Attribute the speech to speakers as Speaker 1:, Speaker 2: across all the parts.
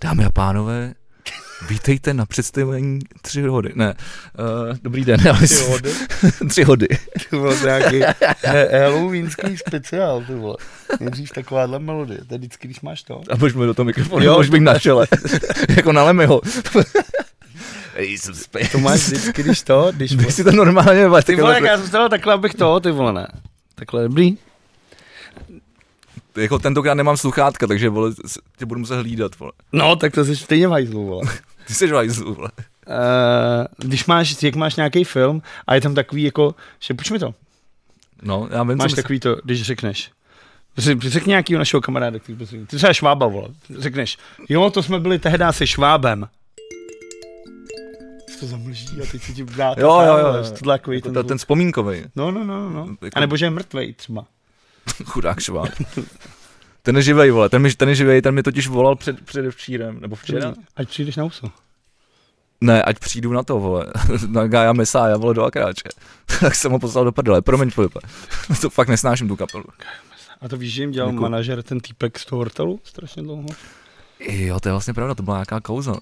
Speaker 1: Dámy a pánové, vítejte na představení tři hody. Ne, uh, dobrý den, já
Speaker 2: Ty
Speaker 1: myslím,
Speaker 2: vody,
Speaker 1: tři hody.
Speaker 2: to byl nějaký he- halloweenský speciál, ty vole. Nejdřív takováhle melodie, to je vždycky, když máš to.
Speaker 1: A pojďme do toho mikrofonu,
Speaker 2: Jo.
Speaker 1: už bych na čele. jako na Lemyho. Jsem space.
Speaker 2: To máš vždycky, když to, když...
Speaker 1: Bych si to normálně
Speaker 2: Ty vole, jak já jsem stál takhle, abych to, ty vole, ne. Takhle dobrý.
Speaker 1: jako tentokrát nemám sluchátka, takže vole, s- tě budu muset hlídat, vole.
Speaker 2: No, tak to jsi stejně v hajzlu, vole.
Speaker 1: Ty jsi vajzlu, vole.
Speaker 2: Eh, když máš, jak máš nějaký film a je tam takový jako, že půjč mi to,
Speaker 1: No, já vím,
Speaker 2: máš
Speaker 1: co
Speaker 2: takový to, když řekneš, Ř- Řekni nějakýho našeho kamaráda, který byl zvolený. ty třeba Švába, vole. Řekneš, jo, to jsme byli tehdy se Švábem. Co to zamlží a teď se ti dá to
Speaker 1: Jo, jo,
Speaker 2: tam,
Speaker 1: jo,
Speaker 2: vole,
Speaker 1: jo.
Speaker 2: že Tohle jako
Speaker 1: Jako
Speaker 2: ten,
Speaker 1: ta- ten vzpomínkový.
Speaker 2: No, no, no, no.
Speaker 1: Jako-
Speaker 2: A nebo že je mrtvej třeba.
Speaker 1: Chudák šváb. Ten je živej, vole, ten, mi, ten je živej, ten mi totiž volal před, předevčírem, nebo včera.
Speaker 2: Ať přijdeš na usu.
Speaker 1: Ne, ať přijdu na to, vole, na Gaia Mesája, vole, do Akráče. tak jsem ho poslal do prdele, promiň, Filipe. to fakt nesnáším tu kapelu.
Speaker 2: A to víš, že jim dělal
Speaker 1: Děkuju.
Speaker 2: manažer ten týpek z toho hotelu strašně dlouho.
Speaker 1: Jo, to je vlastně pravda, to byla nějaká kauza.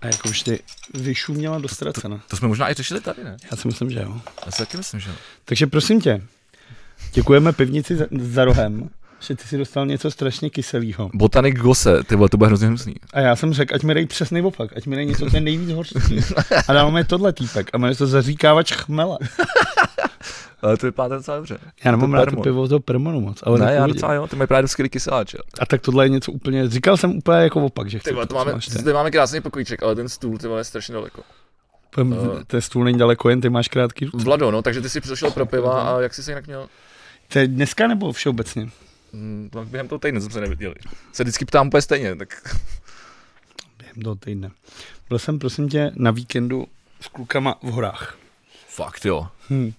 Speaker 2: A jako už ty vyšuměla do ztracena.
Speaker 1: To jsme možná i řešili tady, ne?
Speaker 2: Já si myslím, že jo.
Speaker 1: Já si taky myslím, že jo.
Speaker 2: Takže prosím tě, děkujeme pivnici za, za rohem, že ty si dostal něco strašně kyselého.
Speaker 1: Botanik Gose, ty vole, to bude hrozně hnusný.
Speaker 2: A já jsem řekl, ať mi dej přesný opak, ať mi dej něco, co je nejvíc horší. A dáme tohle týpek a jmenuje se to zaříkávač chmele.
Speaker 1: Ale to vypadá docela dobře.
Speaker 2: Já nemám
Speaker 1: To
Speaker 2: rád to
Speaker 1: permon.
Speaker 2: pivo z toho permonu moc, ale
Speaker 1: ne, já
Speaker 2: takový-
Speaker 1: docela jo, ty mají právě doskvělý kyseláče.
Speaker 2: A tak tohle je něco úplně, říkal jsem úplně jako opak, že chci.
Speaker 1: Ty vole, to
Speaker 2: co
Speaker 1: máme,
Speaker 2: máš ty.
Speaker 1: zde máme krásný pokojíček, ale ten stůl, ty vole, je strašně daleko.
Speaker 2: Pojďme,
Speaker 1: Eh.
Speaker 2: Ten stůl není daleko, jen ty máš krátký ruce.
Speaker 1: Vlado, no, takže ty jsi přišel pro piva a jak jsi se jinak měl?
Speaker 2: To je dneska nebo všeobecně?
Speaker 1: Hmm, to během toho týdne jsme se neviděli. Se vždycky ptám úplně stejně, tak
Speaker 2: Během toho týdne. Byl jsem, prosím tě, na víkendu s klukama v horách.
Speaker 1: fakt jo.
Speaker 2: Hm.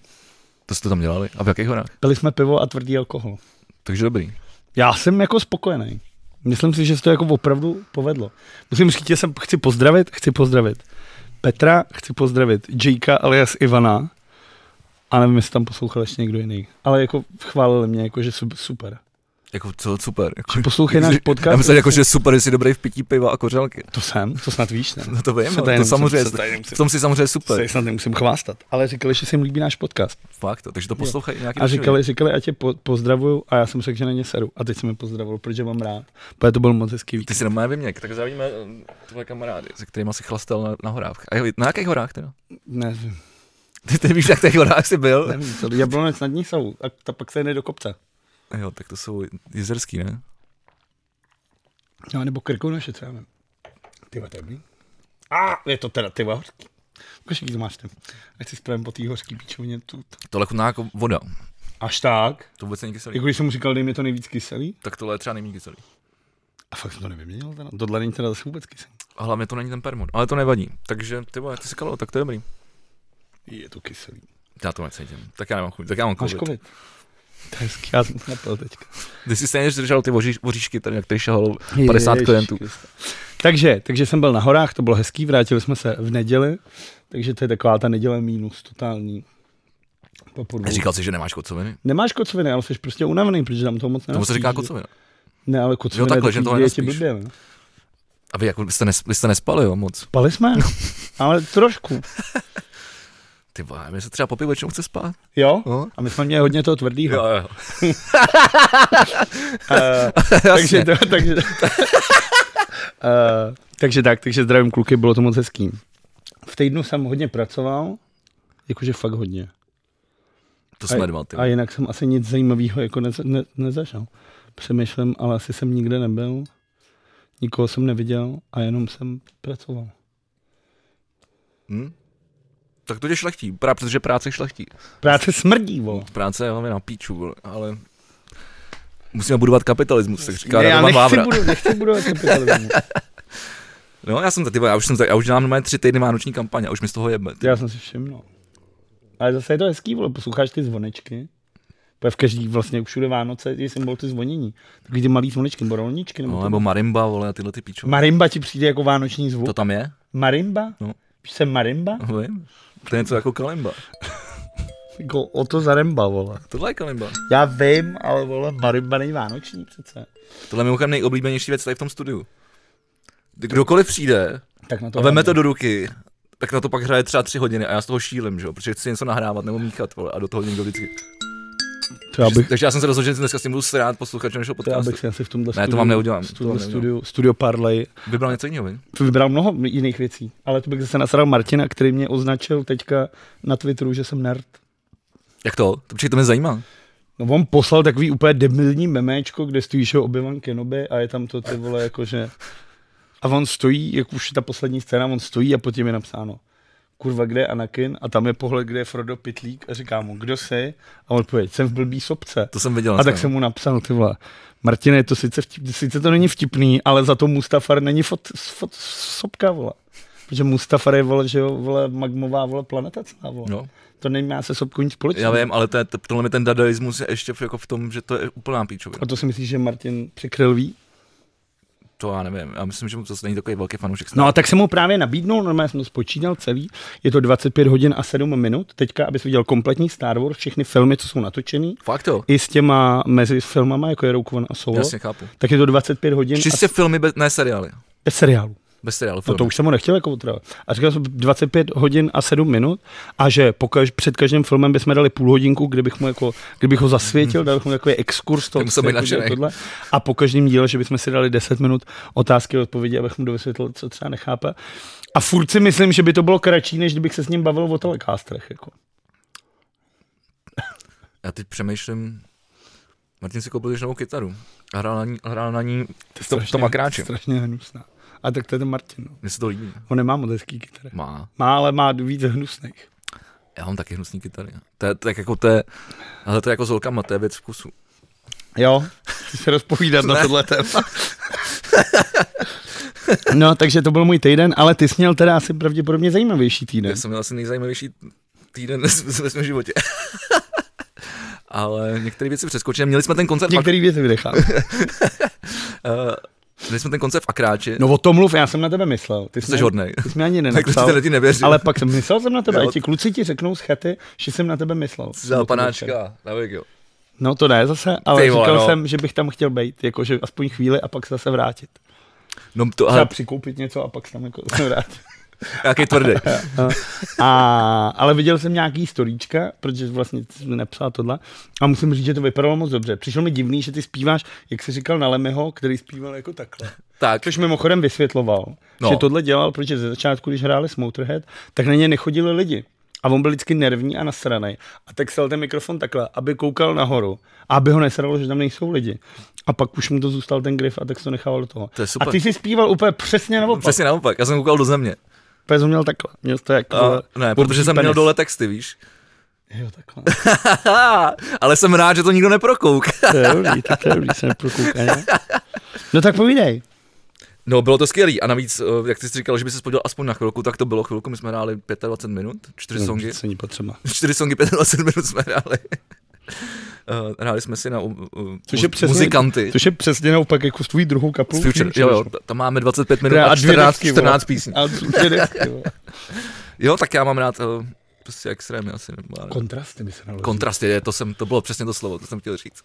Speaker 1: To jste tam dělali? A v jakých horách?
Speaker 2: Pili jsme pivo a tvrdý alkohol.
Speaker 1: Takže dobrý.
Speaker 2: Já jsem jako spokojený. Myslím si, že se to jako opravdu povedlo. Musím říct, že jsem chci pozdravit, chci pozdravit Petra, chci pozdravit Jakea alias Ivana a nevím, jestli tam poslouchal ještě někdo jiný. Ale jako chválili mě, jako že sub- super.
Speaker 1: Jako co, super. Jako,
Speaker 2: Že poslouchej náš podcast.
Speaker 1: Já myslím, jako, že super, že jsi dobrý v pití piva a kořelky.
Speaker 2: To jsem, to snad víš, ne?
Speaker 1: No to vím,
Speaker 2: Se
Speaker 1: no,
Speaker 2: tady
Speaker 1: to
Speaker 2: nemusím-
Speaker 1: samozřejmě,
Speaker 2: se tady nemusím-
Speaker 1: v tom si samozřejmě super.
Speaker 2: Se snad nemusím chvástat. Ale říkali, že se jim líbí náš podcast.
Speaker 1: Fakt, to, takže to poslouchají nějaký
Speaker 2: A říkali, říkali, a tě po, pozdravuju a já jsem řekl, že na ně seru. A teď jsem je pozdravil, protože mám rád. Protože to byl moc hezký
Speaker 1: Ty
Speaker 2: víkend.
Speaker 1: si nemá vyměk, tak zavíme eh, tvoje kamarády, se kterými si chlastal na, na horách. A jo, na jakých horách teda?
Speaker 2: Nevím,
Speaker 1: Ty, ty víš, jak těch horách jsi byl?
Speaker 2: nevím, co jablonec nad ní jsou. A ta pak se jde do kopce.
Speaker 1: Jo, tak to jsou jezerský, ne?
Speaker 2: No, nebo krkou naše, co já vím. Ty vole, to je dobrý. A je to teda, ty vole, hořký. Ukaž, jaký to máš ty. Ať si spravím po té hořký píčovině tu.
Speaker 1: Tohle chutná jako voda.
Speaker 2: Až tak.
Speaker 1: To vůbec není kyselý.
Speaker 2: Jako když jsem mu říkal, dej mi to nejvíc kyselý.
Speaker 1: Tak tohle je třeba nejméně kyselý.
Speaker 2: A fakt jsem to nevyměnil teda. Tohle není teda zase vůbec kyselý.
Speaker 1: A hlavně to není ten permon, ale to nevadí. Takže ty vole, ty jsi kalo, tak to je dobrý.
Speaker 2: Je to kyselý.
Speaker 1: Já to necítím. Tak já nemám chuť, tak já mám
Speaker 2: Máš
Speaker 1: covid.
Speaker 2: covid. To je hezký, já jsem to napil teďka.
Speaker 1: Ty jsi stejně držel ty oříš, oříšky, tady, jak tady šahalo 50
Speaker 2: Ježiši
Speaker 1: klientů.
Speaker 2: Kriste. Takže, takže jsem byl na horách, to bylo hezký, vrátili jsme se v neděli, takže to je taková ta neděle mínus totální. Po podvou.
Speaker 1: Říkal jsi, že nemáš kocoviny?
Speaker 2: Nemáš kocoviny, ale jsi prostě unavený, protože tam toho moc nenaspíš.
Speaker 1: Tomu se říká
Speaker 2: že?
Speaker 1: kocovina.
Speaker 2: Ne, ale kocovina
Speaker 1: takhle,
Speaker 2: takhle,
Speaker 1: že
Speaker 2: že
Speaker 1: toho
Speaker 2: to je ti
Speaker 1: nenaspíš.
Speaker 2: blbě. ne?
Speaker 1: A vy, jako, vy jste, nes, vy jste nespali, jo, moc.
Speaker 2: Spali jsme, no. ale trošku.
Speaker 1: Ty vole, mi se třeba po pivu většinou chce spát.
Speaker 2: Jo?
Speaker 1: No.
Speaker 2: A my jsme měli hodně toho tvrdýho.
Speaker 1: jo.
Speaker 2: Eh, takže, to, takže, Eh, takže tak, takže zdravím kluky, bylo to moc hezký. V týdnu jsem hodně pracoval, jakože fakt hodně.
Speaker 1: To
Speaker 2: A-
Speaker 1: jsme dva, ty.
Speaker 2: A
Speaker 1: vole.
Speaker 2: jinak jsem asi nic zajímavého jako neza, ne, nezažil. Přemýšlím, ale asi jsem nikde nebyl, nikoho jsem neviděl a jenom jsem pracoval.
Speaker 1: Hm? Tak to je šlechtí, pra, protože práce je šlechtí.
Speaker 2: Práce smrdí, vole.
Speaker 1: Práce je hlavně na píču, vole, ale musíme budovat kapitalismus, tak říká
Speaker 2: Ne, já
Speaker 1: Radovan
Speaker 2: nechci,
Speaker 1: Vávra.
Speaker 2: budu, nechci budovat kapitalismus.
Speaker 1: No, já jsem tady, já už jsem tady, já už dělám normálně tři týdny vánoční kampaně a už mi z toho jebe. ty.
Speaker 2: Já jsem si všiml. Ale zase je to hezký, vole, posloucháš ty zvonečky. Protože v každý vlastně všude Vánoce je symbol ty zvonění. Takový ty malý zvonečky, nebo rolničky, nebo,
Speaker 1: No,
Speaker 2: no,
Speaker 1: nebo marimba, vole, a tyhle ty píčo.
Speaker 2: Marimba ti přijde jako vánoční zvuk.
Speaker 1: To tam je?
Speaker 2: Marimba?
Speaker 1: No.
Speaker 2: Víš, se marimba?
Speaker 1: Vím. To je něco jako kalimba.
Speaker 2: Jako o to zaremba, vole.
Speaker 1: Tohle je kalimba.
Speaker 2: Já vím, ale vole, marimba není vánoční přece.
Speaker 1: Tohle je mimochodem nejoblíbenější věc tady v tom studiu. kdokoliv přijde
Speaker 2: Tak na to
Speaker 1: a veme
Speaker 2: hlavně.
Speaker 1: to do ruky, tak na to pak hraje třeba tři hodiny a já z toho šílim, že jo, protože chci něco nahrávat nebo míchat, vole, a do toho někdo vždycky.
Speaker 2: to já bych,
Speaker 1: Takže já jsem se rozhodl, že dneska s tím budu srát posluchačům našeho
Speaker 2: to já
Speaker 1: podcastu.
Speaker 2: bych si asi v tomhle
Speaker 1: Ne, to
Speaker 2: studiu,
Speaker 1: vám neudělám,
Speaker 2: v
Speaker 1: to
Speaker 2: tomhle
Speaker 1: vám neudělám.
Speaker 2: studiu, studio Parlay
Speaker 1: Vybral něco jiného, viď?
Speaker 2: vybral mnoho jiných věcí, ale to bych zase nasral Martina, který mě označil teďka na Twitteru, že jsem nerd.
Speaker 1: Jak to? To počkej, to mě zajímá.
Speaker 2: No on poslal takový úplně debilní memečko, kde stojíš o obi Kenobi a je tam to ty vole jakože... A on stojí, jak už je ta poslední scéna, on stojí a pod tím je napsáno kurva, kde je Anakin a tam je pohled, kde je Frodo Pitlík a říká mu, kdo jsi? A on odpověď, jsem v blbý sobce.
Speaker 1: To jsem viděl.
Speaker 2: A
Speaker 1: dneska,
Speaker 2: tak jsem mu napsal, ty vole, Martine, je to sice, vtip, sice to není vtipný, ale za to Mustafar není fot, fot, sopka, vole. Protože Mustafar je, vole, že jo, vole, magmová, vole, planeta celá, vole.
Speaker 1: No.
Speaker 2: To nemá se sopkou nic
Speaker 1: Já
Speaker 2: společného.
Speaker 1: vím, ale to je, tohle mi ten dadaismus je ještě v- jako v tom, že to je úplná píčovina.
Speaker 2: A to si myslíš, že Martin překryl ví?
Speaker 1: To já nevím, já myslím, že mu to není takový velký fanoušek.
Speaker 2: No a tak jsem mu právě nabídnul, normálně jsem to spočítal celý, je to 25 hodin a 7 minut, teďka, abys viděl kompletní Star Wars, všechny filmy, co jsou natočený,
Speaker 1: Fakt to?
Speaker 2: i s těma mezi filmama, jako je Rogue One a Solo,
Speaker 1: Jasně, chápu.
Speaker 2: tak je to 25 hodin
Speaker 1: Čistě filmy, bez, ne seriály.
Speaker 2: a s- seriálu.
Speaker 1: Bez seriálu,
Speaker 2: No
Speaker 1: filmy.
Speaker 2: to už jsem mu nechtěl jako otravovat. A říkal jsem 25 hodin a 7 minut a že po kaž, před každým filmem bychom dali půl hodinku, kdybych, mu jako, kdybych ho zasvětil, dal bych mu takový exkurs toho,
Speaker 1: Tak musel
Speaker 2: co
Speaker 1: být
Speaker 2: jako dělal
Speaker 1: nadšenej.
Speaker 2: tohle. A po každém díle, že bychom si dali 10 minut otázky a odpovědi, abych mu dovysvětlil, co třeba nechápe. A furt si myslím, že by to bylo kratší, než kdybych se s ním bavil o telekástrech. Jako.
Speaker 1: Já teď přemýšlím, Martin si koupil už novou kytaru a hrál na ní, hrál na ní v tom, v tom akráči.
Speaker 2: Strašně hnusná. A tak to je ten Martin. No.
Speaker 1: Mně se to líbí.
Speaker 2: On nemá moc hezký kytary.
Speaker 1: Má.
Speaker 2: Má, ale má víc hnusných.
Speaker 1: Já mám taky hnusný kytary. To je, tak jako to je, ale to je jako s holkama, to je věc vkusu.
Speaker 2: Jo, chci se rozpovídat na
Speaker 1: Ne.
Speaker 2: tohle téma. No, takže to byl můj týden, ale ty jsi měl teda asi pravděpodobně zajímavější týden.
Speaker 1: Já jsem měl asi nejzajímavější týden ve svém životě. ale některé věci přeskočíme. Měli jsme ten koncert, v Ak-
Speaker 2: Některý věci vydechám.
Speaker 1: eh, měli jsme ten koncert v Akráči. No,
Speaker 2: No o tom mluv, já jsem na tebe myslel. Ty
Speaker 1: jsi hodnej.
Speaker 2: Ty jsi mi ani
Speaker 1: tak to
Speaker 2: nenapsal.
Speaker 1: ty lidi nevěří.
Speaker 2: Ale pak jsem myslel jsem na tebe,
Speaker 1: Jo.
Speaker 2: a ti kluci ti řeknou z chaty, že jsem na tebe myslel.
Speaker 1: Za panáčka, nevím, jo.
Speaker 2: No to ne zase, ale
Speaker 1: Ty
Speaker 2: Ty
Speaker 1: vole,
Speaker 2: říkal
Speaker 1: no.
Speaker 2: jsem, že bych tam chtěl být, jakože aspoň chvíli a pak se zase vrátit.
Speaker 1: No to,
Speaker 2: Třeba
Speaker 1: ale
Speaker 2: přikoupit něco a pak se tam jako vrátit.
Speaker 1: jaký tvrdý.
Speaker 2: Eh, A, ale viděl jsem nějaký storíčka, protože vlastně jsi mi nepsal tohle. A musím říct, že to vypadalo moc dobře. Přišlo mi divný, že ty zpíváš, jak jsi říkal, na Lemyho, který zpíval jako takhle.
Speaker 1: tak,
Speaker 2: Což mimochodem vysvětloval,
Speaker 1: No.
Speaker 2: no. že tohle dělal, protože ze začátku, když hráli Motorhead, tak na ně nechodili lidi. A on byl vždycky nervní a nasraný. A tak stal ten mikrofon takhle, aby koukal nahoru. A aby ho nesralo, že tam nejsou lidi. A pak už mu to zůstal ten grif a tak se to nechával do toho.
Speaker 1: To je super.
Speaker 2: A ty jsi zpíval úplně přesně naopak. Přesně.
Speaker 1: přesně naopak, já jsem koukal do země.
Speaker 2: Úplně jsi ho měl takhle. Měl jsi to jak...
Speaker 1: A,
Speaker 2: vole,
Speaker 1: Eh, ne,
Speaker 2: bobří
Speaker 1: protože jsem měl
Speaker 2: penis.
Speaker 1: dole texty, víš.
Speaker 2: Jo, takhle.
Speaker 1: ale jsem rád, že to nikdo neprokouk.
Speaker 2: To je dobrý, tak to je dobrý, jsem prokoukaný. No tak povídej.
Speaker 1: No, bylo to skvělý. A navíc, eh, jak ty jsi říkal, že by se podíval aspoň na chvilku, tak to bylo chvilku. My jsme hráli 25 minut, čtyři songy.
Speaker 2: To není potřeba.
Speaker 1: Čtyři songy, 25 minut jsme hráli. Eh, hráli jsme si na uh,
Speaker 2: Což je přesně-
Speaker 1: muzikanty.
Speaker 2: Což je přesně naopak jako s tvojí druhou kapelou.
Speaker 1: Z Future, jo, jo, t- tam máme 25 minut
Speaker 2: Teda
Speaker 1: a
Speaker 2: a dvě
Speaker 1: 14,
Speaker 2: desky, vole.
Speaker 1: 14 písní.
Speaker 2: A dvě desky, vole.
Speaker 1: Jo, tak já mám rád eh, prostě extrémy asi. Nebo, já nevím.
Speaker 2: Kontrasty by se naložil.
Speaker 1: Kontrast je, to, jsem, to bylo přesně to slovo, to jsem chtěl říct.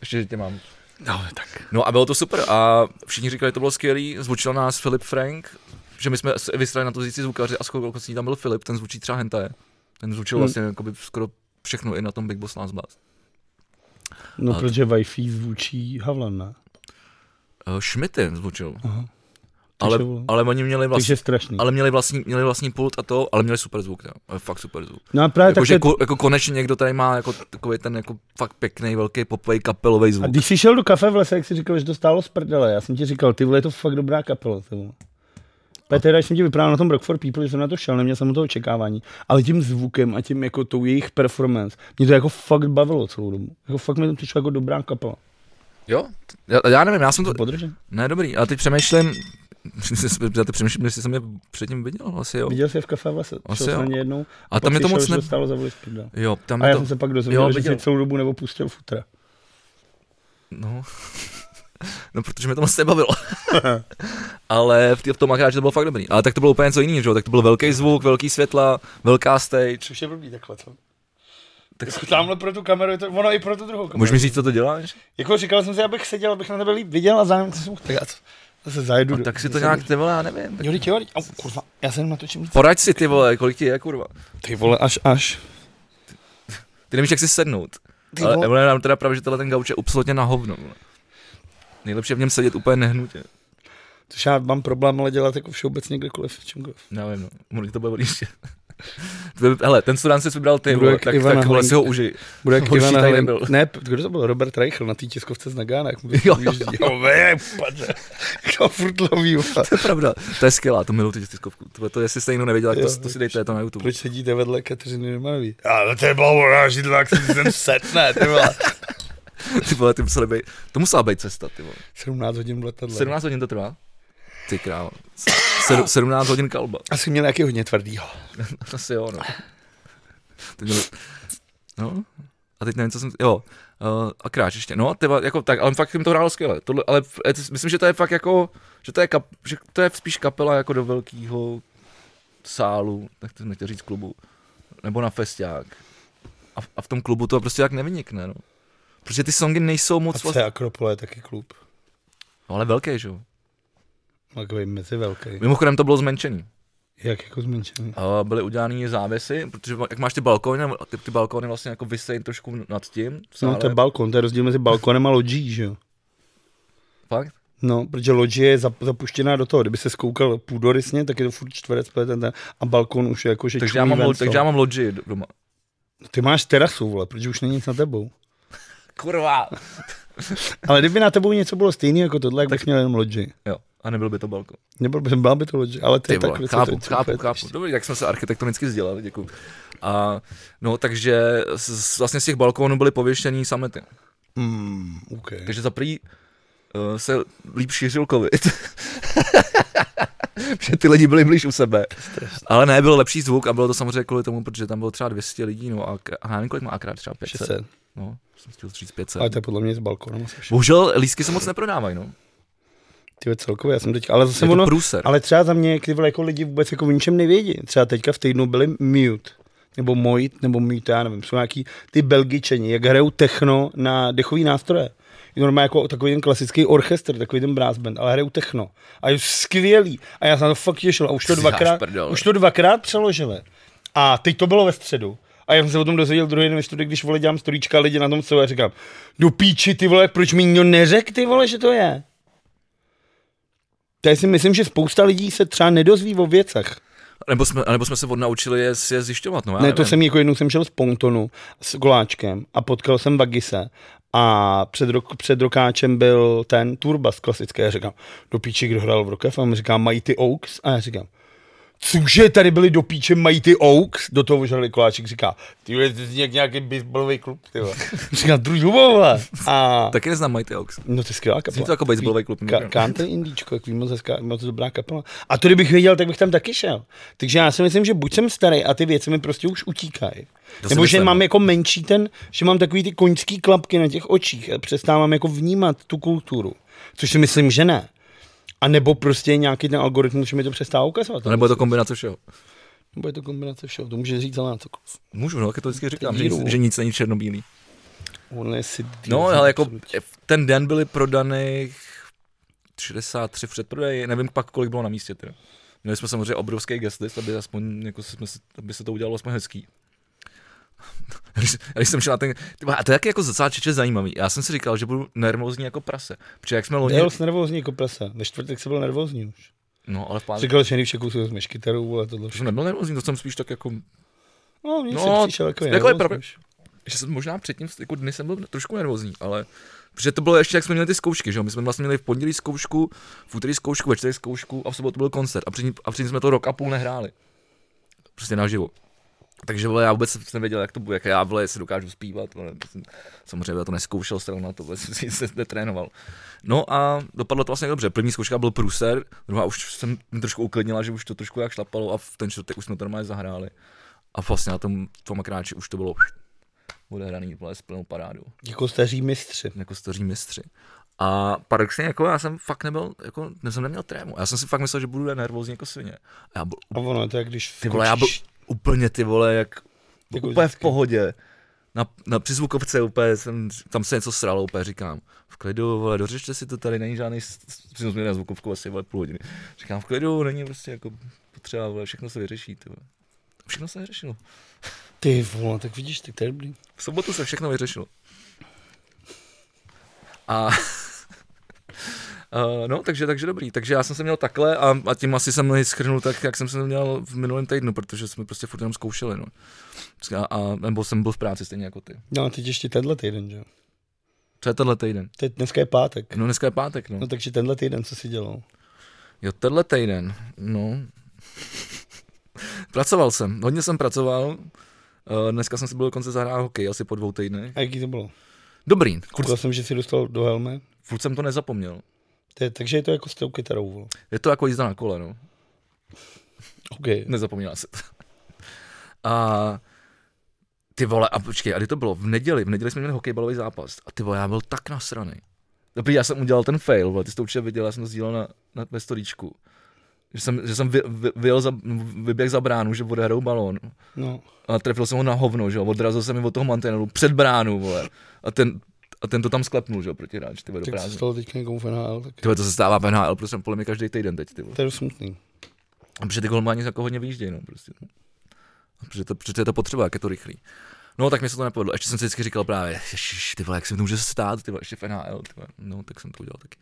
Speaker 1: Ještě, že tě mám.
Speaker 2: No, tak.
Speaker 1: No a bylo to super a všichni říkali, že to bylo skvělý, zvučil nás Filip Frank, že my jsme s- vyslali na to zjící zvukaři a skoro okolností tam byl Filip, ten zvučí třeba Hentaje. Ten zvučil
Speaker 2: Hmm.
Speaker 1: vlastně jakoby skoro všechno i na tom Big Boss nás blast.
Speaker 2: No,
Speaker 1: A-
Speaker 2: protože Wi-Fi zvučí Havlan, ne?
Speaker 1: Uh, Schmity zvučil,
Speaker 2: Aha.
Speaker 1: ale,
Speaker 2: Takže vole.
Speaker 1: ale oni měli vlastně,
Speaker 2: Takže strašný.
Speaker 1: ale měli vlastní, měli vlastní pult a to, ale měli super zvuk, jo. Eh, fakt super zvuk.
Speaker 2: No a právě
Speaker 1: Jako,
Speaker 2: tak
Speaker 1: že,
Speaker 2: to je-
Speaker 1: jako, jako, konečně někdo tady má jako takový ten jako fakt pěkný, velký popový kapelový
Speaker 2: A
Speaker 1: zvuk.
Speaker 2: když jsi šel do kafe v lese, jak jsi říkal, že to stálo z prdele, já jsem ti říkal, ty vole, je to fakt dobrá kapela. ty vole. Petr, když jsem ti vyprávěl na tom Rock for People, že jsem na to šel, neměl jsem to očekávání, ale tím zvukem a tím jako tou jejich performance, mě to jako fakt bavilo celou dobu. Jako fakt mi to přišlo jako dobrá kapela.
Speaker 1: Jo? Já, já nevím, já jsem to,
Speaker 2: Podržím.
Speaker 1: ne dobrý, ale teď přemýšlím, já teď přemýšlím, jestli jsem je předtím viděl, asi jo.
Speaker 2: Viděl jsi je v kafe v lese,
Speaker 1: Asi
Speaker 2: šel jsem
Speaker 1: jo.
Speaker 2: na ně jednou.
Speaker 1: A tam
Speaker 2: pak
Speaker 1: je to
Speaker 2: si šel,
Speaker 1: moc
Speaker 2: že
Speaker 1: ne...
Speaker 2: stálo za voli z prdele.
Speaker 1: Jo, tam
Speaker 2: A
Speaker 1: je
Speaker 2: já
Speaker 1: to...
Speaker 2: jsem se pak dozvěděl, že
Speaker 1: viděl.
Speaker 2: si celou dobu neopustil futra.
Speaker 1: No. no, protože mě to moc nebavilo. Ale v, tý- v tom akráči to bylo fakt dobrý. Ale tak to bylo úplně něco jiného, že jo? Tak to byl velký zvuk, velký světla, velká stage.
Speaker 2: Což je blbý takhle, co?
Speaker 1: Tak-
Speaker 2: Jako tamhle pro tu kameru je to, ono i pro tu druhou kameru.
Speaker 1: Můžeš mi říct, co to děláš?
Speaker 2: Jako říkal jsem si, abych seděl, abych na tebe líp viděl a zároveň jsem mohl tak já co- Zase zajedu.
Speaker 1: No,
Speaker 2: do-
Speaker 1: tak si to
Speaker 2: zase
Speaker 1: nějak,
Speaker 2: do-
Speaker 1: ty vole, já nevím. Tak...
Speaker 2: Jo, teď jo, teď- au, kurva, já jsem natočím víc.
Speaker 1: Poraď si, ty vole, kolik ti je, kurva.
Speaker 2: Ty vole, až, až.
Speaker 1: Ty nevíš, jak si sednout.
Speaker 2: Ty
Speaker 1: Ale
Speaker 2: vole.
Speaker 1: Emile nám teda právě, že tenhle ten gauč je absolutně na hovno. vole. Nejlepší je v něm sedět úplně nehnutě.
Speaker 2: Což já mám problém, ale dělat jako všeobecně kdekoliv, v čemkoliv.
Speaker 1: Nevím, no. Možná ti to bude bolí ještě. To by- Hele, ten studán si vybral ty,
Speaker 2: Budu
Speaker 1: vole,
Speaker 2: jak
Speaker 1: tak,
Speaker 2: Ivana
Speaker 1: tak vole, si ho
Speaker 2: Hlinka.
Speaker 1: užij.
Speaker 2: Bude jak
Speaker 1: Horší
Speaker 2: Ivan
Speaker 1: tady
Speaker 2: Halin.
Speaker 1: nebyl.
Speaker 2: Ne, p- kdo to byl? Robert Reichl na té tiskovce z Nagána. Jak mu to
Speaker 1: Jo, jo,
Speaker 2: ujíždí. jo, ve, padne. Jak ho furt loví, vole.
Speaker 1: To je pravda, to je skvělá, to miluji tu tiskovku. To, to jestli jste jinou nevěděl, tak
Speaker 2: Jo,
Speaker 1: to, to si dejte, je to na YouTube.
Speaker 2: Proč sedíte vedle Kateřiny Rymanový? Ale to je blavorá židla, jak se ten setne, ty vole.
Speaker 1: Ty vole, ty museli být, to musela být cesta, ty vole.
Speaker 2: 17 hodin v letadle.
Speaker 1: 17 hodin to trvá? Ty král. Se, 17 hodin kalba.
Speaker 2: Asi měl nějaký hodně tvrdýho.
Speaker 1: Asi jo, no. Teď měli... No, a teď nevím, co jsem... Jo, uh, a kráč ještě. No, tyba, jako tak, ale fakt jim to hrálo skvěle. Tohle, ale f- eh, myslím, že to je fakt jako, že to je, kap, že to je spíš kapela jako do velkého sálu, tak to nechci říct klubu, nebo na festiák. A, v- a v tom klubu to prostě tak nevynikne, no. Protože ty songy nejsou
Speaker 2: A
Speaker 1: moc
Speaker 2: co
Speaker 1: vlastně,
Speaker 2: je Akropole, je taky klub.
Speaker 1: no, ale velké, že jo.
Speaker 2: Takový mezi velký.
Speaker 1: Mimochodem to bylo zmenšený.
Speaker 2: Jak jako zmenšený.
Speaker 1: A byly udělané závěsy, protože jak máš ty balkony, nebo ty, ty balkony vlastně jako vysejí trošku nad tím. V sále,
Speaker 2: No to je balkon, to je rozdíl mezi balkonem a lodží, že jo.
Speaker 1: Fakt?
Speaker 2: No, protože lodžie je zap- zapuštěná do toho, kdyby se skoukal půdorysně, tak je to furt čtverec, plet, ten, ten, a balkon už je jako, že
Speaker 1: Takže
Speaker 2: čumí
Speaker 1: já, mám,
Speaker 2: ven,
Speaker 1: lo-
Speaker 2: co?
Speaker 1: takže já mám loďi do- doma.
Speaker 2: Ty máš terasu, vole, protože už není nic na tebou.
Speaker 1: Kurva!
Speaker 2: Ale kdyby na tebou něco bylo stejné jako tohle, jak bys měl jenom lodži.
Speaker 1: Jo, a nebyl by to balkon.
Speaker 2: Nebyl by, byla by to lodži, ale to
Speaker 1: Ty
Speaker 2: je tak
Speaker 1: vole,
Speaker 2: věc,
Speaker 1: chápu,
Speaker 2: to je
Speaker 1: chápu,
Speaker 2: co
Speaker 1: chápu,
Speaker 2: úplně-
Speaker 1: chápu. Dobrý, jak jsme se architektonicky vzdělali, děkuji. A, no, takže z, z- vlastně z těch balkónů byly pověštění samety.
Speaker 2: Hmm, okay.
Speaker 1: Takže za prý eh, se líp šířil covid. že ty lidi byli blíž u sebe. Ale ne, byl lepší zvuk a bylo to samozřejmě kvůli tomu, protože tam bylo třeba 200 lidí, no a, k- a já nevím, kolik má akrát, třeba 500.
Speaker 2: 600.
Speaker 1: No, jsem chtěl říct 500.
Speaker 2: Ale to je podle mě z balkonu. asi všechno.
Speaker 1: Bohužel lísky se moc neprodávají, no.
Speaker 2: Ty vole, celkově, já jsem teď, ale
Speaker 1: Je
Speaker 2: zase
Speaker 1: to
Speaker 2: ono,
Speaker 1: průser.
Speaker 2: ale třeba za mě, ty vole, jako lidi vůbec jako o ničem nevědí. Třeba teďka v týdnu byli mute, nebo mojit, nebo mute, já nevím, jsou nějaký ty belgičani, jak hrajou techno na dechový nástroje. Je normálně jako takový ten klasický orchestr, takový ten brass band, ale hrajou techno. A je skvělý. A já jsem na to fakt těšil. A už to,
Speaker 1: Ty si dáš
Speaker 2: dvakrát,
Speaker 1: prdel.
Speaker 2: už to dvakrát přeložili. A teď to bylo ve středu. A já jsem se o tom dozvěděl druhý den ve studiu, když vole dělám storíčka a lidi na tom co a říkám, do píči ty vole, proč mi nikdo neřekl ty vole, že to je? To já si myslím, že spousta lidí se třeba nedozví o věcech.
Speaker 1: Nebo jsme, nebo jsme se odnaučili je, je zjišťovat, no já
Speaker 2: ne,
Speaker 1: nevím.
Speaker 2: to jsem jako jednou jsem šel z Pontonu s Goláčkem a potkal jsem Vagise a před, rok, před rokáčem byl ten Turba z klasické. Já říkám, do píči, kdo hrál v rokev? A on říká, Mighty Oaks? A já říkám, cože tady byli do píče Mighty Oaks? Do toho žrali Koláček, říká, ty vole, to zní jak nějaký baseballový klub, ty vole. Říká, družu, vole. A...
Speaker 1: Taky neznám Mighty Oaks.
Speaker 2: No to je skvělá kapela.
Speaker 1: Zní to jako baseballový klub,
Speaker 2: Ka-
Speaker 1: nevím.
Speaker 2: country indíčko, jak vím, moc hezká, moc dobrá kapela. A to kdybych věděl, tak bych tam taky šel. Takže já si myslím, že buď jsem starý a ty věci mi prostě už utíkají.
Speaker 1: To si
Speaker 2: Nebo že
Speaker 1: myslím,
Speaker 2: mám
Speaker 1: no.
Speaker 2: jako menší ten, že mám takový ty koňský klapky na těch očích a přestávám jako vnímat tu kulturu. Což si myslím, že ne. A nebo prostě nějaký ten algoritmus, že mi to přestává ukazovat.
Speaker 1: No, nebo je to kombinace všeho.
Speaker 2: Nebo je to kombinace všeho, to může říct ale cokoliv.
Speaker 1: Můžu, no, jak to vždycky říkám, že
Speaker 2: díru.
Speaker 1: nic, že nic není černobílý.
Speaker 2: On je si
Speaker 1: No,
Speaker 2: dýl,
Speaker 1: ale jako
Speaker 2: absolutně.
Speaker 1: v ten den byly prodaných 63 předprodej, nevím pak, kolik bylo na místě teda. Měli jsme samozřejmě obrovský guest list, aby, aspoň, jako jsme, se- aby se to udělalo aspoň hezký. Když, když jsem šel na ten, ty vole, a to je taky jako začátečně zajímavý. Já jsem si říkal, že budu nervózní jako prase. Protože jak jsme loni,
Speaker 2: Byl jsi nervózní jako prasa. Ve čtvrtek jsem byl nervózní už.
Speaker 1: no ale v pátek,
Speaker 2: Říkal, že nejvšeku si vezmeš kytaru, ale tohle.
Speaker 1: to jsem nebyl nervózní, to jsem spíš tak jako
Speaker 2: No, mně
Speaker 1: No,
Speaker 2: no, se přišel jako
Speaker 1: jako je pravda. že jsem možná předtím, jako dny jsem byl trošku nervózní, ale protože to bylo ještě, jak jsme měli ty zkoušky, že jo? My jsme vlastně měli v pondělí zkoušku, v úterý zkoušku, ve čtvrtek zkoušku a v sobotu byl koncert a předtím, a předtím jsme to rok a půl nehráli. Prostě naživo. Takže vole, já vůbec jsem nevěděl, jak to bude, jak já vole, jestli dokážu zpívat, vole, to jsem- samozřejmě já to neskoušel stranu na to, vůbec jsem se netrénoval. No a dopadlo to vlastně dobře, první zkouška byl průser, druhá už jsem mě trošku uklidnila, že už to trošku jak šlapalo a v ten čtvrtek už jsme to normálně zahráli. A vlastně na tom, tom kráči už to bylo odehraný vole, s plnou parádu,
Speaker 2: Jako staří mistři.
Speaker 1: jako staří mistři. A paradoxně, jako já jsem fakt nebyl, jako ne- jsem neměl trému. Já jsem si fakt myslel, že budu nervózní jako svině. A já byl,
Speaker 2: A ono, to je, když
Speaker 1: ty vole, já byl
Speaker 2: skočíš,
Speaker 1: úplně ty vole, jak
Speaker 2: Jako
Speaker 1: úplně v
Speaker 2: vždycky.
Speaker 1: pohodě. na, na přizvukovce úplně, jsem, tam se něco sralo, úplně říkám, v klidu, vole, dořešte si to tady, není žádný, s- s- přitom jsme na zvukovku asi vole, půl hodiny. Říkám, v klidu, není prostě jako potřeba, vole, všechno se vyřeší, ty vole. Všechno se vyřešilo.
Speaker 2: Ty vole, tak vidíš, ty to je dobrý.
Speaker 1: V sobotu se všechno vyřešilo. A Uh, no, takže, takže dobrý. Takže já jsem se měl takhle a, a tím asi jsem ji schrnul tak, jak jsem se měl v minulém týdnu, protože jsme prostě furt jenom zkoušeli. No. A, a, nebo jsem byl v práci stejně jako ty.
Speaker 2: No a teď ještě tenhle týden, že jo.
Speaker 1: Co je tenhle týden?
Speaker 2: Teď dneska je pátek.
Speaker 1: No dneska je pátek, no.
Speaker 2: No takže tenhle týden, co si dělal?
Speaker 1: Jo, tenhle týden, no. pracoval jsem, hodně jsem pracoval. Eh, Dneska jsem si byl dokonce zahrál hokej, asi po dvou týdnech.
Speaker 2: A jaký to bylo?
Speaker 1: Dobrý, furt,
Speaker 2: Koukal jsem, že si dostal do helmy.
Speaker 1: furt jsem to nezapomněl.
Speaker 2: To je, takže je to jako s tou kytarou, vole.
Speaker 1: Je to jako jízda na kole, no.
Speaker 2: OK.
Speaker 1: Nezapomněla se to. A ty vole, a počkej, a kdy to bylo? V neděli, v neděli jsme měli hokejbalový zápas. A ty vole, já byl tak nasraný. Dobrý, já jsem udělal ten fail, vole, ty jsi to určitě viděl, já jsem to sdílel na, na, ve storíčku. Že jsem, že jsem vy, vy, vyjel za, vyběh za bránu, že odehrou balón.
Speaker 2: No.
Speaker 1: a trefil jsem ho na hovno, že jo, odrazil jsem mi od toho mantinelu před bránu, vole. A ten, a ten to tam sklepnul, že jo, proti hráč, ty vole, do
Speaker 2: Tak se
Speaker 1: prázdna.
Speaker 2: stalo teď někomu v NHL, tak
Speaker 1: Ty vole, to se stává v NHL, prostě podle mě každý týden teď, ty vole.
Speaker 2: to je dost smutný.
Speaker 1: A protože ty golmáni jako hodně vyjíždějí, no, prostě. no. A protože, to, protože je to potřeba, jak je to rychlý. No, tak mi se to nepovedlo. Ještě jsem si vždycky říkal právě, ježiš, ty vole, jak se mi to může stát, ty vole, ještě v NHL, ty vole. No, tak jsem to udělal taky.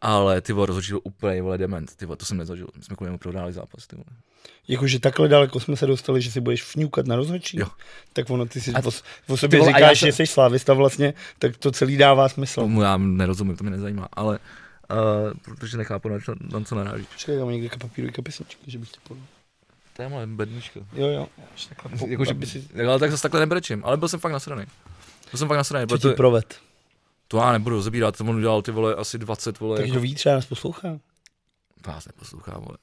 Speaker 1: Ale ty vole, rozhodčí byl úplně vole dement, ty vole, to jsem nezažil. My jsme kvůli němu prohráli zápas, ty vole.
Speaker 2: Jakože takhle daleko jsme se dostali, že si budeš vňukat na rozhodčí,
Speaker 1: Jo.
Speaker 2: tak ono ty si
Speaker 1: A-
Speaker 2: o, o sobě
Speaker 1: vole, a já
Speaker 2: říkáš,
Speaker 1: jsem-
Speaker 2: že jsi slávista vlastně, tak to celý dává smysl.
Speaker 1: Tomu No, já nerozumím, to mě nezajímá, ale Uh, protože nechápu, na co, na co naráží.
Speaker 2: Počkej, já mám někde papíru i pesničky, že bych ti podal.
Speaker 1: To je moje bednička.
Speaker 2: Jo, jo. Až takhle,
Speaker 1: Jakože,
Speaker 2: aby si,
Speaker 1: ale tak zase takhle nebrečím, ale byl jsem fakt nasraný. Byl jsem fakt nasraný,
Speaker 2: co ti
Speaker 1: protože
Speaker 2: proved.
Speaker 1: to já nebudu zabírat, to on udělal ty vole asi 20 vole,
Speaker 2: Tak
Speaker 1: jako,
Speaker 2: kdo ví, třeba nás poslouchá.
Speaker 1: vás neposlouchá vole.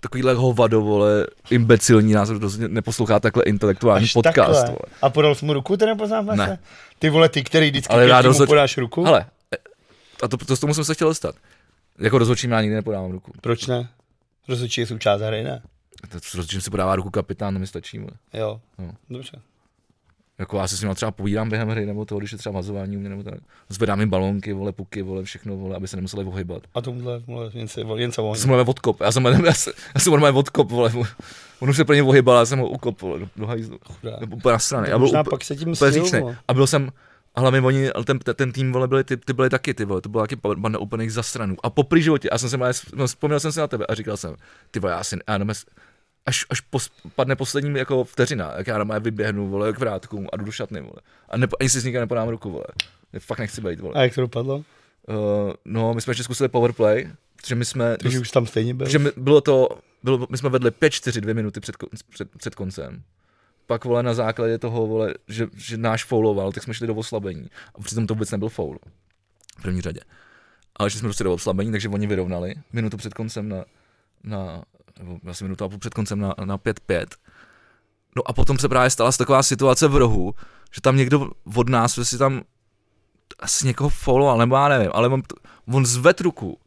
Speaker 1: Takovýhle hovado vole, imbecilní nás rozhodně neposlouchá takhle intelektuální
Speaker 2: Až
Speaker 1: podcast
Speaker 2: takhle.
Speaker 1: vole.
Speaker 2: A podal jsi mu ruku, ten poznáme
Speaker 1: Ne.
Speaker 2: se? Ty vole, ty, který vždycky
Speaker 1: Ale já
Speaker 2: každému
Speaker 1: rozhodně-
Speaker 2: podáš ruku?
Speaker 1: Hele, e, a to, to, s tomu jsem se chtěl dostat. Jako rozhodčím já nikdy nepodávám ruku.
Speaker 2: Proč ne? Rozhodčí je součást hry, ne?
Speaker 1: To- S rozhodčím si podává ruku kapitán, to mi stačí. Vole.
Speaker 2: Jo.
Speaker 1: No.
Speaker 2: Dobře.
Speaker 1: Jako já se s ním třeba povídám během hry, nebo toho, když je třeba vazování u mě, nebo tak. Zvedám jim balonky, vole, puky, vole, všechno, vole, aby se nemuseli ohybat.
Speaker 2: A tomuhle, tomuhle jen se, jen se
Speaker 1: Já
Speaker 2: vohní.
Speaker 1: jsem normálně odkop, já jsem, já jsem, já jsem normálně odkop, vole. On už se pro ně ohybal, já jsem ho ukop, vole, do, do hajzlu.
Speaker 2: Chudák.
Speaker 1: Nebo úplně na straně. Já byl
Speaker 2: Možná
Speaker 1: úplně,
Speaker 2: pak se tím
Speaker 1: úplně
Speaker 2: stil,
Speaker 1: říčnej.
Speaker 2: vole.
Speaker 1: A byl jsem, a hlavně oni, ale ten, ten tým, vole, byli, ty, ty byly taky, ty vole, to byla taky banda úplných zasranů. A poprý životě, já jsem se, málem- no, vzpomněl jsem si na tebe a říkal jsem, ty vole, já si, já jenom, až, až pos, padne poslední jako vteřina, jak já normálně vyběhnu, vole, k vrátkům a jdu do šatny, vole. A ne, ani si s nikým jako nepodám ruku, vole. Fakt nechci být, vole.
Speaker 2: A jak to dopadlo?
Speaker 1: Uh, no, my jsme ještě zkusili powerplay, protože my jsme...
Speaker 2: Takže už tam stejně byl.
Speaker 1: Protože my, bylo to, bylo, my jsme vedli 5-4 dvě minuty před, kon- před, před koncem. Pak vole na základě toho, vole, že, že náš fouloval, tak jsme šli do oslabení. A přitom to vůbec nebyl foul. V první řadě. Ale šli jsme prostě do oslabení, takže oni vyrovnali minutu před koncem na, na nebo asi minutu a půl před koncem na, na 5-5. No a potom se právě stala taková situace v rohu, že tam někdo od nás, že si tam asi někoho fouloval, nebo já nevím, ale on, on zved ruku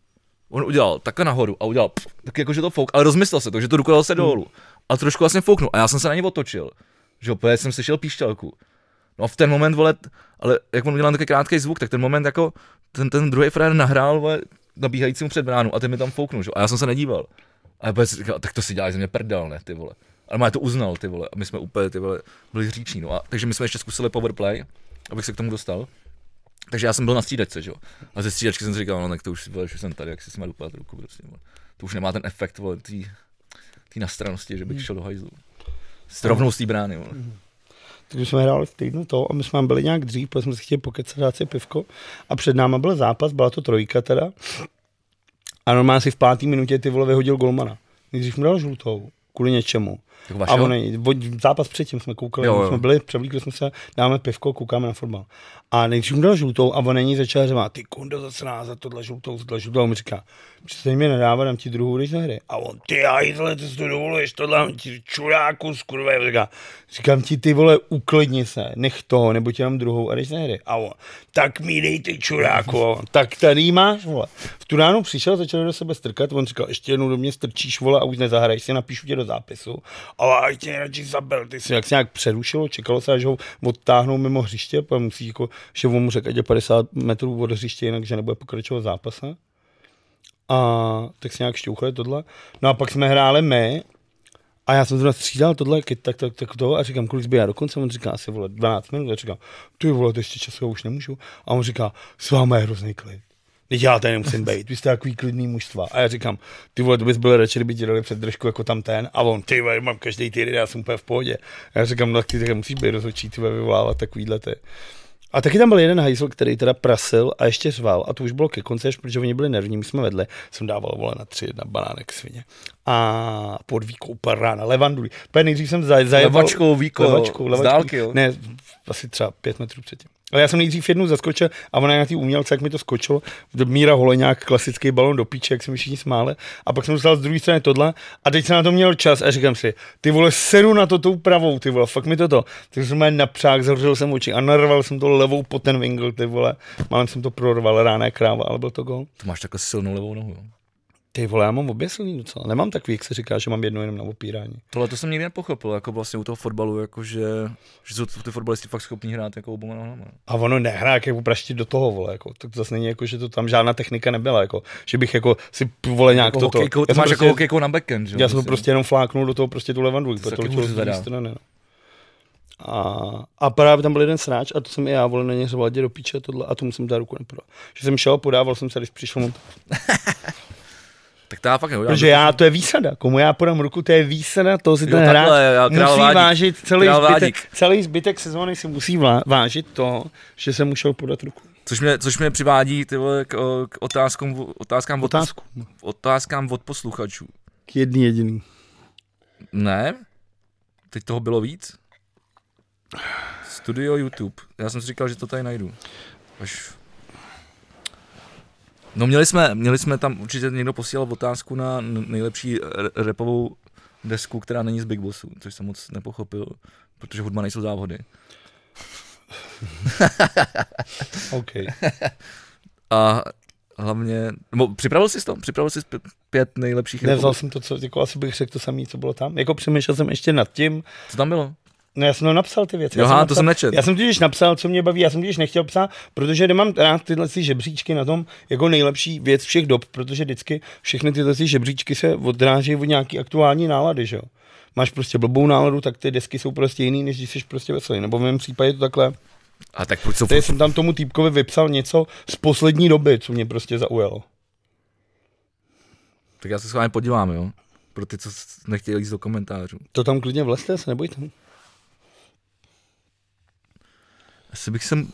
Speaker 1: On udělal takhle nahoru a udělal pf, tak jako, že to fouk, ale rozmyslel se to, že to ruku dal se dolů. A trošku vlastně fouknul. A já jsem se na něj otočil. Že opět jsem slyšel píšťalku. No a v ten moment, vole, t- ale jak on udělal takový krátký zvuk, tak ten moment jako, ten, ten druhý frajer nahrál, vole, nabíhajícímu před bránu a ten mi tam fouknul, že? jo. A já jsem se nedíval. A já úplně si říkal, tak to si děláš ze mě prdel, ne, ty vole. Ale má to uznal, ty vole. A my jsme úplně, ty vole, byli říční, no. A, takže my jsme ještě zkusili powerplay, abych se k tomu dostal. Takže já jsem byl na střídačce, že jo. A ze střídačky jsem si říkal, no tak to už, vole, už jsem tady, jak si s má dopadat ruku, prostě, vole. To už nemá ten efekt, vole, tý, tý nastranosti, že
Speaker 2: Hmm.
Speaker 1: bych šel do hajzlu. S rovnou z té brány, vole.
Speaker 2: Takže jsme hráli v týdnu to a my jsme tam byli nějak dřív, protože jsme si chtěli pokecat, dát si pivko a před náma byl zápas, byla to trojka teda. A normálně si v páté minutě ty vole vyhodil golmana. Nejdřív mu dal žlutou kvůli něčemu.
Speaker 1: Jako
Speaker 2: A
Speaker 1: vašeho?
Speaker 2: on, nej- od- zápas předtím jsme koukali,
Speaker 1: Jo, jo.
Speaker 2: jo, jsme byli, převlíkli jsme se, dáme pivko, koukáme na fotbal. A nejdřív mu dal žlutou a on není začal řvát, ty kundo zase nás za tohle žlutou, za tohle žlutou. A on mi říká, přestaň mě nadávat, dám ti druhou, když hry. A on, ty já jízle, ty si to dovoluješ, tohle dám ti čuráku, skurve. Říká, říkám ti, ty vole, uklidni se, nech toho, nebo ti dám druhou a jdeš na hry. A on, tak mi dej ty čuráku, A on, tak tady jí máš, vole. V tu ránu přišel, začal do sebe strkat, on říkal, ještě jednou do mě strčíš, vole, a už nezahraješ si, napíšu tě do zápisu, ale já tě nejradši zabil, ty si jak se nějak přerušilo, čekalo se, až ho odtáhnou mimo hřiště, pak musí jako, že on mu řekl, ať je 50 metrů od hřiště, jinak, že nebude pokračovat v zápase. A tak se nějak šťouchali tohle. No a pak jsme hráli my a já jsem zrovna střídal tohle, ke- tak, tak, tak to a říkám, kolik zbývá do konce, on říká asi vole 12 minut, já říkám, ty vole, to ještě času já už nemůžu. A on říká, s váma je hrozný klid. Teď já tady nemusím být, vy jste takový klidný mužstva. A já říkám, ty vole, to bys byl radši, kdyby ti dali před držku jako tam ten. A on, ty vole, mám každý týden, já jsem úplně v pohodě. A já říkám, no tak ty také musíš být rozhodčí, ty vole, vyvolávat takovýhle ty. A taky tam byl jeden hajzl, který teda prasil a ještě řval. A to už bylo ke konci, až protože oni byli nervní, my jsme vedli. Jsem dával vole na tři jedna banánek svině. A podvíkou pár rána, levanduli. Úplně nejdřív jsem zaj, zajebal.
Speaker 1: Levačkou, víko, jo.
Speaker 2: levačkou,
Speaker 1: Z
Speaker 2: levačkou.
Speaker 1: dálky, jo.
Speaker 2: Ne, asi třeba pět metrů předtím. Ale já jsem nejdřív jednu zaskočil a ona je na té umělce, jak mi to skočilo. Míra Holeňák, klasický balon do píče, jak se mi všichni smáli. A pak jsem dostal z druhé strany tohle a teď jsem na to měl čas a říkám si, ty vole, seru na to tou pravou, ty vole, fakt mi to to. Tak jsem mě napřák, zavřel jsem oči a narval jsem to levou po ten wingle, ty vole. Málem jsem to prorval, rána je kráva, ale byl to gol.
Speaker 1: To máš takhle silnou levou nohu, jo.
Speaker 2: Ty vole, já mám obě silný docela. Nemám takový, jak se říká, že mám jedno jenom na opírání.
Speaker 1: Tohle to jsem nikdy nepochopil, jako vlastně u toho fotbalu, jako že, že jsou ty fotbalisti fakt schopní hrát jako obou nohama.
Speaker 2: A ono nehrá, jak je upraštit do toho, vole, jako. Tak to zase není jako, že to tam žádná technika nebyla, jako. Že bych jako si, vole, nějak
Speaker 1: Jako
Speaker 2: toto.
Speaker 1: hokejkou,
Speaker 2: já
Speaker 1: ty
Speaker 2: jsem
Speaker 1: máš
Speaker 2: prostě,
Speaker 1: jako hokejkou na backhand, že jo?
Speaker 2: já jsem to prostě jenom fláknul do toho prostě tu levandu,
Speaker 1: se
Speaker 2: protože to
Speaker 1: taky
Speaker 2: letělo
Speaker 1: hůř
Speaker 2: z druhé
Speaker 1: zvedá.
Speaker 2: strany, no. A, a právě tam byl jeden sráč a to jsem i já, vole, na něj řval, do píče tohle a tomu jsem dá ruku nepodal. Že jsem šel, podával jsem se, když přišel, mám to,
Speaker 1: Tak to já fakt neudělám.
Speaker 2: protože já, to je výsada, komu já podám ruku, to je výsada, to si
Speaker 1: Jo,
Speaker 2: ten
Speaker 1: takhle, já-
Speaker 2: hráč
Speaker 1: král
Speaker 2: musí
Speaker 1: Vádík.
Speaker 2: vážit, celý
Speaker 1: Král
Speaker 2: zbytek,
Speaker 1: Vádík.
Speaker 2: celý zbytek sezóny si musí vlá, vážit to, že jsem musel podat ruku.
Speaker 1: Což mě, což mě přivádí ty vole, k, o- k otázkám, otázkám, od,
Speaker 2: Otázku. no.
Speaker 1: otázkám od posluchačů.
Speaker 2: K jedný jediný.
Speaker 1: Ne? Teď toho bylo víc? Studio YouTube. Já jsem si říkal, že to tady najdu. Až... No měli jsme, měli jsme tam, určitě někdo posílal otázku na n- nejlepší r- repovou desku, která není z Big Bossu, což jsem moc nepochopil, protože hudba nejsou závody.
Speaker 2: OK.
Speaker 1: A hlavně, nebo připravil jsi to? Připravil jsi p- pět nejlepších
Speaker 2: Nevzal
Speaker 1: repových?
Speaker 2: jsem to, co, jako asi bych řekl to samé, co bylo tam. Jako přemýšlel jsem ještě nad tím.
Speaker 1: Co tam bylo?
Speaker 2: No já jsem to napsal ty věci.
Speaker 1: Jo,
Speaker 2: já
Speaker 1: aha,
Speaker 2: napsal,
Speaker 1: to jsem nečet.
Speaker 2: Já jsem totiž napsal, co mě baví, já jsem totiž nechtěl psát, protože nemám rád tyhle si žebříčky na tom jako nejlepší věc všech dob, protože vždycky všechny tyhle si žebříčky se odrážejí od nějaký aktuální nálady, že jo. Máš prostě blbou náladu, tak ty desky jsou prostě jiný, než když jsi prostě veselý. Nebo v mém případě to takhle.
Speaker 1: A tak proč jsou
Speaker 2: Teď jsem tam tomu týpkovi vypsal něco z poslední doby, co mě prostě zaujalo.
Speaker 1: Tak já se s vámi podívám, jo? Pro ty, co s- nechtějí jít do komentářů.
Speaker 2: To tam klidně vlezte, se nebojte.
Speaker 1: Asi bych, sem,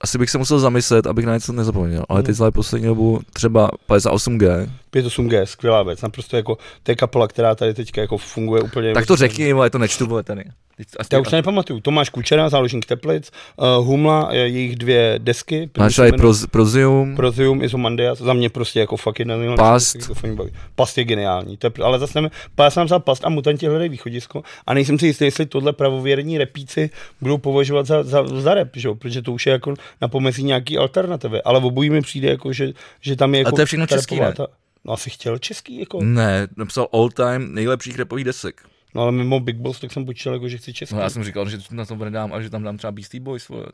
Speaker 1: asi bych se musel zamyslet, abych na něco nezapomněl. Ale teď za poslední dobu třeba 58G.
Speaker 2: 58G, skvělá věc, naprosto jako, to je kapela, která tady teďka jako funguje úplně.
Speaker 1: Tak to řekni, ale to nečtu, vole, tady. Teď- a-
Speaker 2: Já už se nepamatuju, Tomáš Kučera, záložník Teplic, uh, Humla, je- jejich dvě desky,
Speaker 1: Máš
Speaker 2: se
Speaker 1: tady
Speaker 2: jmenuje
Speaker 1: Proz- Prozium,
Speaker 2: Prozium, Izomandias, za mě prostě jako fakt jedna z nejlepších
Speaker 1: Past.
Speaker 2: desek, jako fakt mě baví. Past je geniální, to je, pr- ale zase nevím, já jsem napsal Past a Mutanti hledají východisko a nejsem si jistý, jestli tohle pravověrní repíci budou považovat za, za, za rep, že jo? protože to už je jako na pomezí nějaký alternativy, ale obojí mi přijde jako, že, že tam je jako...
Speaker 1: to je všechno
Speaker 2: ta
Speaker 1: český,
Speaker 2: repová
Speaker 1: ne?
Speaker 2: ta- No asi chtěl český, jako.
Speaker 1: Ne, napsal all time nejlepších repových desek.
Speaker 2: No ale mimo Big Boss, tak jsem počítal, jako, že chci český.
Speaker 1: No já jsem říkal, že na tom nedám a že tam dám třeba Beastie Boys, vole.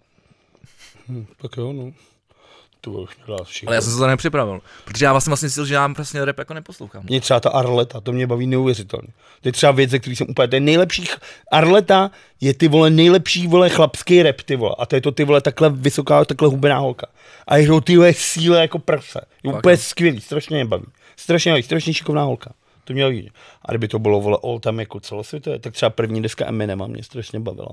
Speaker 2: Tak jo, no. To už nedá všechno.
Speaker 1: Ale já jsem se to nepřipravil, protože já vlastně vlastně zjistil, že já vlastně rap jako neposlouchám.
Speaker 2: Mě třeba ta Arleta, to mě baví neuvěřitelně. To je třeba věc, ze který jsem úplně, to je nejlepší, ch- Arleta je ty vole nejlepší vole chlapský rap, ty vole. A to je to ty vole takhle vysoká, takhle hubená holka. A je to ty vole síle jako prsa. Je
Speaker 1: Fakt, no.
Speaker 2: úplně
Speaker 1: jo.
Speaker 2: skvělý, strašně mě baví. Strašně baví, strašně šikovná holka. To mě baví. A kdyby to bylo vole all time jako celosvětové, tak třeba první deska Eminema mě strašně bavila.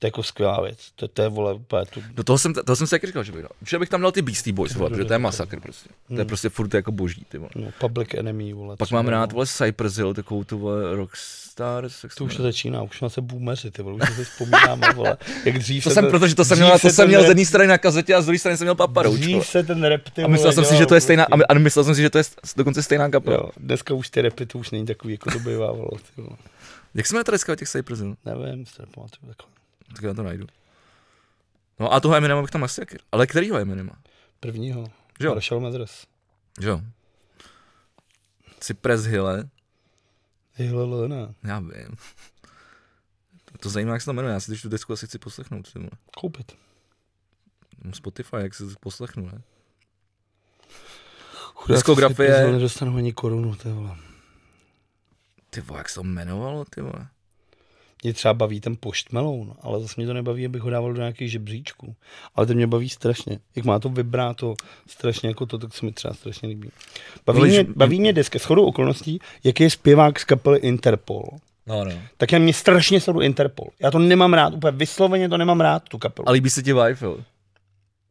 Speaker 2: To je jako skvělá věc. To, to je vole úplně, to,
Speaker 1: Do toho jsem, toho jsem si taky říkal, že bych dal. Že bych tam dal ty Beastie Boys, vole, protože to je
Speaker 2: Hmm.
Speaker 1: masakr prostě. To je prostě furt jako boží, ty vole.
Speaker 2: no, public enemy, vole.
Speaker 1: Pak
Speaker 2: třeba,
Speaker 1: mám
Speaker 2: no.
Speaker 1: rád, vole, Cypress Hill, takovou tu, vole, Rockstars. jak se
Speaker 2: To už
Speaker 1: jmenuje?
Speaker 2: se začíná, už jsme se boomeři, ty vole, už se vzpomínáme, vole, jak dřív
Speaker 1: To
Speaker 2: se
Speaker 1: jsem,
Speaker 2: ten-
Speaker 1: protože to jsem
Speaker 2: dřív
Speaker 1: měl, to
Speaker 2: se
Speaker 1: jsem
Speaker 2: ten
Speaker 1: měl z
Speaker 2: rap-
Speaker 1: jedné strany na kazetě a z druhé strany jsem měl paparoučku.
Speaker 2: Dřív se ten rap, ty
Speaker 1: A myslel
Speaker 2: vole,
Speaker 1: jsem si,
Speaker 2: dělal
Speaker 1: že to je stejná,
Speaker 2: prostě.
Speaker 1: a myslel jsem si, že to je dokonce stejná kapela.
Speaker 2: Jo, dneska už ty repy, to už není takový, jako to bývávalo, ty vole.
Speaker 1: Jak jsme tady dneska o těch Cypress Hill?
Speaker 2: Nevím, se nepamatuju takhle.
Speaker 1: Tak já to najdu. No a toho Eminema bych tam asi taky. Ale kterýho Eminema?
Speaker 2: Prvního.
Speaker 1: Že jo?
Speaker 2: Marshall Mathers.
Speaker 1: Že jo? Cypress Hill,
Speaker 2: Jhlelena.
Speaker 1: Já vím. To zajímá, jak se to jmenuje. Já si když tu desku asi chci poslechnout. Ty vole.
Speaker 2: Koupit.
Speaker 1: Mám Spotify, jak si to poslechnu, ne?
Speaker 2: Chudák,
Speaker 1: Diskografie.
Speaker 2: si pizzel, Nedostanu ani korunu, ty vole.
Speaker 1: Ty vole, jak se to jmenovalo, ty vole.
Speaker 2: Mě třeba baví ten poštmeloun, ale zase mě to nebaví, abych ho dával do nějakých žebříčků. Ale to mě baví strašně. Jak má to vybrá to strašně jako to, tak se mi třeba strašně líbí. Baví,
Speaker 1: Ale
Speaker 2: mě,
Speaker 1: ž-
Speaker 2: baví mě deska. Shodou okolností, jak je zpěvák z kapely Interpol,
Speaker 1: No, no.
Speaker 2: tak já mě strašně sledu Interpol. Já to nemám rád, úplně vysloveně to nemám rád, tu kapelu.
Speaker 1: A líbí se ti vibe, jo?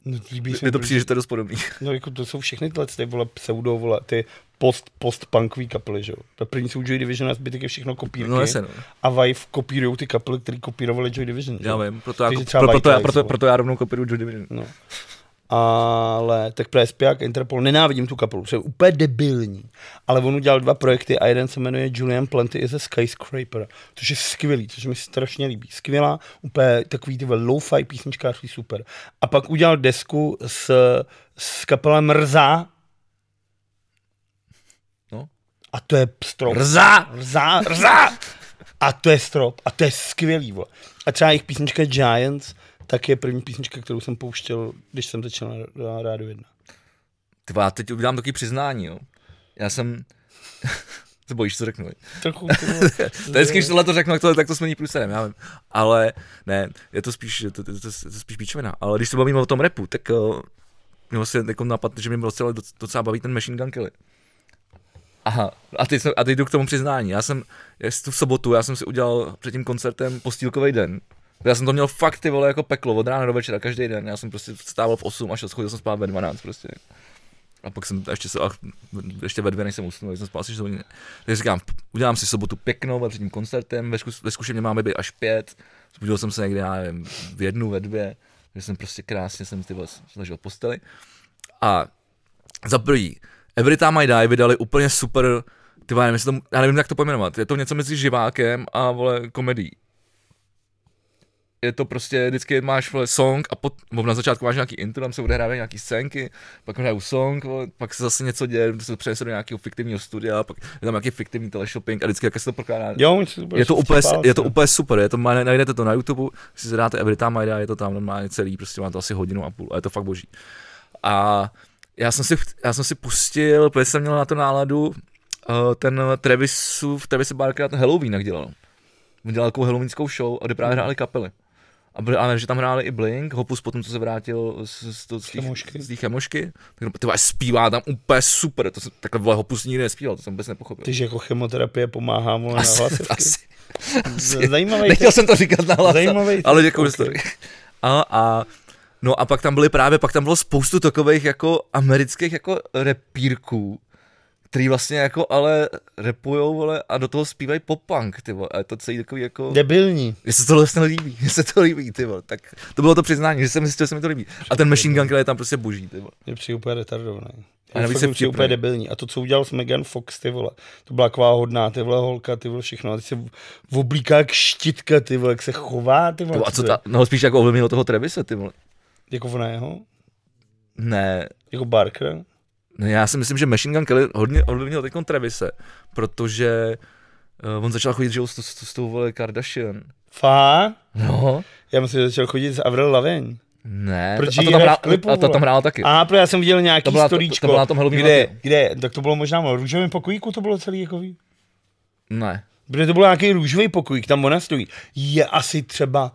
Speaker 2: No, líbí se
Speaker 1: Mně
Speaker 2: mi,
Speaker 1: to
Speaker 2: protože-
Speaker 1: přijde, že to je dost podobný.
Speaker 2: No jako to jsou všechny tyhle ty vole pseudo, vole, ty post, post punkový kapely, že jo. Ta první jsou Joy Division a zbytek je všechno kopírky.
Speaker 1: No, jasně, no.
Speaker 2: A Vive kopírujou ty kapely, které kopírovali Joy Division. že
Speaker 1: Já
Speaker 2: jo?
Speaker 1: vím, proto, já,
Speaker 2: Takže
Speaker 1: ko-
Speaker 2: třeba
Speaker 1: pro, proto, já,
Speaker 2: White Lies,
Speaker 1: proto,
Speaker 2: vole.
Speaker 1: proto já rovnou kopíruju Joe Division.
Speaker 2: No. Ale tak právě zpěvák Interpol, nenávidím tu kapelu, protože je úplně debilní. Ale on udělal dva projekty a jeden se jmenuje Julian Planty is a Skyscraper, což je skvělý, což mi strašně líbí. Skvělá, úplně takový ty vole lo-fi písničkář, super. A pak udělal desku s, s kapelem Rza
Speaker 1: No.
Speaker 2: a to je strop.
Speaker 1: Rza!
Speaker 2: Rza, rza! A to je strop, a to je skvělý, vole. A třeba jejich písnička Giants, tak je první písnička, kterou jsem pouštěl, když jsem začal na, na Rádiu 1.
Speaker 1: Ty vole, já teď udělám takový přiznání, jo. Já jsem... se bojíš, co řeknu. viď?
Speaker 2: Trochu,
Speaker 1: To je vždycky, když tohle to řeknu, tak to, tak to jsme ní průserem, já vím. Ale ne, je to spíš, to, to, to, to je spíš píčovina. Ale když se bavíme o tom repu, tak uh, mě vlastně jako napad, že mě docela, doc- docela baví ten Machine Gun Kelly. Aha, a teď, jsem, a teď jdu k tomu přiznání. Já jsem, já jsem tu v sobotu, já jsem si udělal před tím koncertem postýlkový den. Já jsem to měl fakt ty vole jako peklo od rána do večera, každý den. Já jsem prostě vstával v 8 a šel, chodil jsem spát ve 12 prostě. A pak jsem ještě, se, ach, ještě ve dvě, než jsem usnul, tak jsem spal asi 6 hodin. Tak říkám, udělám si sobotu pěknou ale před tím koncertem, ve, zkus, ve zkušeně máme být až pět. Zbudil jsem se někde, já nevím, v jednu, ve dvě, že jsem prostě krásně jsem ty vole ležel v posteli. A za prvý, Every Time I Die vydali úplně super, ty vole, nevím, jestli to, já nevím, jak to pojmenovat, je to něco mezi živákem a vole komedií. Je to prostě, vždycky máš vole, song a pot, nebo na začátku máš nějaký intro, tam se odehrávají nějaký scénky, pak hrajou song, vole, pak se zase něco děje, se to přenese do nějakého fiktivního studia, pak je tam nějaký fiktivní teleshopping a vždycky jak se to prokládá.
Speaker 2: jo, oni prostě se
Speaker 1: Je to, úplně, je
Speaker 2: no.
Speaker 1: to úplně super, je to, má- najdete to na YouTube, si zadáte Every Time I Die, je to tam normálně celý, prostě má to asi hodinu a půl a je to fakt boží. A já jsem si, já jsem si pustil, protože jsem měl na to náladu, eh, ten Travisu, v Travis Barker ten Halloween jak dělal. On dělal takovou halloweenskou show a kde právě hráli kapely. A, byli, ale že tam hráli i Blink, Hopus potom, co se vrátil z, z, to- z, těch,
Speaker 2: Chemošky.
Speaker 1: z těch chemošky, tak ty vole, zpívá tam úplně super, to jsem, takhle vole, Hopus nikdy nespíval, to jsem vůbec nepochopil.
Speaker 2: Tyže jako chemoterapie pomáhá mu na
Speaker 1: asi,
Speaker 2: hlasivky.
Speaker 1: asi,
Speaker 2: Zajímavý.
Speaker 1: Nechtěl jsem to říkat na hlas,
Speaker 2: Zajímavý
Speaker 1: ale
Speaker 2: typ,
Speaker 1: děkuji
Speaker 2: ok.
Speaker 1: okay. a, a, no a pak tam byly právě, pak tam bylo spoustu takových jako amerických jako repírků, který vlastně jako ale repujou, vole, a do toho zpívají pop-punk, ty vole, a je to celý takový jako...
Speaker 2: Debilní.
Speaker 1: Mně se to vlastně líbí, mně se to líbí, ty vole. Tak to bylo to přiznání, že jsem zjistil, že se mi to líbí. A ten Machine Gun Kelly je tam prostě boží, ty vole.
Speaker 2: Je přijde úplně retardovaný.
Speaker 1: A navíc
Speaker 2: Fakt
Speaker 1: je
Speaker 2: mi
Speaker 1: vtipný.
Speaker 2: přijde úplně debilní. A to, co udělal s Megan Fox, ty vole, to byla taková hodná, ty vole, holka, ty vole, všechno. A teď se v- oblíká jak štitka, ty vole, jak se chová, ty vole.
Speaker 1: A co
Speaker 2: to je?
Speaker 1: ta, no spíš jako ovlivnilo toho Trevise, ty vole.
Speaker 2: Jako ona jeho?
Speaker 1: Ne,
Speaker 2: Jako Barker?
Speaker 1: No já si myslím, že Machine Gun Kelly hodně ovlivnil teď Travise, protože uh, on začal chodit že, jo, s, s, s tou vole Kardashian.
Speaker 2: Fá?
Speaker 1: No.
Speaker 2: Já myslím, že začal chodit s Avril Lavigne.
Speaker 1: Ne,
Speaker 2: Proč
Speaker 1: a
Speaker 2: jí
Speaker 1: to tam, hrál,
Speaker 2: hraje v klipu,
Speaker 1: a to tam
Speaker 2: vole?
Speaker 1: hrál taky.
Speaker 2: A protože já jsem viděl nějaký
Speaker 1: To
Speaker 2: to
Speaker 1: byla- to- to
Speaker 2: storíčko.
Speaker 1: byla na tom Halloween
Speaker 2: kde,
Speaker 1: Mafia.
Speaker 2: kde, tak to bylo možná v růžovém pokojíku, to bylo celý jako ví.
Speaker 1: Ne.
Speaker 2: Protože to byl nějaký růžový pokojík, tam ona stojí. Je asi třeba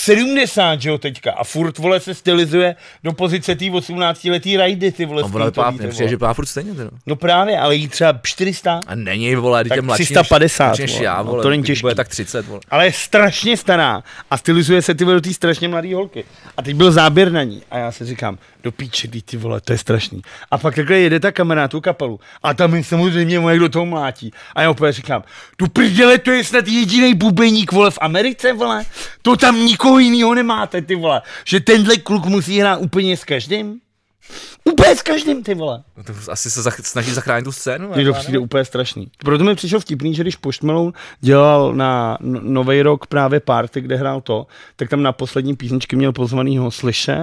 Speaker 2: 70, že jo, teďka. A furt, vole, se stylizuje do pozice té 18 letý rajdy, ty vole.
Speaker 1: A ona vypadá,
Speaker 2: skateový,
Speaker 1: mně
Speaker 2: ty
Speaker 1: přijde, že
Speaker 2: vole.
Speaker 1: vypadá furt stejně. Teda.
Speaker 2: No právě, ale jí třeba 400.
Speaker 1: A není, vole, teď
Speaker 2: Tak
Speaker 1: je mladší než-
Speaker 2: 350,
Speaker 1: mladší než
Speaker 2: vole.
Speaker 1: já,
Speaker 2: No,
Speaker 1: vole.
Speaker 2: to není
Speaker 1: teď
Speaker 2: těžký.
Speaker 1: Bude tak 30, vole.
Speaker 2: ale je strašně stará a stylizuje se ty vole do té strašně mladé holky. A teď byl záběr na ní a já si říkám, do píče, vždyť ty vole, to je strašný. A pak takhle jede ta kamera na tu kapelu a tam je samozřejmě moje, kdo toho mlátí. A já úplně říkám, tu prdele, to je snad jediný bubeník vole v Americe, vole. To tam nikoho jiného nemáte, ty vole. Že tenhle kluk musí hrát úplně s každým. Úplně s každým, ty vole.
Speaker 1: No to asi se zach- snaží zachránit tu scénu.
Speaker 2: Mně to
Speaker 1: já
Speaker 2: přijde úplně strašný. Proto mi přišlo vtipný, že když Poštmeloun dělal na no- Nový rok právě party, kde hrál to, tak tam na poslední písničky měl pozvanýho Slyše,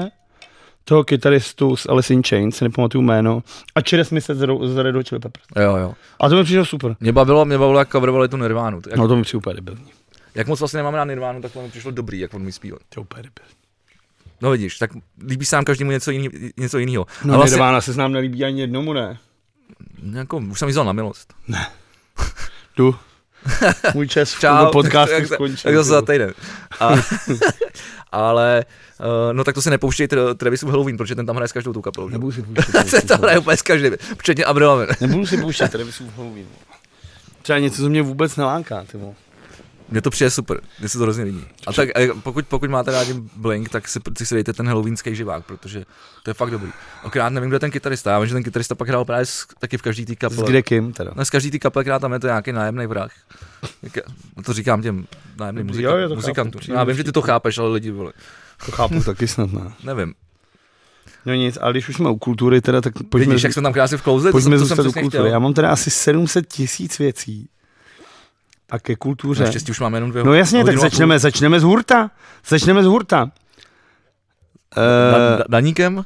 Speaker 2: toho kytaristu z Alice in Chains, si nepamatuju jméno, a Čere Smith z Ro- z Red Hot Chili Peppers.
Speaker 1: Jo, jo.
Speaker 2: A to mi přišlo super.
Speaker 1: Mě bavilo, mě bavilo, jak coverovali tu Nirvánu. Jak,
Speaker 2: No to mi přišlo úplně debilní.
Speaker 1: jak moc vlastně nemáme na Nirvánu, tak to mi přišlo dobrý, jak on umí zpívat.
Speaker 2: To je úplně debilní.
Speaker 1: No vidíš, tak líbí se nám každému něco, jiný, něco jiného.
Speaker 2: No
Speaker 1: A
Speaker 2: Ale
Speaker 1: vlastně,
Speaker 2: Nirvana se s nám nelíbí ani jednomu, ne?
Speaker 1: jako, už jsem jí vzal na milost.
Speaker 2: Jdu. Můj čas v
Speaker 1: Čau,
Speaker 2: tomto podcastu
Speaker 1: tak,
Speaker 2: skončil.
Speaker 1: tak zase za
Speaker 2: ty
Speaker 1: týden. A, ale, eh, no tak to si nepouštějte do Travisu Halloween, protože ten tam hraje s každou tou kapelou.
Speaker 2: vole.
Speaker 1: že?
Speaker 2: Nebudu si pouštět.
Speaker 1: Se to hraje úplně s každým, včetně Abrahamen.
Speaker 2: Nebudu si pouštět televizu v hlavě. Třeba něco, co mě vůbec nelánká, ty vole.
Speaker 1: Mně to přijde super, mně se to hrozně líbí. A tak a pokud, pokud máte rádi Blink, tak si, si dejte ten halloweenský živák, protože to je fakt dobrý. Akorát nevím, kdo je ten kytarista, já vím, že ten kytarista pak hrál právě s, taky v každý té
Speaker 2: S
Speaker 1: kapele.
Speaker 2: kde kým teda?
Speaker 1: No, z každý ty kapel, která tam je, to je nějaký nájemný vrah. Tak já- To říkám těm nájemným
Speaker 2: Dobrý,
Speaker 1: muzika-
Speaker 2: jo, já to chápu,
Speaker 1: muzikantům.
Speaker 2: přijde
Speaker 1: Já vím, že ty
Speaker 2: určitě.
Speaker 1: to chápeš, ale lidi, vole,
Speaker 2: To chápu taky snad, ne?
Speaker 1: nevím.
Speaker 2: No nic, ale když už jsme u kultury teda, tak pojďme,
Speaker 1: Vidíš, jak jsme tam krásně v klouze, to,
Speaker 2: pojďme
Speaker 1: jsem- to jsem
Speaker 2: zůstat u
Speaker 1: přesně
Speaker 2: kultury. Já
Speaker 1: chtěl.
Speaker 2: mám teda asi 700 tisíc věcí a ke kultuře.
Speaker 1: Naštěstí už máme jenom dvě
Speaker 2: No jasně, tak
Speaker 1: hodinu a půl.
Speaker 2: začneme, začneme z hurta. Začneme z hurta.
Speaker 1: Da-
Speaker 2: Uh,
Speaker 1: da- Daníkem?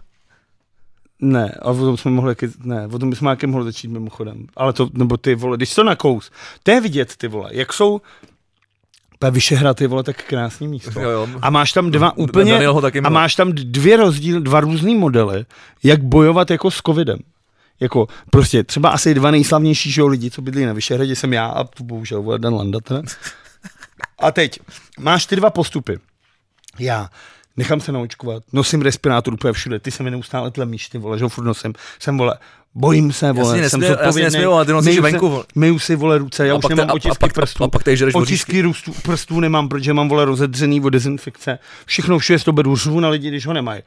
Speaker 2: ne, a o tom jsme mohli, jaký- ne, o tom bychom nějaké mohli začít mimochodem. Ale to, nebo ty vole, když to nakous, to je vidět ty vole, jak jsou ta Vyšehrad, ty vole, tak krásný místo.
Speaker 1: Jo, jo.
Speaker 2: A máš tam dva úplně,
Speaker 1: Daniel ho taky
Speaker 2: a
Speaker 1: měl.
Speaker 2: máš tam dvě rozdíl, dva různý modely, jak bojovat jako s covidem. Jako prostě třeba asi dva nejslavnější že jo, lidi, co bydlí na Vyšehradě, jsem já a tu bohužel vole, Dan Landa. Teda. A teď máš ty dva postupy. Já nechám se naočkovat, nosím respirátor úplně všude, ty se mi neustále tlemíš, ty vole, že jo, furt nosím, jsem vole, bojím se, vole,
Speaker 1: si
Speaker 2: jsem
Speaker 1: nesměju- já si
Speaker 2: zodpovědný,
Speaker 1: nesměju, ale ty nosíš
Speaker 2: myju
Speaker 1: venku,
Speaker 2: se-
Speaker 1: vole.
Speaker 2: myju si, vole, ruce, já
Speaker 1: A
Speaker 2: už
Speaker 1: pak te-
Speaker 2: nemám
Speaker 1: a- a
Speaker 2: otisky
Speaker 1: pak te-
Speaker 2: prstů,
Speaker 1: a pak teď žereš voříšky.
Speaker 2: otisky růstu, prstů nemám, protože mám vole rozedřený o dezinfekce. Všechno všude to beru řvu na lidi, když ho nemají.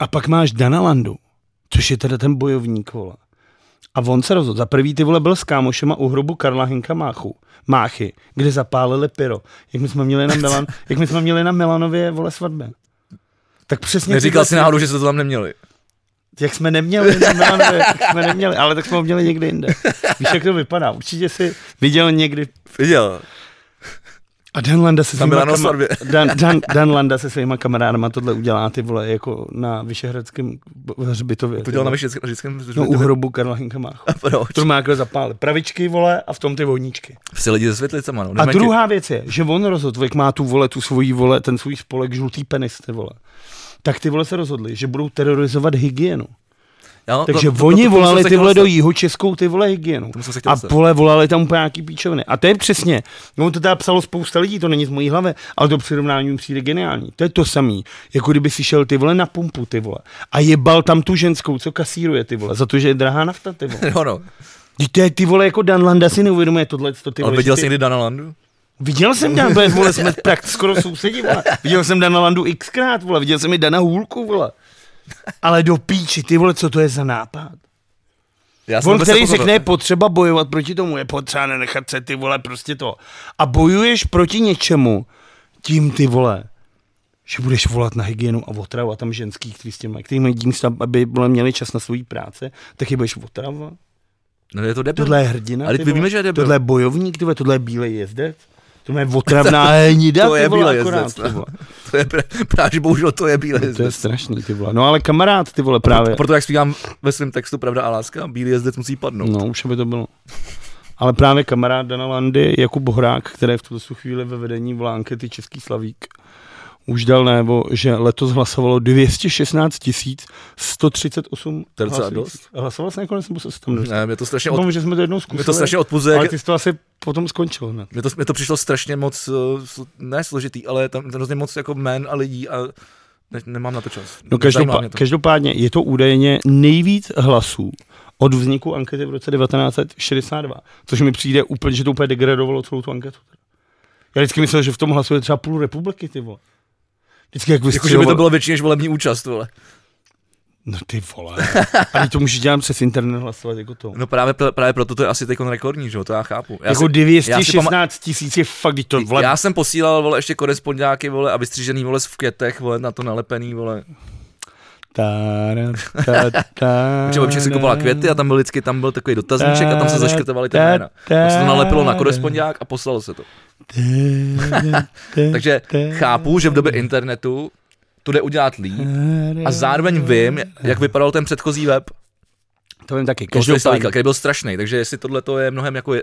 Speaker 2: A pak máš Dana Landu, což je teda ten bojovník vole. A on se rozhodl. Za prvý ty vole byl s kámošema u hrobu Karla Hinka Máchu, Máchy, kde zapálili pyro. Jak my jsme měli na, Milan, jak my jsme měli na Milanově vole svatbě. Tak přesně
Speaker 1: Neříkal
Speaker 2: tyhle-
Speaker 1: si náhodou, že jste to tam neměli.
Speaker 2: jak jsme neměli, na Milanově, jak jsme neměli, ale tak jsme ho měli někde jinde. Víš, jak to vypadá? Určitě si viděl někdy
Speaker 1: Viděl.
Speaker 2: a Dan Landa se
Speaker 1: Tam
Speaker 2: svýma
Speaker 1: byla na svatbě.
Speaker 2: Dan, Dan, Dan Landa se svýma kamarádama tohle udělá, ty vole, jako na Vyšehradském hřbitově.
Speaker 1: To dělal na Vyšehradském
Speaker 2: No, u hrobu Karla Hinka Máchu.
Speaker 1: Proč?
Speaker 2: To má jako zapálit pravičky, vole, a v tom ty voníčky.
Speaker 1: Jsi lidi se světlicama, no.
Speaker 2: A
Speaker 1: dementi.
Speaker 2: druhá věc je, že on rozhodl, jak má tu vole, tu svoji vole, ten svůj spolek žlutý penis, ty vole. Tak ty vole se rozhodli, že budou terrorizovat hygienu.
Speaker 1: Já, no,
Speaker 2: Takže
Speaker 1: to- to-
Speaker 2: oni
Speaker 1: to- to
Speaker 2: volali
Speaker 1: jsem se
Speaker 2: ty
Speaker 1: chtěl
Speaker 2: vole do
Speaker 1: dostat.
Speaker 2: jeho českou ty vole hygienu.
Speaker 1: Tomu jsem se chtěl
Speaker 2: A
Speaker 1: dostat.
Speaker 2: vole volali tam úplně nějaký píčoviny. A to je přesně, no to teda psalo spousta lidí, to není z mojí hlavy, ale to přirovnání mi přijde geniální. To je to samý, jako kdyby si šel ty vole na pumpu ty vole a jebal tam tu ženskou, co kasíruje ty vole, za to, že je drahá nafta ty vole.
Speaker 1: Jo, no.
Speaker 2: Vždyť to je ty vole jako Dan Landa si neuvědomuje tohle, to ty vole.
Speaker 1: Ale
Speaker 2: že
Speaker 1: viděl
Speaker 2: ty...
Speaker 1: jsi někdy Dana Landu?
Speaker 2: Viděl jsem Dan, vole, vole, jsme prak, skoro sousedí, vole. Viděl jsem Dana Landu xkrát, vole, viděl jsem i Dana Hůlku, vole. Ale do píči, ty vole, co to je za nápad?
Speaker 1: Já jsem
Speaker 2: On,
Speaker 1: vůbec
Speaker 2: který
Speaker 1: nepochopil.
Speaker 2: řekne, je potřeba bojovat proti tomu, je potřeba nenechat se ty vole prostě to. A bojuješ proti něčemu tím ty vole, že budeš volat na hygienu a otravu a tam ženský, který s tím mají, který mají dímsta, aby vole, měli čas na svoji práce, tak je budeš otrava.
Speaker 1: No, je to debil.
Speaker 2: Tohle je hrdina.
Speaker 1: Ale
Speaker 2: ty
Speaker 1: my
Speaker 2: vole.
Speaker 1: víme, že je debil.
Speaker 2: Tohle je bojovník, ty vole, tohle je bílej jezdec. Tohle je otravná hnida,
Speaker 1: to
Speaker 2: ty
Speaker 1: je
Speaker 2: vole,
Speaker 1: bílé
Speaker 2: akorát,
Speaker 1: jezdec.
Speaker 2: ty vole.
Speaker 1: no. To je pr- právě, že bohužel to je bílé
Speaker 2: To je
Speaker 1: jezdec.
Speaker 2: strašný, ty vole. No ale kamarád, ty vole, právě.
Speaker 1: Proto jak zpívám ve svém textu Pravda a láska, bílý jezdec musí padnout.
Speaker 2: No, už aby to bylo. Ale právě kamarád Dana Landy, Jakub Horák, který je v tuto chvíli ve vedení vlánky ty Český Slavík, už dal nebo, že letos hlasovalo 216 138
Speaker 1: To je docela
Speaker 2: hlasujících.
Speaker 1: dost.
Speaker 2: Hlasoval jsi nakonec, nebo se tam dostal?
Speaker 1: Ne, mě to strašně, od,
Speaker 2: Od... že jsme to jednou zkusili,
Speaker 1: mě to strašně odpuzuje,
Speaker 2: ale
Speaker 1: jak-
Speaker 2: ty jsi to asi potom skončil hned.
Speaker 1: mě to, mě to přišlo strašně moc, eh, sl- ne složitý, ale tam tam hrozně moc jako men a lidí a ne, nemám na to čas. Nezajímá
Speaker 2: No každopá-
Speaker 1: mě to.
Speaker 2: každopádně je to údajně nejvíc hlasů od vzniku ankety v roce 1962, což mi přijde úplně, že to úplně degradovalo celou tu anketu. Já vždycky myslel, že v tom hlasuje třeba půl republiky, ty vole. Vždycky jak
Speaker 1: Jakože Jako, by to
Speaker 2: vystřelovalo.
Speaker 1: bylo větší než volební účast, vole.
Speaker 2: No ty vole. A teď to můžeš dělat přes internet hlasovat jako to.
Speaker 1: No právě, právě proto to je asi teď rekordní, že jo, to já chápu. Já
Speaker 2: jako
Speaker 1: si- já si pama-
Speaker 2: 216 tisíc je fakt, když to vle...
Speaker 1: Já jsem posílal, vole, ještě korespondáky, vole, a vystřížený, vole, v květech, vole, na to nalepený, vole.
Speaker 2: Tára, tá, tá,
Speaker 1: Protože občas si kupovala květy a tam byl vždycky, tam byl takový dotazníček a tam se zaškrtovaly ty jména. Pak se to nalepilo na korespondák a poslalo se to.
Speaker 2: tá, tá,
Speaker 1: Takže
Speaker 2: tá.
Speaker 1: chápu, že v době internetu to jde udělat líp a zároveň
Speaker 2: Mm.
Speaker 1: vím, jak vypadal ten předchozí web
Speaker 2: To vím taky.
Speaker 1: toho
Speaker 2: Každopádně.
Speaker 1: Slejka, který byl strašný, takže jestli tohle to je mnohem jako eh,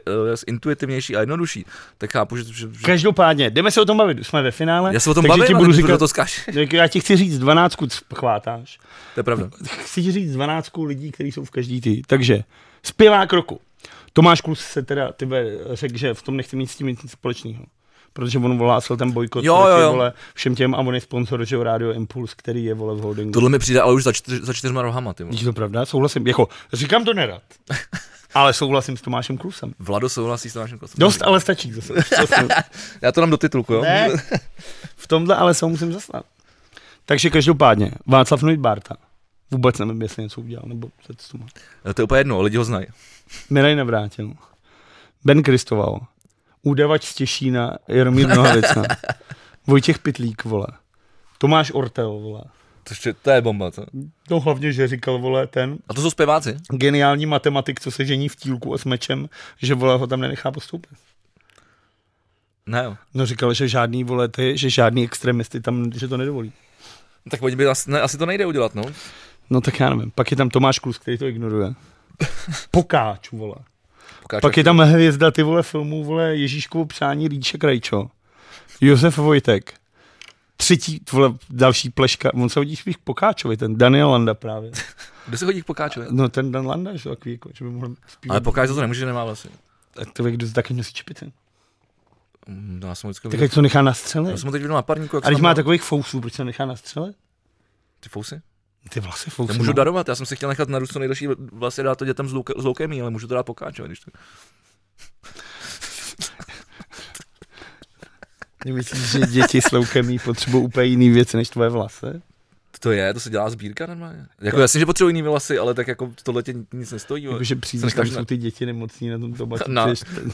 Speaker 1: intuitivnější a jednodušší, tak chápu, že, že, že
Speaker 2: Každopádně, jdeme se o tom bavit, jsme ve finále.
Speaker 1: já se o tom
Speaker 2: takže
Speaker 1: bavím,
Speaker 2: ti
Speaker 1: ale
Speaker 2: budu
Speaker 1: ty
Speaker 2: říkat,
Speaker 1: to skáš.
Speaker 2: já ti chci říct 12 chvátáš.
Speaker 1: To je pravda.
Speaker 2: Chci ti říct 12 lidí, kteří jsou v každý ty. Takže zpěvák roku. Tomáš Klus se teda tebe řekl, že v tom nechce mít s tím nic společného. Protože on volásil ten bojkot
Speaker 1: Jo,
Speaker 2: proti,
Speaker 1: jo, jo.
Speaker 2: Vole, všem těm a on je sponsor, že jo, Radio Impuls, který je vole v holdingu.
Speaker 1: Tohle mi přijde ale už za, čtyř, za čtyřma rohama, ty vole.
Speaker 2: Je to pravda, souhlasím. Jako, říkám to nerad, ale souhlasím s Tomášem Klusem.
Speaker 1: Vlado souhlasí s naším klasem.
Speaker 2: Dost, ale stačí zase. Dost,
Speaker 1: Já to dám do titulku, jo?
Speaker 2: ne, v tomhle ale se ho musím zastat. Takže každopádně, Václav Noit Barta. Vůbec nevím, jestli něco udělal, nebo se to má.
Speaker 1: To je úplně jedno, lidi ho znají.
Speaker 2: Miraj Navrátil. Ben Kristoval. Údavač z Těšína, Jaromír Nohavica. Vojtěch Pitlík, vole. Tomáš Ortel, vole.
Speaker 1: To, ještě, to je bomba, co?
Speaker 2: No hlavně, že říkal, vole, ten
Speaker 1: A to jsou zpěváci?
Speaker 2: geniální matematik, co se žení v tílku a s mečem, že, vole, ho tam nenechá postoupit.
Speaker 1: Ne jo.
Speaker 2: No říkal, že žádný, vole, ty, že žádný extremisty tam, že to nedovolí.
Speaker 1: No, Tak oni by asi, ne, asi to nejde udělat, no.
Speaker 2: No tak já nevím. Pak je tam Tomáš Klus, který to ignoruje. Pokáč, vole.
Speaker 1: Pokáž,
Speaker 2: Pak je tam hvězda ty vole filmů, vole Ježíškovo přání Rýče Krajčo. Josef Vojtek. Třetí, vole, další pleška. On se hodí spíš k Pokáčovi, ten Daniel Landa právě.
Speaker 1: Kdo se chodí k pokáčovi?
Speaker 2: No ten Dan Landa, že, jo, takový, jako, že by mohl zpívat.
Speaker 1: Ale pokáč za to nemůže, že nemá vlasy.
Speaker 2: A to je, kdo taky nosí čepice.
Speaker 1: Mm, Já jsem ho vždycky
Speaker 2: Tak
Speaker 1: viděl.
Speaker 2: ať to nechá na střele.
Speaker 1: Já jsem ho teď viděl na parníku, jak
Speaker 2: A když
Speaker 1: jsem
Speaker 2: má
Speaker 1: tam-
Speaker 2: takových fousů, proč se nechá na střele?
Speaker 1: Ty fousy?
Speaker 2: Ty vlasy fousy.
Speaker 1: Já můžu
Speaker 2: no.
Speaker 1: darovat, já jsem si chtěl nechat na co nejdelší vlasy dát to dětem s, louke, s loukemí, ale můžu to dát pokáčovi, když to...
Speaker 2: Myslíš, že děti s loukemí potřebují úplně jiný věci než tvoje vlasy?
Speaker 1: To je, to se dělá sbírka normálně. Jako jasně, že potřebuji jiný vlasy, ale tak jako tohle tě nic nestojí. vole.
Speaker 2: Jakože přijdeš,
Speaker 1: Jsi
Speaker 2: tam
Speaker 1: tak-
Speaker 2: jsou ty děti nemocní na tom tabáku.
Speaker 1: No.
Speaker 2: přijdeš-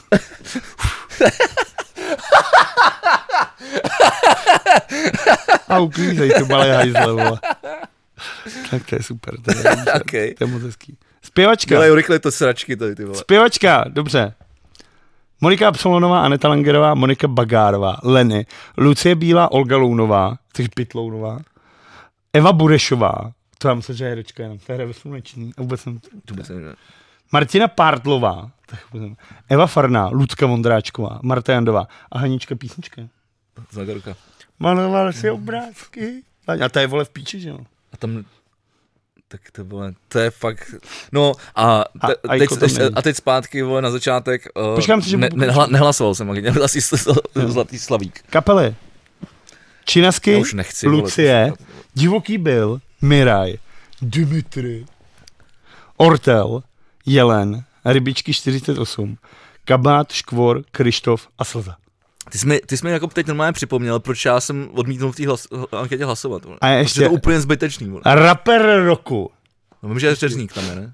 Speaker 2: A uklízej ty malé hajzle, vole. Tak to je super, to je,
Speaker 1: OK.
Speaker 2: to je moc hezký. Zpěvačka,
Speaker 1: Dělají rychle to sračky tady, ty vole.
Speaker 2: zpěvačka, dobře. Monika Absolonová, Aneta Langerová, Monika Bagárová, Leny, Lucie Bílá, Olga Lounová, což Pitlounová, Eva Burešová, to já myslím, že je herečka jenom, to je ve sluneční, a vůbec jsem
Speaker 1: To vůbec nevím, ne.
Speaker 2: Martina Pártlová, tak vůbec nevím. Eva Farná, Lucka Vondráčková, Marta Jandová a Hanička Písnička.
Speaker 1: Zvedá ruka.
Speaker 2: Maloval si obrázky. A ta je vole v píči, že jo?
Speaker 1: A tam... Tak to bylo, to je fakt, no a, te,
Speaker 2: A- a
Speaker 1: teď,
Speaker 2: jako to není.
Speaker 1: a teď zpátky vole, na začátek, uh,
Speaker 2: Počkám si, že
Speaker 1: ne,
Speaker 2: budu
Speaker 1: ne,
Speaker 2: pokračovat.
Speaker 1: nehlasoval jsem, ale měl asi zlatý slavík,
Speaker 2: Kapely. Činasky,
Speaker 1: já už nechci. vole, to
Speaker 2: Lucie,
Speaker 1: se-
Speaker 2: Divoký byl, Miraj, Dimitri, Ortel, Jelen, Rybičky 48, Kabát, Škvor, Krištof a Slza.
Speaker 1: Ty jsi, mi, ty jsi mi jako teď normálně připomněl, proč já jsem odmítnul v té hlas, anketě hlasovat. Vole.
Speaker 2: A
Speaker 1: Protože
Speaker 2: ještě-
Speaker 1: to je úplně zbytečný. Vole.
Speaker 2: A Rapper roku,
Speaker 1: No, vím, že je řezník tam, je, ne?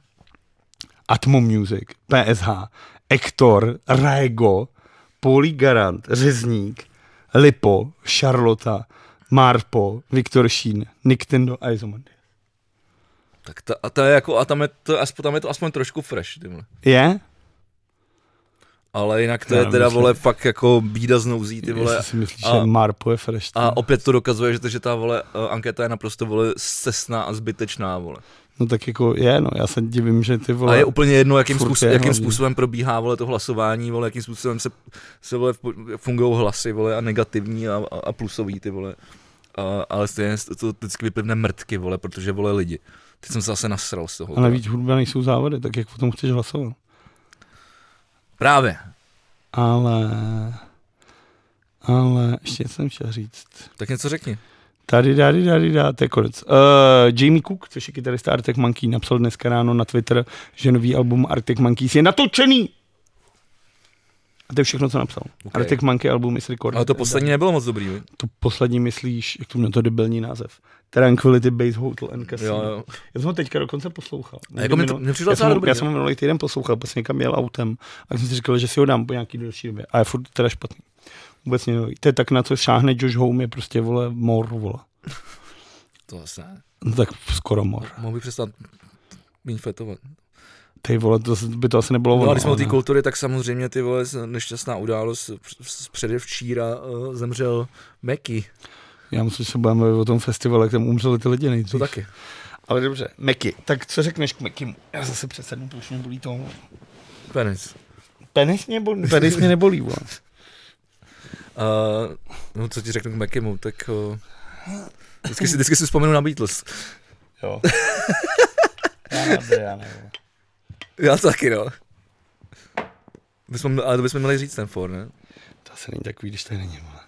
Speaker 2: Atmo Music, PSH, Ektor, Raego, Poli Garant, Řezník, Lipo, Charlotta, Marpo, Viktor Šín, Nintendo a Izomandy.
Speaker 1: Tak ta, a, ta je jako, a tam, je to, aspoň, tam je to aspoň trošku fresh, ty vole.
Speaker 2: Je?
Speaker 1: Ale jinak to
Speaker 2: Já
Speaker 1: je teda,
Speaker 2: myslím-
Speaker 1: vole, fakt jako bída z nouzí, ty vole.
Speaker 2: Jestli si myslíš,
Speaker 1: a-
Speaker 2: že Marpo je fresh. ty.
Speaker 1: A opět to dokazuje, že, to, že ta, vole, eh, anketa je naprosto, vole, sesná a zbytečná, vole.
Speaker 2: No tak jako je, no, já se divím, že ty vole...
Speaker 1: A je úplně jedno, jakým,
Speaker 2: Furt je
Speaker 1: způsob, jakým
Speaker 2: hlavní.
Speaker 1: způsobem probíhá vole, to hlasování, vole, jakým způsobem se, se vole, fungují hlasy vole, a negativní a, a, a plusový ty vole. A, ale stejně to, to vždycky vyplivne mrtky, vole, protože vole lidi. Teď jsem se zase nasral z toho.
Speaker 2: A navíc hudba nejsou závody, tak jak potom chceš hlasovat.
Speaker 1: Právě.
Speaker 2: Ale... Ale ještě jsem chtěl říct.
Speaker 1: Tak něco řekni.
Speaker 2: Tady, tady, tady, dá, to je konec. Uh, Jamie Cook, což je kytarista Arctic Monkey, napsal dneska ráno na Twitter, že nový album Arctic Monkeys je natočený! A to je všechno, co napsal.
Speaker 1: Okay.
Speaker 2: Arctic Monkey album is recorded.
Speaker 1: Ale to poslední nebylo moc dobrý. vi?
Speaker 2: To poslední myslíš, jak to měl to debilní název. Tranquility Base Hotel and
Speaker 1: Jo,
Speaker 2: Casino.
Speaker 1: jo.
Speaker 2: Já jsem ho teďka dokonce poslouchal.
Speaker 1: A jako mi to-
Speaker 2: Minul-
Speaker 1: mně přišlo
Speaker 2: já, jsem
Speaker 1: docela
Speaker 2: ho,
Speaker 1: dobrý, no.
Speaker 2: já
Speaker 1: ne?
Speaker 2: jsem ho minulý týden poslouchal, protože jsem někam jel autem a jsem si říkal, že si ho dám po nějaký delší době. A je furt teda špatný. Vůbec mě nebaví. To je tak, na co šáhne Josh Home, je prostě, vole, mor, vole.
Speaker 1: To zase ne.
Speaker 2: No, tak skoro mor.
Speaker 1: Mohl bych přestat méně fetovat.
Speaker 2: No, Ty vole, to se- by to asi nebylo
Speaker 1: No,
Speaker 2: ono.
Speaker 1: a když jsme o té
Speaker 2: ale-
Speaker 1: kultury, tak samozřejmě ty vole nešťastná událost z předevčíra eh, zemřel Meky.
Speaker 2: Já myslím, že se budeme bavit o tom festivalu, jak tam umřeli ty lidi nejdřív.
Speaker 1: To taky.
Speaker 2: No Ale dobře, Meky. Tak co řekneš k Mekimu? Já zase přesednu, protože mě bolí to.
Speaker 1: Penis.
Speaker 2: Penis mě, bolí, penis mě nebolí, vole.
Speaker 1: Uh, no co ti řeknu k Mekimu, tak uh, vždycky, si, vždycky si vzpomenu na Beatles.
Speaker 2: Jo. já ne, já ne,
Speaker 1: Já to taky, no. Bychom, ale to bychom měli říct ten for, ne?
Speaker 2: To asi není takový, když tady není, vole.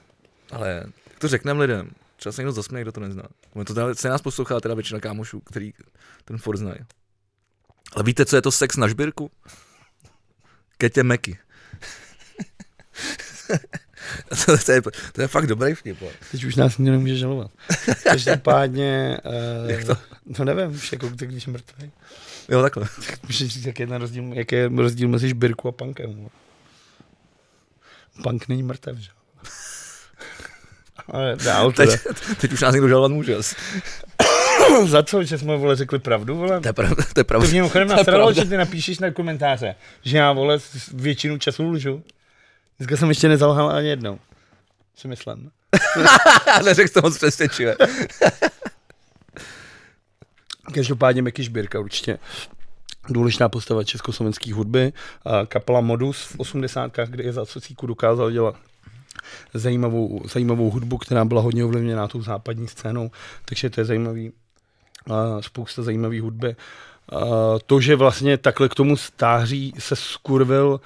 Speaker 1: Ale to řekneme lidem. Třeba se někdo zasměje, kdo to nezná. Ono to teda, se nás poslouchá teda většina kámošů, který ten for znají. Ale víte, co je to sex na žbírku? Ketě Meky. to, to, je, to je fakt dobrý vtip. ale.
Speaker 2: Teď už nás nikdo nemůže žalovat. Každopádně... Uh,
Speaker 1: Jak to?
Speaker 2: No nevím, už jako tak když je mrtvý.
Speaker 1: Jo, takhle.
Speaker 2: Můžeš říct, jak je, ten rozdíl, jak je rozdíl mezi šbirku a punkem. vole. Punk není mrtev, že? jo? Ale dál
Speaker 1: Teď,
Speaker 2: teda.
Speaker 1: teď už nás někdo žalovat může. asi.
Speaker 2: Za co, že jsme, vole, řekli pravdu, vole?
Speaker 1: To je pravda. To je pravda.
Speaker 2: To mě mimochodem
Speaker 1: To je
Speaker 2: nasralo,
Speaker 1: pravda.
Speaker 2: že ty napíšeš na komentáře, že já, vole, s- většinu času lžu. Dneska jsem ještě nezalhal ani jednou. Si myslím.
Speaker 1: Neřekl to moc přesvědčivě.
Speaker 2: Každopádně Meky Šbírka určitě důležitá postava československé hudby, a kapela Modus v 80. kde je za socíku dokázal dělat zajímavou, zajímavou hudbu, která byla hodně ovlivněná tou západní scénou, takže to je zajímavý, a spousta zajímavé hudby. A to, že vlastně takhle k tomu stáří se skurvil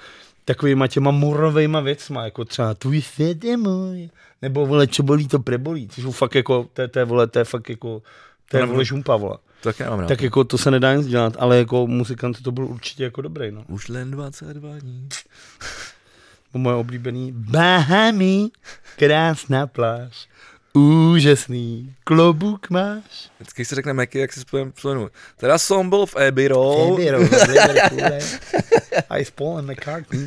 Speaker 2: takovýma těma morovejma věcma, jako třeba tvůj svět je můj, nebo vole, čo bolí, to prebolí, což jsou fakt jako, to je, to je vole, to je fakt jako, to je
Speaker 1: Ano.
Speaker 2: vole žumpa, vole.
Speaker 1: To taky nemám rád.
Speaker 2: Tak jako to se nedá nic dělat, ale jako muzikant to byl určitě jako dobrý, no.
Speaker 1: Už len 22 dní.
Speaker 2: Bo Moje oblíbený Bahami, krásná pláž, úžasný klobuk máš.
Speaker 1: Vždycky, když se řekne Meky, jak si spojím vzpomenu. Teda jsem byl v Abbey Road.
Speaker 2: Hero, z Liverpoole. A i s Paulem McCartney.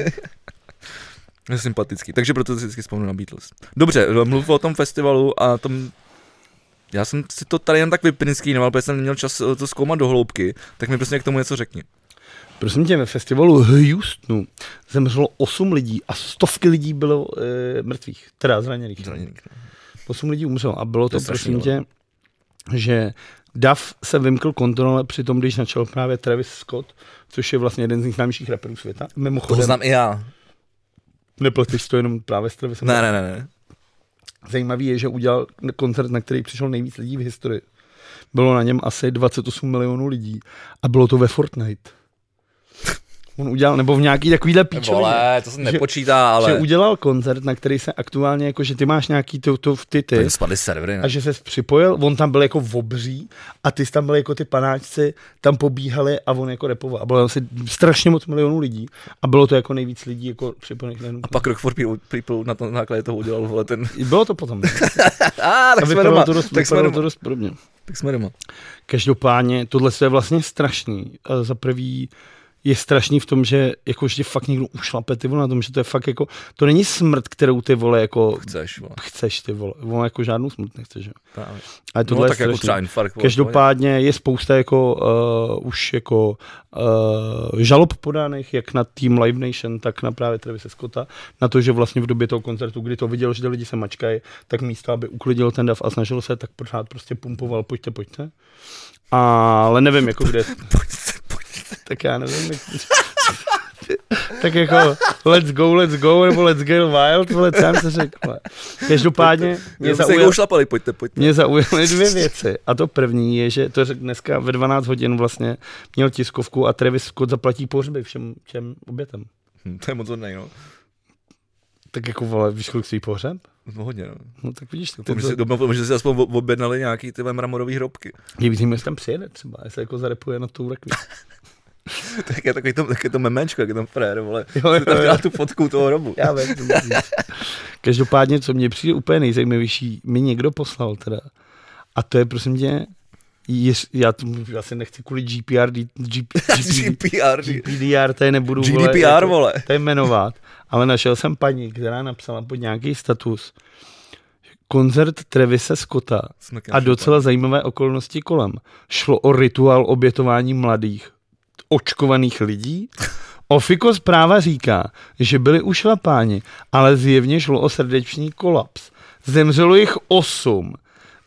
Speaker 1: Je sympatický, takže proto si vždycky vzpomenu na Beatles. Dobře, mluv o tom festivalu a tom... Já jsem si to tady jen tak vyprinskýnoval, protože jsem neměl čas eh, to zkoumat do hloubky, tak mi prostě k tomu něco řekni.
Speaker 2: Prosím tě, ve festivalu Houstonu zemřelo 8 lidí a stovky lidí bylo e, mrtvých, teda zraněných.
Speaker 1: Zraněný.
Speaker 2: 8 lidí umřelo a bylo to,
Speaker 1: je
Speaker 2: to
Speaker 1: strašný,
Speaker 2: prosím tě, že Duff se vymkl kontrole při tom, když začal právě Travis Scott, což je vlastně jeden z nejznámějších rapperů světa.
Speaker 1: Toho
Speaker 2: Mimochodem,
Speaker 1: znám i já.
Speaker 2: nepleteš to jenom právě s Travisem.
Speaker 1: Ne, ne, ne, ne.
Speaker 2: Zajímavý je, že udělal koncert, na který přišel nejvíc lidí v historii. Bylo na něm asi 28 milionů lidí a bylo to ve Fortnite. On udělal, nebo v nějaký takovýhle píčovině.
Speaker 1: Vole, to se nepočítá,
Speaker 2: Že
Speaker 1: ale...
Speaker 2: udělal koncert, na který se aktuálně, jako že ty máš nějaký to, to ty, ty,
Speaker 1: Tady spadly servery,
Speaker 2: a
Speaker 1: ne?
Speaker 2: že se připojil, on tam byl jako v obří a ty jsi tam byli jako ty panáčci, tam pobíhali a on jako repoval. A bylo tam asi strašně moc milionů lidí a bylo to jako nejvíc lidí jako připojených na jednu.
Speaker 1: A pak Rock for People- People na tom základě toho udělal, vole, ten...
Speaker 2: Bylo to potom.
Speaker 1: A, tak jsme
Speaker 2: A vypadalo
Speaker 1: doma,
Speaker 2: to dost,
Speaker 1: tak jsme
Speaker 2: vypadalo to
Speaker 1: doma,
Speaker 2: dost podobně.
Speaker 1: tak jsme doma.
Speaker 2: Každopádně tohle je vlastně strašný. Eh, Za prvý je strašný v tom, že jako že tě fakt někdo ušlape ty vole na tom, že to je fakt jako, to není smrt, kterou ty vole jako
Speaker 1: Chceš, vole,
Speaker 2: chceš ty vole, ono jako žádnou smrt nechceš, že? jo.
Speaker 1: právě.
Speaker 2: Ale tohle
Speaker 1: No
Speaker 2: je
Speaker 1: tak jako
Speaker 2: strašný.
Speaker 1: třeba infarkt. vole,
Speaker 2: Každopádně je spousta jako uh, už jako uh, žalob podaných jak na Team Live Nation, tak na právě Travise Scotta, na to, že vlastně v době toho koncertu, kdy to viděl, že ty lidi se mačkají, tak místo, aby uklidil ten dav a snažil se, tak pořád prostě pumpoval, pojďte, pojďte. Ale nevím, jako kde,
Speaker 1: pohodě. Pojďte, pojďte.
Speaker 2: tak já nevím, jak... tak jako let's go, let's go, nebo let's get wild, vole, co jsem se řekl. vole. Každopádně mě
Speaker 1: Mě se jako
Speaker 2: zaujal,
Speaker 1: ušlapali, pojďte, pojďte.
Speaker 2: mě zaujaly dvě věci. A to první je, že to řekl dneska ve 12 hodin vlastně měl tiskovku a Travis Scott zaplatí pohřby všem těm obětem.
Speaker 1: Hm, To je moc hodnej, no. Tak
Speaker 2: Jako vole, víš, kolik stojí pohřeb?
Speaker 1: No hodně, no.
Speaker 2: No tak vidíš, tak
Speaker 1: Doufám, že si,
Speaker 2: to,
Speaker 1: doufám, že si aspoň ob- objednali nějaký ty mramorové hrobky.
Speaker 2: je vidím, jestli tam přijede třeba, jestli jako zarepuje na tu rakvi.
Speaker 1: Tak je takový to, tak je to memečko, jak je tam frér, vole.
Speaker 2: Jo, jo,
Speaker 1: Tam
Speaker 2: jo.
Speaker 1: dělá tu fotku toho hrobu.
Speaker 2: Já vím. co myslíš. Každopádně, co mě přijde úplně nejzajímavější, mi někdo poslal teda. A to je prosím tě, jež, já to já si nechci kvůli GPR, D, G, GP,
Speaker 1: GPR.
Speaker 2: GPDR, tady nebudu vole,
Speaker 1: GDPR,
Speaker 2: jako-
Speaker 1: vole.
Speaker 2: tady jmenovat, ale našel jsem paní, která napsala pod nějaký status že koncert Trevise Scotta a docela zajímavé okolnosti kolem. Šlo o rituál obětování mladých očkovaných lidí. Ofiko zpráva říká, že byli ušlapáni, ale zjevně šlo o srdeční kolaps. Zemřelo jich osm.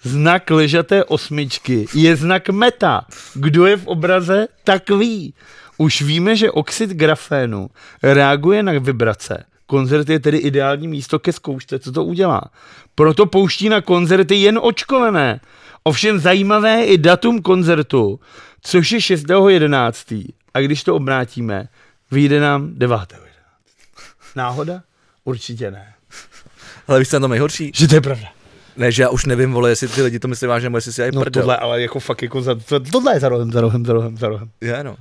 Speaker 2: Znak ležaté osmičky je znak meta. Kdo je v obraze, tak ví. Už víme, že oxid grafénu reaguje na vibrace. Koncert je tedy ideální místo ke zkoušce, co to udělá. Proto pouští na koncerty jen očkolené. Ovšem zajímavé je i datum koncertu, což je 6.11. A když to obrátíme, vyjde nám 9.11. Náhoda? Určitě ne.
Speaker 1: Ale víš, co je to nejhorší?
Speaker 2: Že to je pravda.
Speaker 1: Ne, že já už nevím, vole, jestli ty lidi to myslí vážně, nebo jestli si já je
Speaker 2: No
Speaker 1: prdel.
Speaker 2: tohle, ale jako fakt jako za, to, tohle je za rohem, za rohem, za rohem, za rohem.
Speaker 1: Je, no.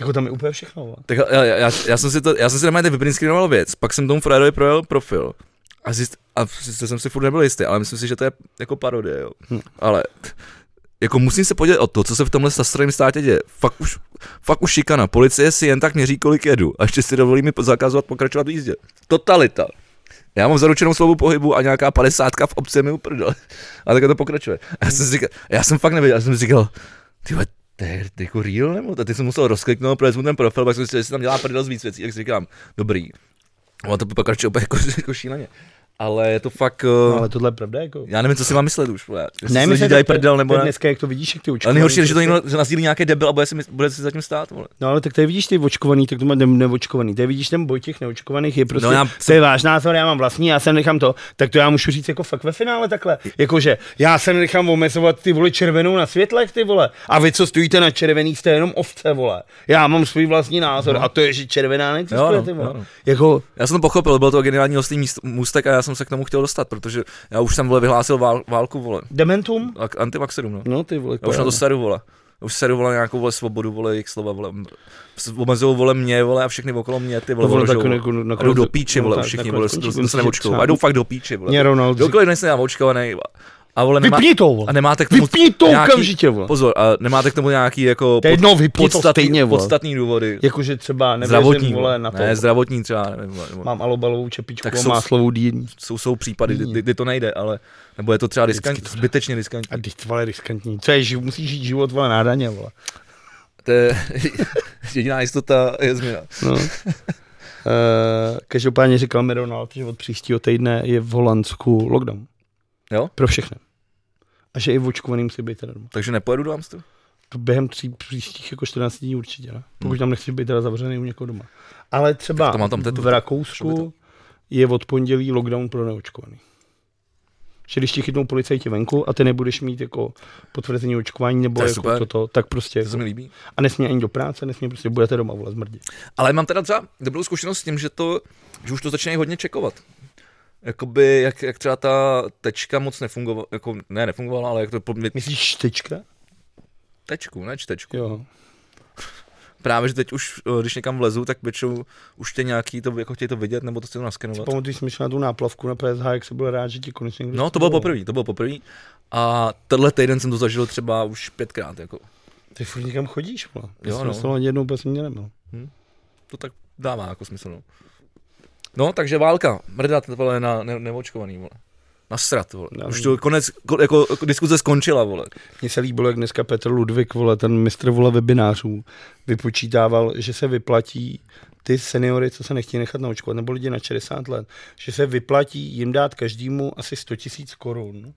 Speaker 2: Jako tam je úplně všechno. vole.
Speaker 1: Tak já, já, já, já, jsem si to, já jsem si normálně vyprinskinoval věc, pak jsem tomu Fredovi projel profil. A, zjist, a sice jsem si furt nebyl jistý, ale myslím si, že to je jako parodie, jo.
Speaker 2: Hm.
Speaker 1: Ale t- jako musím se podívat o to, co se v tomhle zastrojeném státě děje. Fakt už, fakt už šikana. Policie si jen tak měří, kolik jedu. A ještě si dovolí mi po- zakazovat pokračovat v jízdě. Totalita. Já mám zaručenou slovu pohybu a nějaká padesátka v obci je mi uprdel. A takhle to pokračuje. A já jsem, si říkal, já jsem fakt nevěděl, já jsem si říkal, ty vole, to je to je jako real nebo? to?" Teď jsem musel rozkliknout, protože mu ten profil, pak jsem si že se tam dělá prdel z víc věcí, tak si říkám, dobrý. Ono to pokračuje úplně jako, jako šíleně. Ale je to fakt,
Speaker 2: No,
Speaker 1: no,
Speaker 2: ale tohle je pravda. Jako.
Speaker 1: já nevím, co si mám myslet už. vole. Jestli
Speaker 2: Ne,
Speaker 1: si
Speaker 2: my
Speaker 1: lidi
Speaker 2: se
Speaker 1: dělají prdel nebo ne.
Speaker 2: Dneska, jak to vidíš, jak ty očkovaný.
Speaker 1: Ale nejhorší je, že to
Speaker 2: prostě-
Speaker 1: někdo že nás dělí nějaký debil a bude si, mys- bude si zatím stát, vole.
Speaker 2: No ale tak tady vidíš ty očkovaný, tak to má ne- neočkovaný. Tady vidíš ten boj těch neočkovaných, je prostě,
Speaker 1: No,
Speaker 2: no,
Speaker 1: já-
Speaker 2: já... to je vážná zóna, já mám vlastní, já se nechám to, tak to já můžu říct jako fakt ve finále takhle. Jakože já se nechám omezovat ty vole červenou na světlech, ty vole. A vy, co stojíte na červený, jste jenom ovce, vole. Já mám svůj vlastní názor no. a to je, že červená
Speaker 1: Jo,
Speaker 2: neexistuje,
Speaker 1: no,
Speaker 2: ty vole.
Speaker 1: jo, no.
Speaker 2: Jako,
Speaker 1: Já jsem to pochopil, byl to geniální oslý míst- můstek a já jsem se k tomu chtěl dostat, protože já už jsem vole, vyhlásil vál, válku, vole.
Speaker 2: dementum?
Speaker 1: A k antivaxerům, no.
Speaker 2: No ty vole,
Speaker 1: Já už na
Speaker 2: krávo.
Speaker 1: to seru, vole. Já už seru, vole, nějakou, vole, svobodu, vole, jejich slova, vole. S- Omezují, vole, mě, vole, a všechny okolo mě, ty, vole,
Speaker 2: No, vole,
Speaker 1: vole,
Speaker 2: tak jako-
Speaker 1: vole,
Speaker 2: nakonec-
Speaker 1: A jdou do píči,
Speaker 2: no,
Speaker 1: vole,
Speaker 2: tak,
Speaker 1: všichni,
Speaker 2: nakonec
Speaker 1: vole,
Speaker 2: skončí-
Speaker 1: to, to se
Speaker 2: skončí
Speaker 1: neočkou.
Speaker 2: sám.
Speaker 1: A jdou fakt do píči, vole.
Speaker 2: Mě Ronald říká.
Speaker 1: Kdokoliv nejsem naočkovaný, vole. a vole, nemá,
Speaker 2: Vypni to, vole.
Speaker 1: a nemáte k tomu
Speaker 2: Vypni to okamžitě, vole.
Speaker 1: Pozor, a nemáte k tomu nějaký, jako,
Speaker 2: To je jedno, vypni to
Speaker 1: podstatný-
Speaker 2: stejně, vole.
Speaker 1: podstatný důvody.
Speaker 2: Jakože třeba nevěřím,
Speaker 1: Zdravotní,
Speaker 2: vole, na to.
Speaker 1: ne, zdravotní třeba, nevím, vole, nebo-
Speaker 2: Mám alobalovou čepičku
Speaker 1: Tak
Speaker 2: a
Speaker 1: jsou-
Speaker 2: máslovou dýní.
Speaker 1: jsou, jsou případy, kdy,
Speaker 2: Jiný.
Speaker 1: kdy- kdy, to nejde, ale nebo je to třeba
Speaker 2: Vždycky
Speaker 1: diskant,
Speaker 2: to jde.
Speaker 1: zbytečně diskantní.
Speaker 2: A teď to vole riskantní. Co je, živ, musíš žít život vole nádaně, vole.
Speaker 1: To je jediná jistota je změna.
Speaker 2: No. Eh, každopádně říkal mi Ronald, že od příštího týdne je v Holandsku lockdown.
Speaker 1: Jo?
Speaker 2: Pro všechny. A že i v očkovaným si být teda doma.
Speaker 1: Takže nepojedu do Amstru?
Speaker 2: To během tří příštích jako 14 dní určitě, ne? Pokud tam nechci být teda zavřený u někoho doma. Ale třeba
Speaker 1: Hmm. Tak to mám tam tetu,
Speaker 2: v
Speaker 1: co by to?
Speaker 2: Rakousku je od pondělí lockdown pro neočkovaný. Že když ti chytnou policajti venku a ty nebudeš mít jako potvrzení očkování nebo
Speaker 1: To je
Speaker 2: jako
Speaker 1: super.
Speaker 2: toto, tak prostě
Speaker 1: To se mi líbí.
Speaker 2: A nesmí ani do práce, nesmí prostě, budete doma, vole, zmrdě.
Speaker 1: Ale mám teda třeba dobrou zkušenost s tím, že, to, že už to začínají hodně čekovat. Jakoby, jak, jak třeba ta tečka moc nefungovala, jako, ne, nefungovala, ale jak to podmě...
Speaker 2: Myslíš čtečka?
Speaker 1: tečku, ne čtečku.
Speaker 2: Jo.
Speaker 1: Právě, že teď už, eh, když někam vlezu, tak většinou už tě nějaký to, jako chtějí to vidět, nebo to chtějí naskenovat.
Speaker 2: Pamatuj, jsme šli na tu náplavku na PSH, jak se byl rád, že ti konečně někdo
Speaker 1: No, to bylo
Speaker 2: zavolal.
Speaker 1: poprvé, to bylo poprvé. A tenhle týden jsem to zažil třeba už pětkrát, jako.
Speaker 2: Ty furt někam chodíš, vole.
Speaker 1: Jo,
Speaker 2: Jo, jsem
Speaker 1: no.
Speaker 2: myslel, ani jednou vůbec mě nebyl.
Speaker 1: to tak dává jako smysl. No, no takže válka. Mrdat vole, na ne, neočkovaný, vole. Nasrat, vole.
Speaker 2: No.
Speaker 1: Už to konec, ko, jako diskuze skončila, vole.
Speaker 2: Mně se líbilo, jak dneska Petr Ludvík, vole, ten mistr vole webinářů, vypočítával, že se vyplatí ty seniory, co se nechtějí nechat naočkovat, nebo lidi na 60 let, že se vyplatí jim dát každému asi 100 tisíc korun,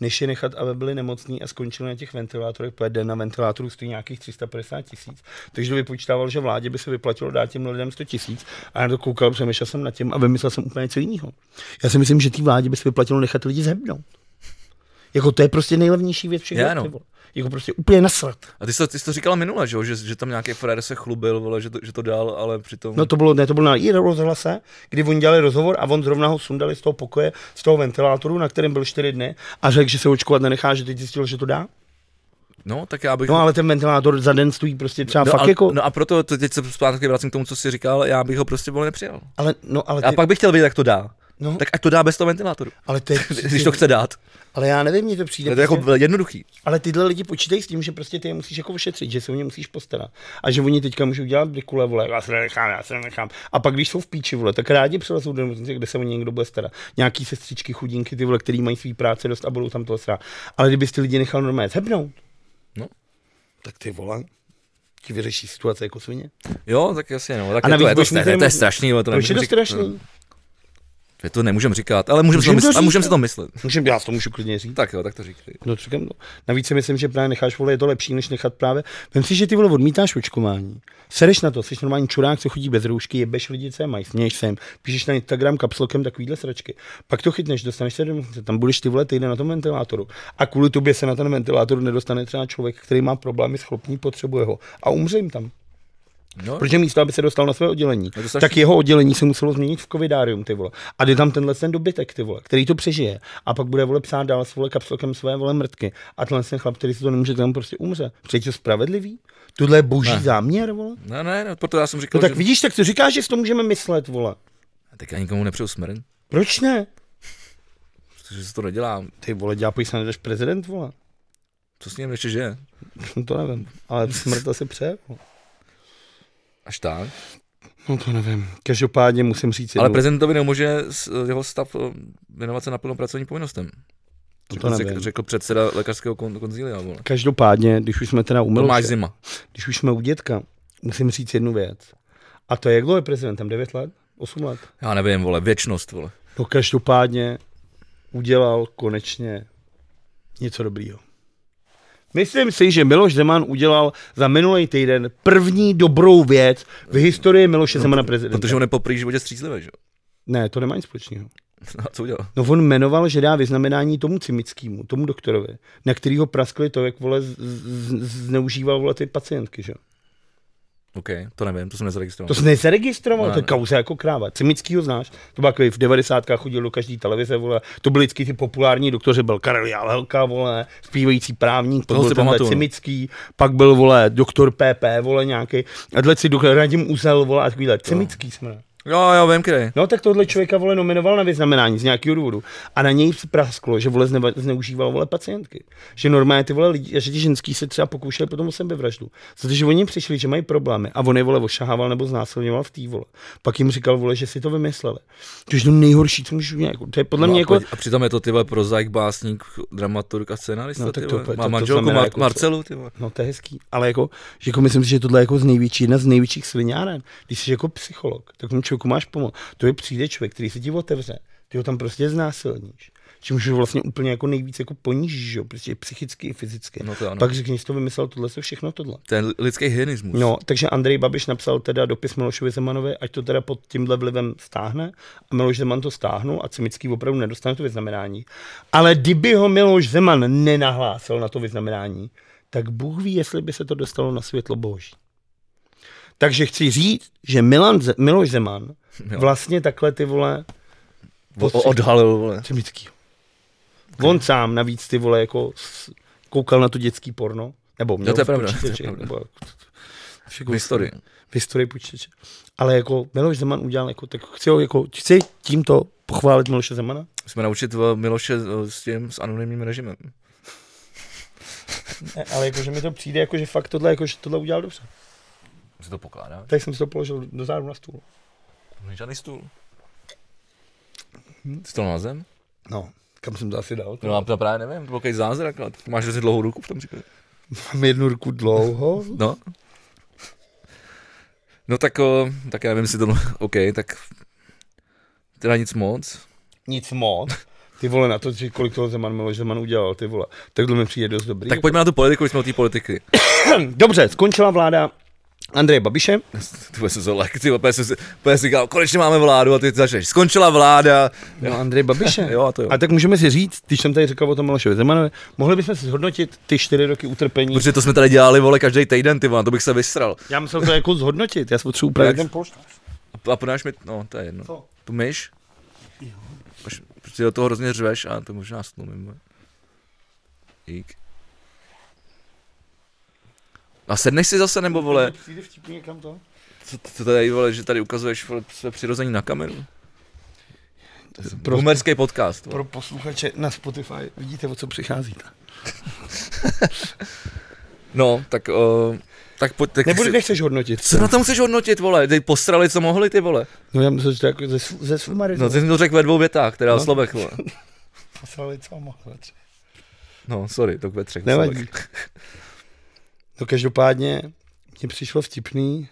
Speaker 2: než je nechat, aby byli nemocní a skončili na těch ventilátorech, protože den na ventilátoru stojí nějakých 350 tisíc. Takže to vypočítával, že vládě by se vyplatilo dát těm lidem 100 tisíc a já na to koukal, přemýšlel jsem nad tím a vymyslel jsem úplně něco jiného. Já si myslím, že té vládě by se vyplatilo nechat lidi zhebnout. Jako to je prostě nejlevnější věc všech.
Speaker 1: Já
Speaker 2: dob,
Speaker 1: no.
Speaker 2: ty vole. Jako prostě úplně nasrat.
Speaker 1: A ty jsi, to, ty jsi to říkal minule, že, jo? že, že tam nějaký frér se chlubil, vole, že, to, že to dal, ale přitom...
Speaker 2: No to bylo, ne, to bylo na i rozhlase, kdy oni dělali rozhovor a on zrovna ho sundali z toho pokoje, z toho ventilátoru, na kterém byl čtyři dny a řekl, že se očkovat nenechá, že teď zjistil, že to dá.
Speaker 1: no tak já bych...
Speaker 2: No ale ten ventilátor za den stojí prostě třeba no, fakt
Speaker 1: ale,
Speaker 2: jako, no,
Speaker 1: no a proto to teď se zpátky vracím k tomu, co jsi říkal, já bych ho prostě vole nepřijal.
Speaker 2: ale, no, ale,
Speaker 1: Já
Speaker 2: ty,
Speaker 1: pak bych chtěl vědět, jak to dá.
Speaker 2: no,
Speaker 1: Tak ať to dá bez toho ventilátoru.
Speaker 2: ale, ty,
Speaker 1: Když to chce dát.
Speaker 2: ale já nevím, mně to přijde. prostě-
Speaker 1: Je to jako jednoduchý.
Speaker 2: Ale tyhle lidi počítají s tím, že prostě ty je musíš jako ošetřit, že se o ně musíš postarat. A že oni teďka můžou dělat brikule, vole, já se nenechám, já se nenechám. A pak, když jsou v píči, vole, tak rádi přilezou do nemocnice, kde se o ně někdo bude starat. Nějaký sestřičky, chudinky, ty vole, který mají svý práce dost a budou tam toho srát. Ale kdyby ty lidi nechal normálně zhebnout,
Speaker 1: No.
Speaker 2: tak ty vole, ti vyřeší situace jako svině.
Speaker 1: Jo, tak jasně, no. Tak
Speaker 2: A
Speaker 1: je
Speaker 2: navíc
Speaker 1: to, je to,
Speaker 2: budeš mít
Speaker 1: strašné, to no. je
Speaker 2: jenom-
Speaker 1: strašný, ale to
Speaker 2: Proč
Speaker 1: nemůžu
Speaker 2: je to
Speaker 1: říct-
Speaker 2: strašný?
Speaker 1: Že to nemůžeme říkat, ale můžeme si to,
Speaker 2: Můžem to
Speaker 1: myslet, ale
Speaker 2: říct,
Speaker 1: můžeme si
Speaker 2: jo.
Speaker 1: to myslet.
Speaker 2: Můžem, já to můžu klidně říct.
Speaker 1: Tak jo, tak to říkej.
Speaker 2: No, to říkám, no. Navíc si myslím, že právě necháš vole, je to lepší, než nechat právě. Vem si, že ty vole odmítáš očkování. Sereš na to, jsi normální čurák, co chodí bez roušky, jebeš lidi, co je mají, směješ sem, píšeš na Instagram kapslokem takovýhle sračky. Pak to chytneš, dostaneš se do nemocnice, tam budeš ty vole týden na tom ventilátoru. A kvůli tobě se na ten ventilátor nedostane třeba člověk, který má problémy s chlopní, potřebuje ho. A umře jim tam.
Speaker 1: No,
Speaker 2: Protože místo, aby se dostal na své oddělení,
Speaker 1: to strašný.
Speaker 2: tak jeho oddělení se muselo změnit v covidárium, ty vole. A jde tam tenhle ten dobytek, ty vole, který to přežije. A pak bude vole psát dál s vole kapslokem své vole mrtky. A tenhle ten chlap, který si to nemůže, tam prostě umře. Přijde to spravedlivý? Tohle je boží ne. záměr, vole.
Speaker 1: ne, ne, ne, proto já jsem
Speaker 2: No
Speaker 1: říkal,
Speaker 2: tak
Speaker 1: že...
Speaker 2: vidíš, tak to říkáš, že si to můžeme myslet, vole.
Speaker 1: Tak já nikomu nepřeju smrň,
Speaker 2: Proč ne?
Speaker 1: protože si to nedělám.
Speaker 2: Ty vole, dělá, se nedáš prezident, vole. No
Speaker 1: Co s ním ještě žije?
Speaker 2: to nevím, ale smrt se přeje, vole.
Speaker 1: Až tak.
Speaker 2: No to nevím. Každopádně musím říct,
Speaker 1: Ale
Speaker 2: jednu-
Speaker 1: prezidentovi nemůže s- jeho stav eh, věnovat se naplno pracovním povinnostem.
Speaker 2: no To
Speaker 1: Řekl,
Speaker 2: nevím.
Speaker 1: řekl, řekl předseda lékařského kon- konzília, vole.
Speaker 2: Každopádně, když už jsme teda u
Speaker 1: Tomáš
Speaker 2: Miloše,
Speaker 1: Zima.
Speaker 2: když už jsme u dětka, musím říct jednu věc. A to je, jak dlouho je prezidentem? 9 let? 8 let?
Speaker 1: Já nevím, vole, věčnost, vole.
Speaker 2: No každopádně udělal konečně něco dobrýho. Myslím si, že Miloš Zeman udělal za minulý týden první dobrou věc v historii Miloše Zemana prezidenta.
Speaker 1: Protože on je po první životě střízlivý, že? jo?
Speaker 2: Ne, to nemá nic společného.
Speaker 1: A co udělal?
Speaker 2: No on jmenoval, že dá vyznamenání tomu Cimickému, tomu doktorovi, na kterýho praskli to, jak vole z- z- z- zneužíval vole ty pacientky, že? jo?
Speaker 1: OK, to nevím, to jsem nezaregistroval.
Speaker 2: To jsi nezaregistroval,
Speaker 1: Ne,
Speaker 2: to je
Speaker 1: ne.
Speaker 2: kauza jako kráva. Cimickýho znáš, to byl takový v 90. chodil do každý televize, vole. To byli vždycky ty populární doktoři, byl Karel Javelka, vole, zpívající právník, to
Speaker 1: Toho
Speaker 2: byl
Speaker 1: si
Speaker 2: tenhle
Speaker 1: pamatuju, no.
Speaker 2: Cimický, pak byl, vole, doktor PP, vole, nějaký, a dle si doktor Radim Uzel, vole, a takovýhle, Cimický jsme.
Speaker 1: Jo, jo, vím, kde.
Speaker 2: No tak tohle člověka, vole, nominoval na vyznamenání z nějakého důvodu. A na něj prasklo, že, vole, zneva, zneužíval, vole, pacientky. Že normálně ty, vole, lidi, že ti ženský se třeba pokoušeli potom o sebevraždu. Protože oni přišli, že mají problémy a on je, vole, ošahával nebo znásilňoval v té, vole. Pak jim říkal, vole, že si to vymysleli. To je to nejhorší, co můžu nějak. To je podle
Speaker 1: No a,
Speaker 2: mě jako...
Speaker 1: jako... a přitom je to ty vole prozaik, básník, dramaturg a scénarista,
Speaker 2: No,
Speaker 1: no,
Speaker 2: tak
Speaker 1: ty
Speaker 2: to
Speaker 1: vole.
Speaker 2: opět- to-
Speaker 1: Má
Speaker 2: to
Speaker 1: manželku
Speaker 2: znamená
Speaker 1: Mar-
Speaker 2: jako co?
Speaker 1: Marcelu, ty vole.
Speaker 2: No to je hezký, ale jako, že jako myslím si, že tohle je jako z největší, jedna z největších sviňáren. Když jsi jako psycholog, tak tomu člověku máš pomoct. To je přijde člověk, který se ti otevře, ty ho tam prostě znásilníš. Čímž ho vlastně úplně jako nejvíc jako ponížíš, jo, prostě psychicky i fyzicky.
Speaker 1: No to ano.
Speaker 2: Pak řekni, že jsi to vymyslel tohle, se všechno tohle.
Speaker 1: Ten lidský hyenismus.
Speaker 2: No, takže Andrej Babiš napsal teda dopis Milošovi Zemanovi, ať to teda pod tímhle vlivem stáhne. A Miloš Zeman to stáhnul a Cimický opravdu nedostane to vyznamenání. Ale kdyby ho Miloš Zeman nenahlásil na to vyznamenání, tak Bůh ví, jestli by se to dostalo na světlo boží. Takže chci říct, že Milan Ze- Miloš Zeman
Speaker 1: Jo.
Speaker 2: vlastně takhle ty vole
Speaker 1: O- o- odhalil, vole.
Speaker 2: Cimický. On sám navíc ty vole jako s- koukal na to dětský porno. Nebo měl
Speaker 1: No, to je
Speaker 2: v
Speaker 1: pravda,
Speaker 2: počítači,
Speaker 1: to je pravda.
Speaker 2: nebo jako-
Speaker 1: V historii.
Speaker 2: v historii počítače. Ale jako Miloš Zeman udělal, jako, tak chci, ho, jako, chci tímto pochválit Miloše Zemana.
Speaker 1: Musíme naučit vole, Miloše eh, s tím, s anonymním režimem.
Speaker 2: Ne, ale jako, že mi to přijde, jako, že fakt tohle, jako, že tohle udělal dobře.
Speaker 1: Se to pokládá?
Speaker 2: Tak jsem si to položil do záru na stůl.
Speaker 1: Není žádný stůl.
Speaker 2: Hm?
Speaker 1: Stůl na zem?
Speaker 2: No, kam jsem to asi dal?
Speaker 1: No, já právě nevím, to byl jaký zázrak, ale máš hrozně dlouhou ruku v tom případě.
Speaker 2: Mám jednu ruku dlouho.
Speaker 1: No. No tak, o, tak já nevím, jestli to, OK, tak teda nic moc.
Speaker 2: Nic moc. Ty vole, na to, že kolik toho Zeman Miloš Zeman udělal, ty vole. Takhle mi přijde dost dobrý.
Speaker 1: Tak pojďme na tu politiku, když jsme o té politiky.
Speaker 2: Dobře, skončila vláda Andreje Babiše.
Speaker 1: Ty vole, jsem se lek, ty vole, jsem si, úplně si říkal, konečně máme vládu a ty, ty začneš, skončila vláda.
Speaker 2: No, Andrej Babiše.
Speaker 1: Jo, a to jo.
Speaker 2: A tak můžeme si říct, když jsem tady říkal o tom Milošovi Zemanovi, mohli bychom si zhodnotit ty čtyři roky utrpení
Speaker 1: Protože to jsme tady dělali, vole, každý týden, ty vole, to bych se vysral.
Speaker 2: Já musel to jako zhodnotit, já jsem potřebuji upravit.
Speaker 1: Jak?
Speaker 2: ten polštář.
Speaker 1: A, a podáš mi, no, to je jedno.
Speaker 2: Co?
Speaker 1: Tu myš? Až, ty do toho hrozně řveš a to možná stlumím. vole. Dík. A sedneš si zase nebo vole,
Speaker 2: Přijde vtipně někam to?
Speaker 1: co, co tady vole, že tady ukazuješ vole, své přirození na kameru?
Speaker 2: Pro,
Speaker 1: Boomerský podcast. Vole.
Speaker 2: Prostě- pro posluchače na Spotify vidíte, o co přicházíte.
Speaker 1: No, tak, uh, tak pojď, tak
Speaker 2: Nebudu,
Speaker 1: si-
Speaker 2: nechceš hodnotit.
Speaker 1: co na to chceš hodnotit, vole? Ty postrali, co mohli, ty vole.
Speaker 2: No já myslím, že to jako ze, sv- ze sumarizmu.
Speaker 1: No, ty jsi to řekl ve dvou větách, teda no. slovech, vole.
Speaker 2: Posrali, co mohlo.
Speaker 1: No, sorry, to ve třech
Speaker 2: Nevadí.
Speaker 1: slovech.
Speaker 2: No každopádně mně přišlo vtipný,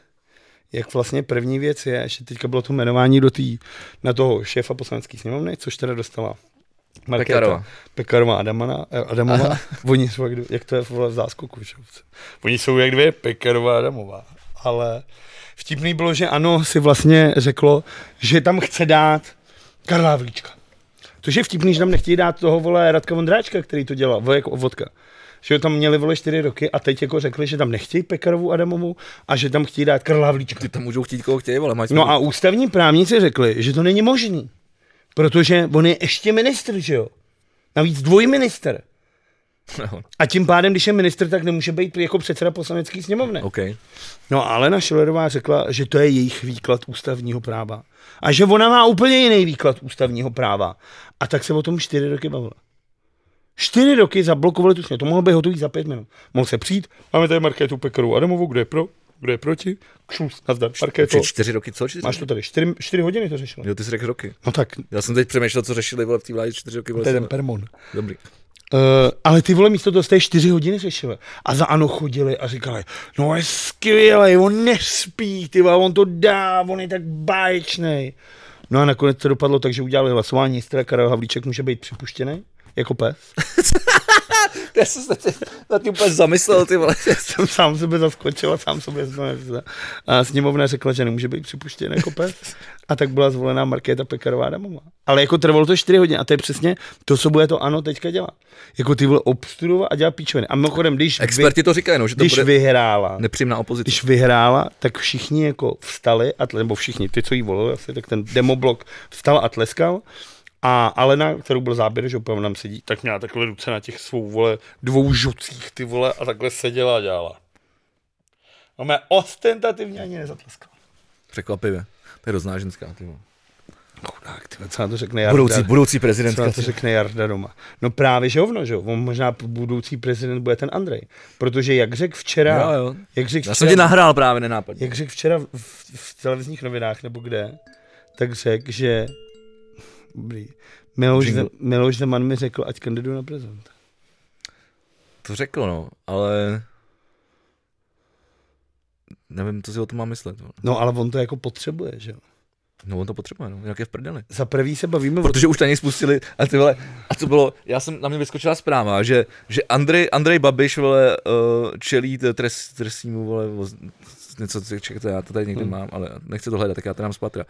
Speaker 2: jak vlastně první věc je, že teďka bylo to jmenování do tý, na toho šéfa poslanecké sněmovny, což teda dostala Markéta
Speaker 1: Pekarova.
Speaker 2: Pekarová Adamana, eh, Adamová. Oni jsou, jak, dvě- jak to je vole v záskoku, že? jo? Oni jsou jak dvě Pekarová a Adamová. Ale vtipný bylo, že ano, si vlastně řeklo, že tam chce dát Karla Havlíčka. Což je vtipný, že tam nechtějí dát toho vole Radka Vondráčka, který to dělal, Vojek Vodka. Že ho tam měli vole čtyři roky a teď jako řekli, že tam nechtějí Pekarovou Adamovou a že tam chtějí dát Karla Havlíčka.
Speaker 1: Ty tam můžou chtít, koho chtějí, ale mají
Speaker 2: No a ústavní právníci řekli, že to není možný, protože on je ještě ministr, že jo? Navíc dvojminister.
Speaker 1: No,
Speaker 2: A tím pádem, když je ministr, tak nemůže být jako předseda poslanecké sněmovny.
Speaker 1: OK.
Speaker 2: No ale Alena Šilerová řekla, že to je jejich výklad ústavního práva. A že ona má úplně jiný výklad ústavního práva. A tak se o tom čtyři roky bavila. Čtyři roky zablokovali tu sněmu. To mohlo být hotový za pět minut. Mohl se přijít. Máme tady Markétu Pekarovou Adamovou, kdo je pro, kdo je proti. Kšus, nazdar. Markéto,
Speaker 1: Či čtyři roky, co? Čtyři?
Speaker 2: máš to tady. Čtyři, čtyři hodiny to řešilo.
Speaker 1: Jo, ty jsi řekl roky.
Speaker 2: No tak,
Speaker 1: Já jsem teď přemýšlel, co řešili vole v té vládě čtyři roky. Vole,
Speaker 2: to je ten
Speaker 1: jsem-
Speaker 2: permon.
Speaker 1: Dobrý.
Speaker 2: Uh, ale ty vole místo toho jste čtyři hodiny řešili. A za ano chodili a říkali, no je skvělej, on nespí, ty vole, on to dá, on je tak báječný. No a nakonec to dopadlo tak, že udělali hlasování, jestli teda Karel Havlíček může být připuštěný jako pes.
Speaker 1: Já jsem se na tím úplně zamyslel, ty vole.
Speaker 2: Jsem sám sebe zaskočil a sám sobě to nevzal. A sněmovna řekla, že nemůže být připuštěn jako pes. A tak byla zvolená Markéta Pekarová Adamová. Ale jako trvalo to 4 hodiny a to je přesně to, co bude to ano teďka dělat. Jako ty vole obstudovat a dělat píčoviny. A mimochodem, když vy-
Speaker 1: Experti to říkají, no, že to
Speaker 2: když
Speaker 1: bude
Speaker 2: vyhrála,
Speaker 1: nepřímná opozice.
Speaker 2: když vyhrála, tak všichni jako vstali, a tle, nebo všichni, ty, co jí volili asi, tak ten demoblok vstal a tleskal. A Alena, kterou byl záběr, že opravdu nám sedí, tak měla takhle ruce na těch svou vole dvou žucích, ty vole, a takhle seděla a dělala. No mé ostentativně ani nezatleskala.
Speaker 1: Překvapivě. To je hrozná ženská, ty vole.
Speaker 2: Chudák, ty vole, co na to řekne Jarda?
Speaker 1: Budoucí, budoucí
Speaker 2: Co
Speaker 1: prezidentka.
Speaker 2: na to řekne Jarda doma? No právě, že hovno, že jo? On možná budoucí prezident bude ten Andrej. Protože jak řekl
Speaker 1: Jo,
Speaker 2: včera...
Speaker 1: jo.
Speaker 2: Jak řekl
Speaker 1: Já jsem ti nahrál právě nenápadně.
Speaker 2: jak řekl včera v, v, v televizních novinách nebo kde, tak řekl, že Dobrý. Miloš,
Speaker 1: Jingle.
Speaker 2: Ze, Miloš Zeman mi řekl, ať kandiduje na prezidenta.
Speaker 1: To řekl, no, ale... Nevím, co si o tom mám myslet. vole.
Speaker 2: No ale on to jako potřebuje, že jo?
Speaker 1: No on to potřebuje, no, jinak je v prdeli.
Speaker 2: Za prvý se bavíme o
Speaker 1: Protože už na něj spustili a ty vole, a to bylo, já jsem, na mě vyskočila zpráva, že, že Andrej, Andrej Babiš, vole, uh, čelí t- trest, trestnímu, vole, voz, něco, co- čekajte, já to tady někde mám, ale nechci to hledat, tak já to dám z patra.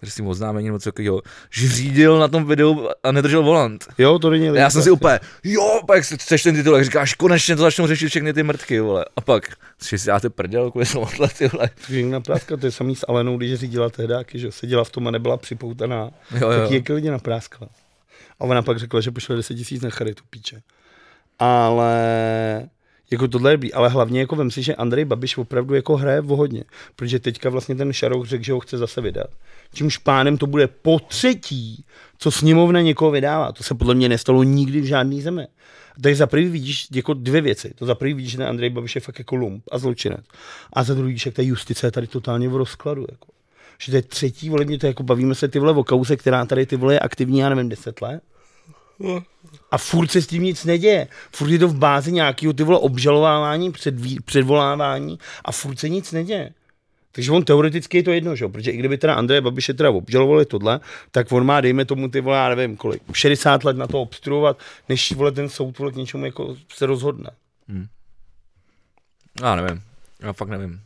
Speaker 1: Trestnímu oznámení nebo co takového, že řídil na tom videu a nedržel volant.
Speaker 2: Jo, to není
Speaker 1: A já jsem si úplně, jo, pak jak si čteš ten titul, jak říkáš, konečně to začnou řešit všechny ty mrtky, vole. A pak, si si dáte prdel kvůli tomuhle, ty vole.
Speaker 2: Jiná práska, to je samý s Alenou, když řídila tehdáky, že jo? Seděla v tom a nebyla připoutaná.
Speaker 1: Jo, jo.
Speaker 2: Tak jak lidi napráskla. A ona pak řekla, že pošle 10 tisíc na charitu, píče. Ale jako tohle je blbý, ale hlavně jako vem si, že Andrej Babiš opravdu jako hraje vohodně, protože teďka vlastně ten Šarouk řekl, že ho chce zase vydat. Čímž pánem to bude po třetí, co sněmovna někoho vydává. To se podle mě nestalo nikdy v žádný zemi. Takže za prvý vidíš jako dvě věci. To za prvý vidíš, že ten Andrej Babiš je fakt jako lump a zločinec. A za druhý, že ta justice je tady totálně v rozkladu. Jako že to je třetí volební, to je jako bavíme se ty vole o kauze, která tady ty vole je aktivní, já nevím, 10 let. A furt se s tím nic neděje. Furt je to v bázi nějakého ty vole obžalovávání, předví, předvolávání a furt se nic neděje. Takže on teoreticky je to jedno, že jo? Protože i kdyby teda Andreje Babiše teda obžalovali tohle, tak on má, dejme tomu ty vole, já nevím kolik, 60 let na to obstruovat, než vole ten soud vole k něčemu jako se rozhodne.
Speaker 1: No, Já nevím, já fakt nevím.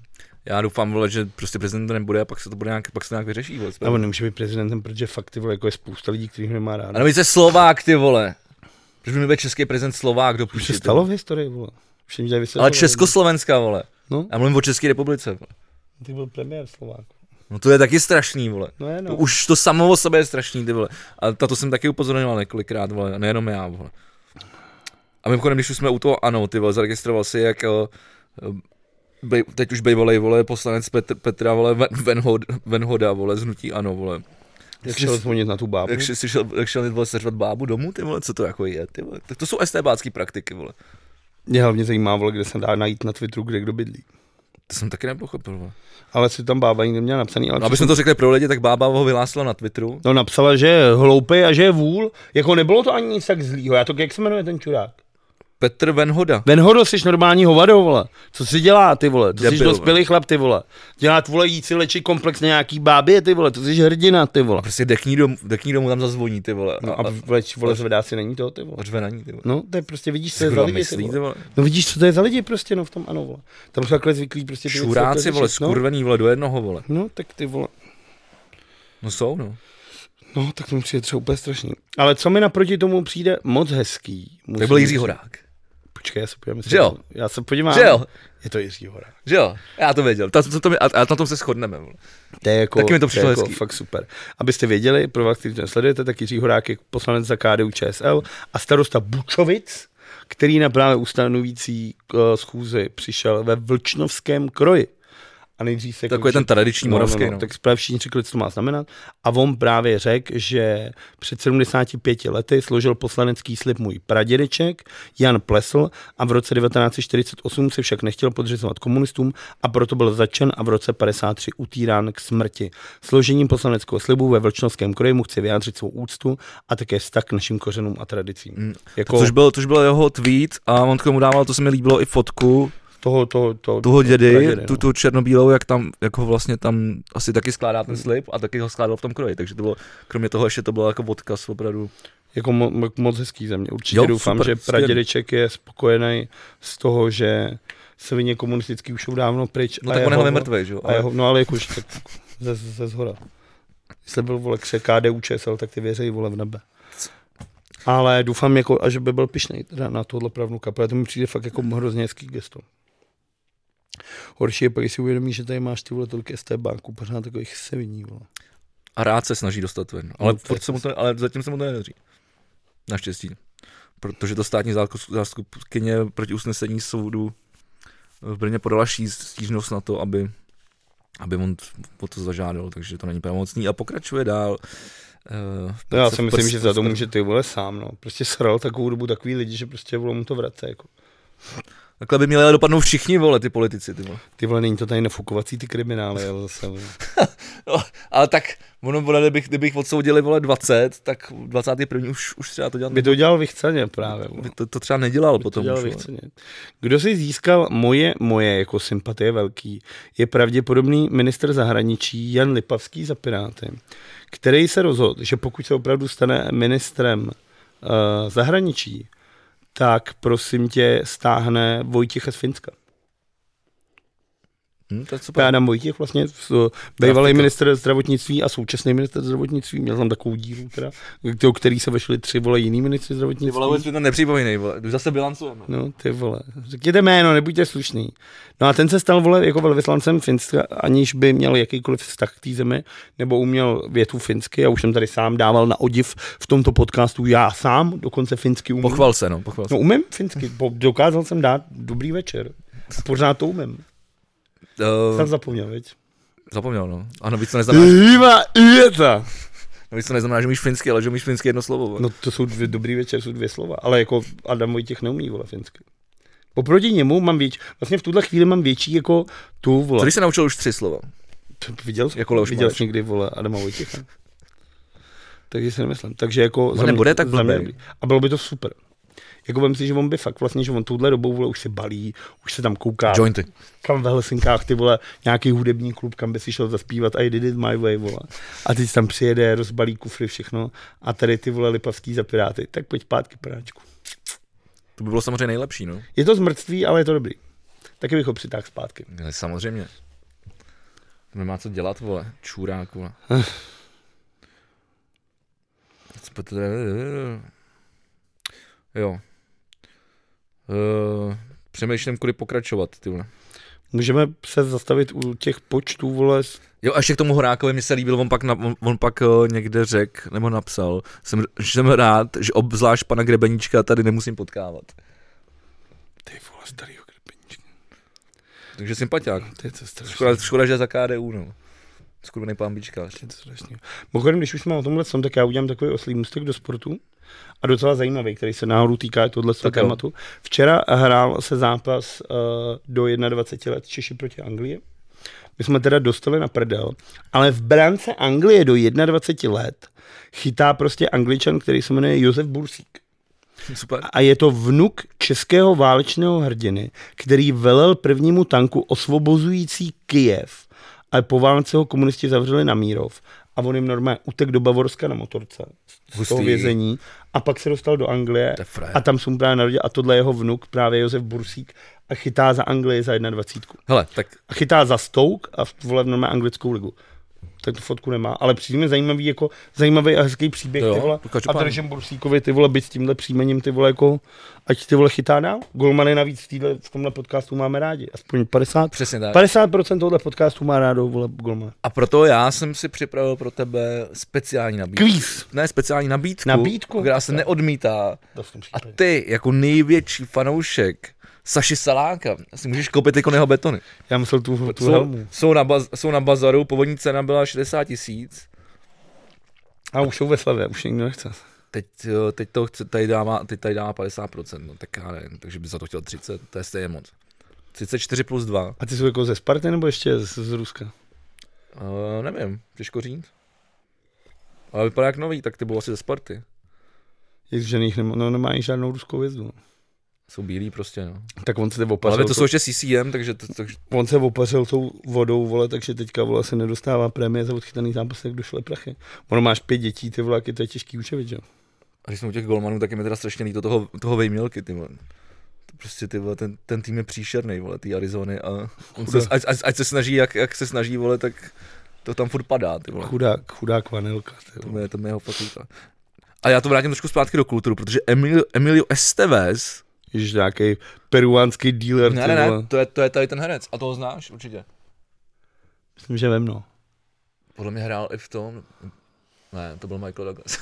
Speaker 1: Já doufám, vole, že prostě prezident to nebude a pak se to bude nějak, pak se to nějak vyřeší, vole.
Speaker 2: A on nemůže být prezidentem, protože fakt ty vole, jako je spousta lidí, kterých nemá rád.
Speaker 1: A navíc je Slovák, ty vole. Proč by mi byl český prezident Slovák do
Speaker 2: Už se
Speaker 1: píči, ty
Speaker 2: stalo
Speaker 1: vole?
Speaker 2: v historii, vole. Všem dělají
Speaker 1: Ale
Speaker 2: vysvětlování.
Speaker 1: Československá, vole.
Speaker 2: No.
Speaker 1: Já mluvím o České republice. Vole.
Speaker 2: Ty byl premiér Slovák.
Speaker 1: No to je taky strašný, vole.
Speaker 2: No je, no.
Speaker 1: Už to samo o sobě je strašný, ty vole. A na to jsem taky upozorňoval několikrát, vole. A Nejenom já, vole. A mimochodem, když už jsme u toho, ano, ty vole, zaregistroval si, jak eh, bej, teď už bejvalej, vole, poslanec Petr, Petra, vole, Ven- Venhod, Venhoda, vole, z hnutí, ano, vole.
Speaker 2: Jak šel zvonit na tu bábu.
Speaker 1: Jak šel, si šel, jak šel vole, seřvat bábu domů, ty vole, co to jako je, ty vole. Tak to jsou estébácký praktiky, vole.
Speaker 2: Mě hlavně zajímá, vole, kde se dá najít na Twitteru, kde kdo bydlí.
Speaker 1: To jsem taky nepochopil, vole.
Speaker 2: Ale si tam bába nikdy měla napsaný. Ale
Speaker 1: No, aby jsme to řekli pro lidi, tak bába ho vyhlásila na Twitteru.
Speaker 2: no napsala, že je hloupej a že je vůl. Jako nebylo to ani nic tak zlýho. Já to, jak se jmenuje ten čurák?
Speaker 1: Petr Venhoda.
Speaker 2: Venhodo, jsi normální hovado, vole. Co si dělá, ty vole? To jsi
Speaker 1: Debil,
Speaker 2: dospělý chlap, ty vole. Dělat, vole, jít si lečit komplex na nějaký bábě, ty vole. To jsi hrdina, ty vole.
Speaker 1: Prostě dekní domů, dekní domů tam zazvoní, ty vole.
Speaker 2: No a vleč, vole, zvedá si není to, ty vole.
Speaker 1: řve na ní, ty vole.
Speaker 2: No, to je prostě, vidíš, co
Speaker 1: Co
Speaker 2: je za
Speaker 1: kurva
Speaker 2: lidi, ty
Speaker 1: myslí, ty
Speaker 2: vole.
Speaker 1: vole?
Speaker 2: No vidíš, co to je za lidi prostě, no v tom ano, vole. Tam jsou takhle zvyklí prostě. ty věci
Speaker 1: Šuráci,
Speaker 2: takhle
Speaker 1: vole,
Speaker 2: řešit, no.
Speaker 1: skurvený, vole, do jednoho, vole.
Speaker 2: No, tak ty vole.
Speaker 1: No jsou, no.
Speaker 2: No, tak to mi přijde třeba úplně strašný. Ale co mi naproti tomu přijde moc hezký. musím
Speaker 1: Tak byl Jiří
Speaker 2: říct.
Speaker 1: Horák.
Speaker 2: Počkej, já se podívám. jestli-
Speaker 1: Že jo?
Speaker 2: Já se podívám.
Speaker 1: Že jo?
Speaker 2: Je to Jiří Horák.
Speaker 1: Že jo? Já to věděl. Ta, to, to, a, a na tom se shodneme, vole.
Speaker 2: To je jako,
Speaker 1: Taky mi to přišlo
Speaker 2: je jako
Speaker 1: hezký.
Speaker 2: fakt super. Abyste věděli, pro vás, kteří to nesledujete, tak Jiří Horák je poslanec za KDU ČSL a starosta Bučovic, který na právě ustanovící eh, schůzi přišel ve vlčnovském kroji. A nejdřív se
Speaker 1: Takový ten tradiční moravský, no.
Speaker 2: Tak právě všichni řekli, co to má znamenat. A on právě řekl, že před 75 lety složil poslanecký slib můj pradědeček Jan Plesl a v roce 1948 se však nechtěl podřizovat komunistům a proto byl začen a v roce 53 utírán k smrti. Složením poslaneckého slibu ve Vlčnovském kroji mu chci vyjádřit svou úctu a také vztah k našim kořenům a tradicím. Mm. Jako
Speaker 1: Což byl, což byl jeho tweet a on k tomu dával, to se mi líbilo, i fotku
Speaker 2: toho, toho, toho,
Speaker 1: toho dědy,
Speaker 2: pradědy, no.
Speaker 1: tu, tu černobílou, jak tam, jak ho vlastně tam asi taky skládá
Speaker 2: Hmm.
Speaker 1: ten slib a taky ho skládal v tom kroji, takže to bylo, kromě toho ještě to bylo jako odkaz opravdu.
Speaker 2: Jako mo- mo- moc hezký země. Určitě jo,
Speaker 1: Jo,
Speaker 2: doufám,
Speaker 1: super,
Speaker 2: super, že
Speaker 1: skvělý.
Speaker 2: pradědeček je spokojený z toho, že svině komunistický už jsou dávno pryč.
Speaker 1: No
Speaker 2: a
Speaker 1: tak
Speaker 2: jeho-
Speaker 1: on je mrtvý, že jo?
Speaker 2: A jeho, no ale jakož tak ze, ze zhora. Jestli byl vole kře KDU ČSL, tak ty věří vole v nebe. Ale doufám, jako, a že by byl pišnej teda na tohle pravnou kapelu. To mi přijde fakt jako hrozně hezký gesto. Horší je pak, když si uvědomíš, že tady máš ty vole tolik STBáků, pořád takových seviní, vole.
Speaker 1: A rád se snaží dostat ven. Ale,
Speaker 2: No,
Speaker 1: no,
Speaker 2: to je
Speaker 1: furt se mu to, ale zatím se mu to nedaří. Naštěstí. Protože to státní zástup- zástupkyně proti usnesení soudu eh, v Brně podala ší stížnost na to, aby, aby on o to zažádal, takže to není pravomocný. A pokračuje dál. eh, v
Speaker 2: No já
Speaker 1: prst-
Speaker 2: si myslím,
Speaker 1: prst-
Speaker 2: že za to
Speaker 1: prst-
Speaker 2: může ty vole sám, no. Prostě sral takovou dobu takový lidi, že prostě vole mu to vrace, jako.
Speaker 1: Takhle by měli ale dopadnout všichni, vole, ty politici, ty vole.
Speaker 2: Ty vole, není to tady nafukovací ty kriminály, ale zase, vole.
Speaker 1: No, ale tak, ono, vole, kdybych, kdybych odsoudili, vole, 20, tak 21. už, už třeba to dělat
Speaker 2: By to dělal vychceně právě, vole.
Speaker 1: by to, to třeba nedělal
Speaker 2: By to
Speaker 1: potom.
Speaker 2: dělal
Speaker 1: už, vole.
Speaker 2: vychceně. Kdo si získal moje, moje jako sympatie velký, je pravděpodobný minister zahraničí Jan Lipavský za Piráty, který se rozhodl, že pokud se opravdu stane ministrem uh, zahraničí, tak prosím tě stáhne Vojtěcha z Finska.
Speaker 1: Hm, to je super.
Speaker 2: Adam Vojtěch vlastně, s- bývalý minister zdravotnictví a současný minister zdravotnictví, měl tam takovou díru teda, k- do který se vešli tři vole jiný ministři
Speaker 1: Ty vole, vůbec
Speaker 2: zdravotnictví.
Speaker 1: mi to nepřipomínej, vole. Už zase bilancujeme.
Speaker 2: No ty vole, řekněte jméno, nebuďte slušný. No a ten se stal vole jako velvyslancem Finska, aniž by měl jakýkoliv vztah k té zemi, nebo uměl větu finsky, já už jsem tady sám dával na odiv v tomto podcastu, já sám dokonce finsky umím.
Speaker 1: Pochval se, no, pochval se.
Speaker 2: No umím finsky, po- dokázal jsem dát dobrý večer. A pořád to umím.
Speaker 1: No,
Speaker 2: Jsem
Speaker 1: uh,
Speaker 2: zapomněl, viď?
Speaker 1: zapomněl, no. A navíc to, neznamená,
Speaker 2: Iva, Ieta.
Speaker 1: navíc to neznamená, že umíš finsky, ale že umíš finsky jedno slovo. vole.
Speaker 2: No to jsou dvě, dobrý večer, jsou dvě slova, ale jako Adam Vojtěch neumí vole finsky. Oproti němu mám větší, vlastně v tuhle chvíli mám větší jako tu
Speaker 1: Co
Speaker 2: vole.
Speaker 1: když se naučil už tři slova?
Speaker 2: T- Viděl, jsi-
Speaker 1: Jako Leoš
Speaker 2: viděl
Speaker 1: Maleš.
Speaker 2: jsi někdy vole Adama Vojtěcha? Takže si nemyslím. Takže jako
Speaker 1: On nebude tak
Speaker 2: za mě
Speaker 1: blbej.
Speaker 2: dobrý. A bylo by to super. Jako vem si, že on by fakt vlastně, že on tuhle dobou vole, už se balí, už se tam kouká.
Speaker 1: Jointy.
Speaker 2: Kam ve Helsinkách ty vole, nějaký hudební klub, kam by si šel zaspívat I did it my way, vole. A teď tam přijede, rozbalí kufry, všechno. A tady ty vole lipavský za piráty. Tak pojď zpátky, panáčku.
Speaker 1: To by bylo samozřejmě nejlepší, no.
Speaker 2: Je to zmrtví, ale je to dobrý. Taky bych ho přitáhl zpátky.
Speaker 1: Ne, samozřejmě. To nemá co dělat, vole. Čurák, vole. Co by to tady- Jo. Uh, přemýšlím, kudy pokračovat, ty vole.
Speaker 2: Můžeme se zastavit u těch počtů, vole, s-
Speaker 1: Jo, a ještě k tomu Horákovi mi se líbil, on pak, na, on, on pak eh, někde řekl, nebo napsal, jsem, že jsem rád, že obzvlášť pana Grebeníčka tady nemusím potkávat.
Speaker 2: Ty vole, starýho krpenička.
Speaker 1: Takže sympatiák.
Speaker 2: To je to strašný.
Speaker 1: Škoda, škoda že je za KDU, no. Skurvený pán Bičkář.
Speaker 2: To je to strašný. Mimochodem, když už jsme o tomhle tom, tak já udělám takový oslý můstek do sportu a docela zajímavý, který se náhodou týká tohle
Speaker 1: Tak jo.
Speaker 2: tématu. Včera hrál se zápas uh, do 21 let Češi proti Anglii. My jsme teda dostali na prdel, ale v brance Anglie do 21 let chytá prostě angličan, který se jmenuje Josef Bursík.
Speaker 1: Super.
Speaker 2: A je to vnuk českého válečného hrdiny, který velel prvnímu tanku osvobozující Kijev, ale po válce ho komunisti zavřeli na Mírov a on jim normálně utek do Bavorska na motorce z toho
Speaker 1: Hustý.
Speaker 2: vězení a pak se dostal do Anglie
Speaker 1: To je frajer.
Speaker 2: a tam se mu právě narodil a tohle je jeho vnuk, právě Josef Bursík a chytá za Anglii za 21.
Speaker 1: Hele, tak
Speaker 2: a chytá za Stoke a vole v normálně anglickou ligu. Tak tu fotku nemá, ale přijde mi zajímavý, jako, zajímavý a hezký příběh,
Speaker 1: To jo,
Speaker 2: ty vole.
Speaker 1: to
Speaker 2: A
Speaker 1: každopádně.
Speaker 2: držím Bursíkovi, ty vole, byť s tímhle příjmením, ty vole, jako, ať ty vole chytá dál. Golmany navíc v, týhle, v tomhle podcastu máme rádi, aspoň 50.
Speaker 1: přesně tak.
Speaker 2: 50% tohle podcastu má rádo, vole, Golmana.
Speaker 1: A proto já jsem si připravil pro tebe speciální nabídku.
Speaker 2: Kvíz.
Speaker 1: Ne, speciální nabídku,
Speaker 2: Nabídku?
Speaker 1: která se neodmítá.
Speaker 2: To v tom
Speaker 1: A
Speaker 2: případě.
Speaker 1: ty, jako největší fanoušek Saši Saláka, si můžeš koupit jako jeho betony.
Speaker 2: Já myslel tu, tu
Speaker 1: Jsou,
Speaker 2: helmu.
Speaker 1: jsou, na baz, jsou na bazaru, původní cena byla 60 tisíc,
Speaker 2: A už jsou ve slavě, už nikdo nechce.
Speaker 1: teď, jo, teď to chce, tady dává, teď tady dává 50%, no tak já nevím, takže by za to chtěl 30, to je stejně moc. 34 plus 2,
Speaker 2: A ty jsou jako ze Sparty nebo ještě z, z Ruska?
Speaker 1: uh, nevím, těžko říct. Ale vypadá jak nový, tak ty byl asi ze Sparty.
Speaker 2: Jak že jich nemá, no, nemá ani žádnou ruskou vězdu. no.
Speaker 1: Jsou bílí prostě, no.
Speaker 2: Tak on se jde
Speaker 1: Ale
Speaker 2: opařil.
Speaker 1: to jsou ještě CCM, takže to, to,
Speaker 2: On se opařil tou vodou, vole, takže teďka vole se nedostává prémie za odchytaný zápas, jak došle prachy. Ono máš pět dětí, ty vole, jak je to je těžký učevit, že? jo?
Speaker 1: a když jsme u těch golmanů, tak je mi teda strašně líto toho, toho vejmělky, ty vole. To prostě ty vole, ten, ten tým je příšerný, vole, ty Arizony a on se,
Speaker 2: Chudák.
Speaker 1: ať, ať, ať, se snaží, jak, jak se snaží, vole, tak to tam furt padá, ty vole.
Speaker 2: Chudák, chudák vanilka, ty vole.
Speaker 1: To je, to je jeho fakulta. A já to vrátím trošku zpátky do kulturu, protože Emilio, Emilio Estevez,
Speaker 2: Ježiš, nějaký peruánský dealer,
Speaker 1: ne,
Speaker 2: ty
Speaker 1: ne,
Speaker 2: vole.
Speaker 1: ne, to je, to je tady ten herec a toho znáš určitě.
Speaker 2: Myslím, že vem, no.
Speaker 1: Podle mě hrál i v tom, ne, to byl Michael Douglas.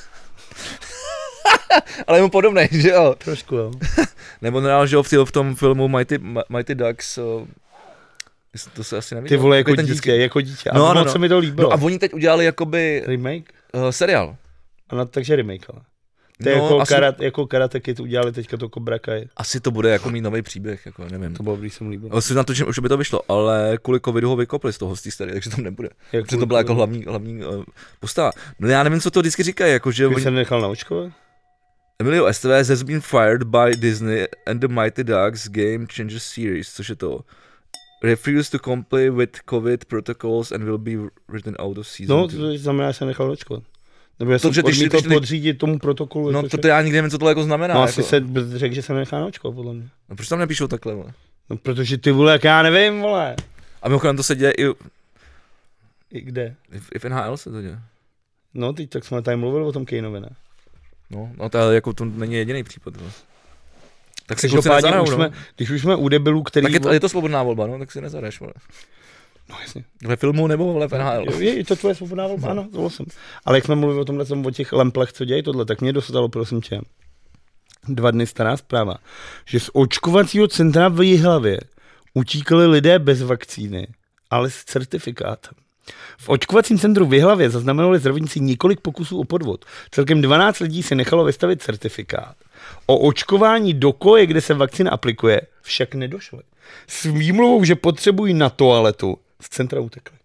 Speaker 1: Ale je mu podobný, že jo?
Speaker 2: Trošku, jo.
Speaker 1: Nebo on hrál, že jo, v té- v tom filmu Mighty, Ma- Mighty Ducks, o, jestli to se asi neviděl.
Speaker 2: Ty vole, jako
Speaker 1: Takový ten
Speaker 2: dítě, jako dítě. A
Speaker 1: No,
Speaker 2: no,
Speaker 1: ano,
Speaker 2: moc
Speaker 1: no.
Speaker 2: se mi to líbilo.
Speaker 1: No a oni teď udělali jakoby
Speaker 2: Remake?
Speaker 1: uh, seriál.
Speaker 2: A na, takže remake, ale. To je
Speaker 1: No,
Speaker 2: no, jako,
Speaker 1: asi-
Speaker 2: asi... karate, jako karate kid udělali teďka to Cobra Kai.
Speaker 1: Asi to bude jako mít nový příběh, jako nevím.
Speaker 2: To bylo, když jsem líbil.
Speaker 1: Asi na to, že už by to vyšlo, ale kvůli covidu ho vykopli z toho z té série, takže tam nebude.
Speaker 2: Jak
Speaker 1: Protože to byla jako
Speaker 2: kvůli-
Speaker 1: hlavní, hlavní uh, postava. No já nevím, co to vždycky říkají, jako že
Speaker 2: Když
Speaker 1: oni-
Speaker 2: jsem nechal naočkovat?
Speaker 1: Emilio Estevez has been fired by Disney and the Mighty Ducks Game Changer Series, což je to. Refused to comply with COVID protocols and will be written out of season
Speaker 2: No,
Speaker 1: two.
Speaker 2: to znamená, že jsem nechal naočkovat. Nebo já
Speaker 1: To,
Speaker 2: jsem
Speaker 1: že ty šli-
Speaker 2: odmítl
Speaker 1: ty šli-
Speaker 2: podřídit tomu protokolu.
Speaker 1: No
Speaker 2: jakože-
Speaker 1: to, to já nikdy nevím, co tohle jako znamená.
Speaker 2: No,
Speaker 1: jako.
Speaker 2: asi se br- řekl, že jsem nechá naočkovat, podle mě.
Speaker 1: no, proč tam nepíšou takhle? Vole?
Speaker 2: No, protože ty vole, jak já nevím, vole.
Speaker 1: A mimochodem to se děje i,
Speaker 2: I kde?
Speaker 1: i, v- i v NHL se to děje.
Speaker 2: No, teď tak jsme tady mluvili o tom Kejnovi, ne?
Speaker 1: No, no to, je jako, to není jediný případ. Vole. Tak si kluci
Speaker 2: Každopádně,
Speaker 1: nezadajou,
Speaker 2: už
Speaker 1: no.
Speaker 2: jsme, když už jsme u debilů, který...
Speaker 1: Tak je to, je to svobodná volba, no, tak si nezadaješ, vole.
Speaker 2: No, jasně.
Speaker 1: Ve filmu nebo vole v NHL.
Speaker 2: Jo, Je, je to tvoje svobodná volba,
Speaker 1: No.
Speaker 2: ano, to jsem. Ale jak jsme mluvili o tomhle, tom, o těch lemplech, co dělají tohle, tak mě dostalo, prosím tě, dva dny stará zpráva, že z očkovacího centra v Jihlavě utíkali lidé bez vakcíny, ale s certifikátem. V očkovacím centru v Jihlavě zaznamenali zdravotníci několik pokusů o podvod. Celkem 12 lidí si nechalo vystavit certifikát. O očkování do koje, kde se vakcina aplikuje, však nedošli. S výmluvou, že potřebují na toaletu, z centra utekli.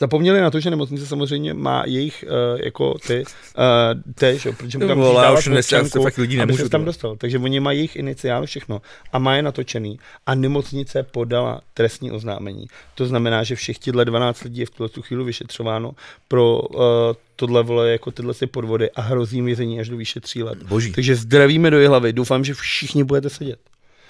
Speaker 2: Zapomněli na to, že nemocnice samozřejmě má jejich uh, jako ty, uh, ty že, jo, protože mu
Speaker 1: Ty
Speaker 2: tam
Speaker 1: vole, já
Speaker 2: musíš dávat
Speaker 1: už dnes- já
Speaker 2: občanku,
Speaker 1: se fakt lidí
Speaker 2: aby
Speaker 1: nemůžu,
Speaker 2: ses
Speaker 1: ty
Speaker 2: tam
Speaker 1: vole.
Speaker 2: dostal. Takže oni mají jejich iniciály všechno a má je natočený a nemocnice podala trestní oznámení. To znamená, že všech těchto 12 lidí je v tuhle tu chvíli vyšetřováno pro uh, tohle vole, jako tyhle si podvody a hrozí jim vězení až do výše tří let.
Speaker 1: Boží.
Speaker 2: Takže zdravíme do hlavy. Doufám, že všichni budete sedět.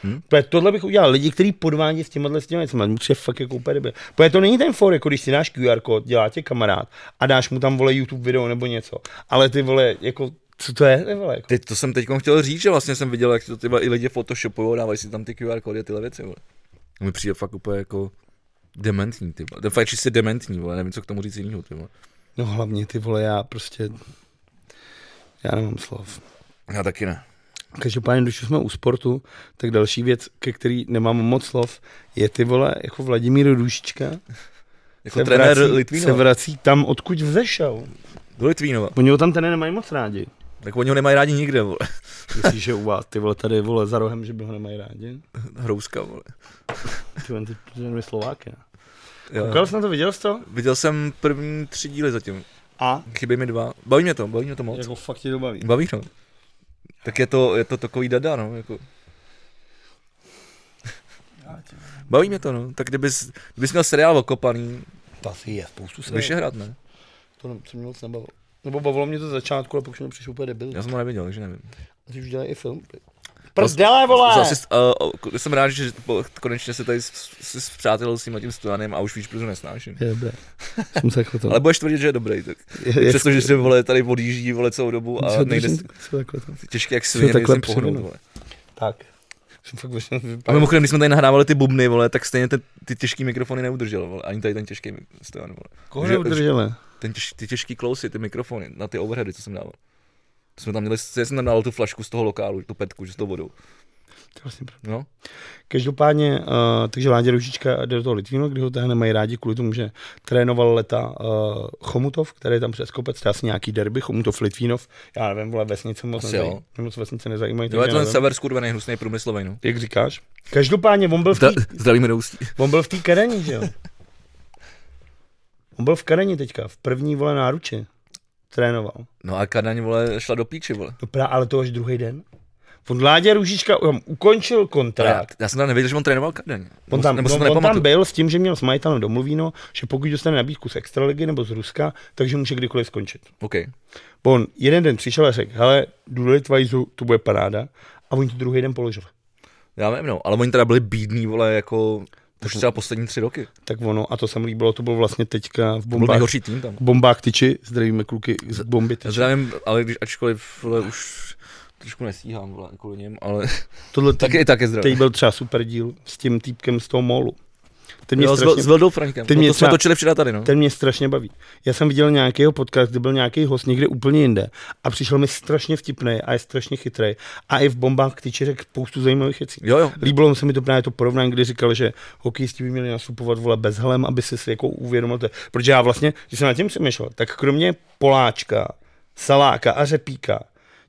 Speaker 2: Hmm? Tohle bych udělal. Lidi, kteří podvádí s těma s těma věcma, mu přijde fakt jako úplně debil. Protože to není ten for, jako když si dáš QR kód, dělá tě kamarád a dáš mu tam vole YouTube video nebo něco. Ale ty vole, jako, co to je? Ty vole, jako.
Speaker 1: Teď to jsem teď chtěl říct, že vlastně jsem viděl, jak to ty vole i lidi photoshopují, dávají si tam ty QR kódy a tyhle věci, vole. To Mi přijde fakt úplně jako dementní, ty vole. To je fakt čistě dementní, vole, nevím, co k tomu říct jinýho, ty vole.
Speaker 2: No hlavně ty vole, já prostě, já nemám slov.
Speaker 1: Já taky ne.
Speaker 2: Každopádně, když už jsme u sportu, tak další věc, ke který nemám moc slov, je ty vole, jako Vladimír Růžička
Speaker 1: Jako
Speaker 2: se
Speaker 1: trenér
Speaker 2: vrací, se
Speaker 1: Litvínova.
Speaker 2: vrací tam, odkud vzešel.
Speaker 1: Do Litvínova.
Speaker 2: Oni ho tam ten nemají moc rádi.
Speaker 1: Tak oni ho nemají rádi nikde, vole.
Speaker 2: Myslíš, že u vás ty vole tady vole za rohem, že by ho nemají rádi?
Speaker 1: Hrouska, vole.
Speaker 2: Ty vole, ty ty Slováky. ne?
Speaker 1: Jo.
Speaker 2: Koukal jsi na to, viděl jsi to?
Speaker 1: Viděl jsem první tři díly zatím.
Speaker 2: A?
Speaker 1: Chybí mi dva. Baví mě to, baví mě to moc.
Speaker 2: Jako fakt tě to baví.
Speaker 1: Baví to. Tak je to, je to takový dada, no, jako. Baví mě to, no. Tak kdybys, kdybys měl seriál okopaný,
Speaker 2: To asi je spoustu se.
Speaker 1: Vyšehrad, ne?
Speaker 2: To ne- se mě moc nebavilo. Nebo bavilo mě to začátku, ale pak už mi přišlo úplně debil.
Speaker 1: Já jsem ho neviděl, takže nevím.
Speaker 2: A ty už dělají i film. Prdele, vole!
Speaker 1: Zase, uh, jsem rád, že po- konečně se tady s- si spřátelil s tím tím Stojanem a už víš, proč ho nesnáším.
Speaker 2: Je dobré. Jsem se jako to.
Speaker 1: Ale budeš tvrdit, že je dobrý, tak.
Speaker 2: je,
Speaker 1: Přestože se vole tady odjíždí vole celou dobu a nejde s-
Speaker 2: jako
Speaker 1: těžké jak svině, nejde
Speaker 2: takhle
Speaker 1: se jim pohnout,
Speaker 2: přivinu.
Speaker 1: vole.
Speaker 2: Tak. Jsem fakt vlastně- vyšel.
Speaker 1: A mimochodem, když jsme tady nahrávali ty bubny, vole, tak stejně ten, ty těžký mikrofony neudržel, vole, ani tady ten těžký mi- Stojan, vole.
Speaker 2: Koho
Speaker 1: Že-
Speaker 2: neudrželi?
Speaker 1: Ten těž, ty těžký klousy, ty mikrofony, na ty overheady, co jsem dával. To jsme tam měli, já jsem tam dal tu flašku z toho lokálu, tu petku, že s tou vodou.
Speaker 2: To je vlastně pravda.
Speaker 1: No,
Speaker 2: Každopádně, uh, takže Láďa Ružička jde do toho Litvínu, kde ho teda nemají rádi kvůli tomu, že trénoval leta uh, Chomutov, který je tam přes kopec, to je asi nějaký derby, Chomutov, Litvínov, já nevím, vole, vesnice moc,
Speaker 1: Asi
Speaker 2: nezajímají,
Speaker 1: jo.
Speaker 2: moc vesnice nezajímají,
Speaker 1: jo, je
Speaker 2: takže
Speaker 1: to ten
Speaker 2: nevím.
Speaker 1: sever skurvený hnusný průmyslový, no.
Speaker 2: jak říkáš. Každopádně, on byl v té
Speaker 1: Zda- Zdravíme do ústí.
Speaker 2: On byl v té Kareni, že jo? On byl v Kareni teďka, v první vole náruči. Trénoval.
Speaker 1: No a Kadaň, vole, šla do píči, vole.
Speaker 2: No pra, ale to až druhý den. On Láďa Růžička um, ukončil
Speaker 1: A Já,
Speaker 2: kontrakt.
Speaker 1: já, jsem tam nevěděl, že on trénoval Kadaň.
Speaker 2: On tam, no,
Speaker 1: nebo si to
Speaker 2: on, on tam
Speaker 1: nepamatuju.
Speaker 2: byl s tím, že měl s majitelem domluvíno, že pokud dostane nabídku z extraligy nebo z Ruska, takže může kdykoliv skončit.
Speaker 1: OK.
Speaker 2: On jeden den přišel a řekl, hele, jdu do Litvajzu, to bude paráda. A oni to druhý den položili.
Speaker 1: Já nevím, no, ale oni teda byli bídní, vole, jako už třeba poslední tři roky.
Speaker 2: Tak ono, a to se mi líbilo, to bylo vlastně teďka v
Speaker 1: To byl
Speaker 2: bombách,
Speaker 1: nejhorší tým tam.
Speaker 2: v bombách tyči, zdravíme kluky z bomby
Speaker 1: Já
Speaker 2: tyči.
Speaker 1: zdravím, ale když, ačkoliv, vole, už trošku nestíhám, vole, kvůli něm, ale
Speaker 2: Tohle
Speaker 1: tak i tak je zdravím.
Speaker 2: Teď byl třeba super díl s tím týpkem z toho molu. Ten mě,
Speaker 1: Jo, s, Vel-
Speaker 2: strašně,
Speaker 1: s Veldou Frankem.
Speaker 2: Ty
Speaker 1: Ty
Speaker 2: mě
Speaker 1: mě to jsme
Speaker 2: třeba-
Speaker 1: točili včera tady, no.
Speaker 2: ten mě strašně baví. Já jsem viděl nějakého podcast, kde byl nějaký host někde úplně jinde a přišel mi strašně vtipný a je strašně chytrý. A i v bombách k tyči řekl spoustu zajímavých věcí.
Speaker 1: Jo, jo.
Speaker 2: Líbilo se mi to právě to porovnání, kdy říkal, že hokejisti by měli nasupovat vole bez helem, aby si, si jako uvědomil. To. Protože já vlastně, když jsem nad tím přemýšlel, tak kromě Poláčka, Saláka a Řepíka,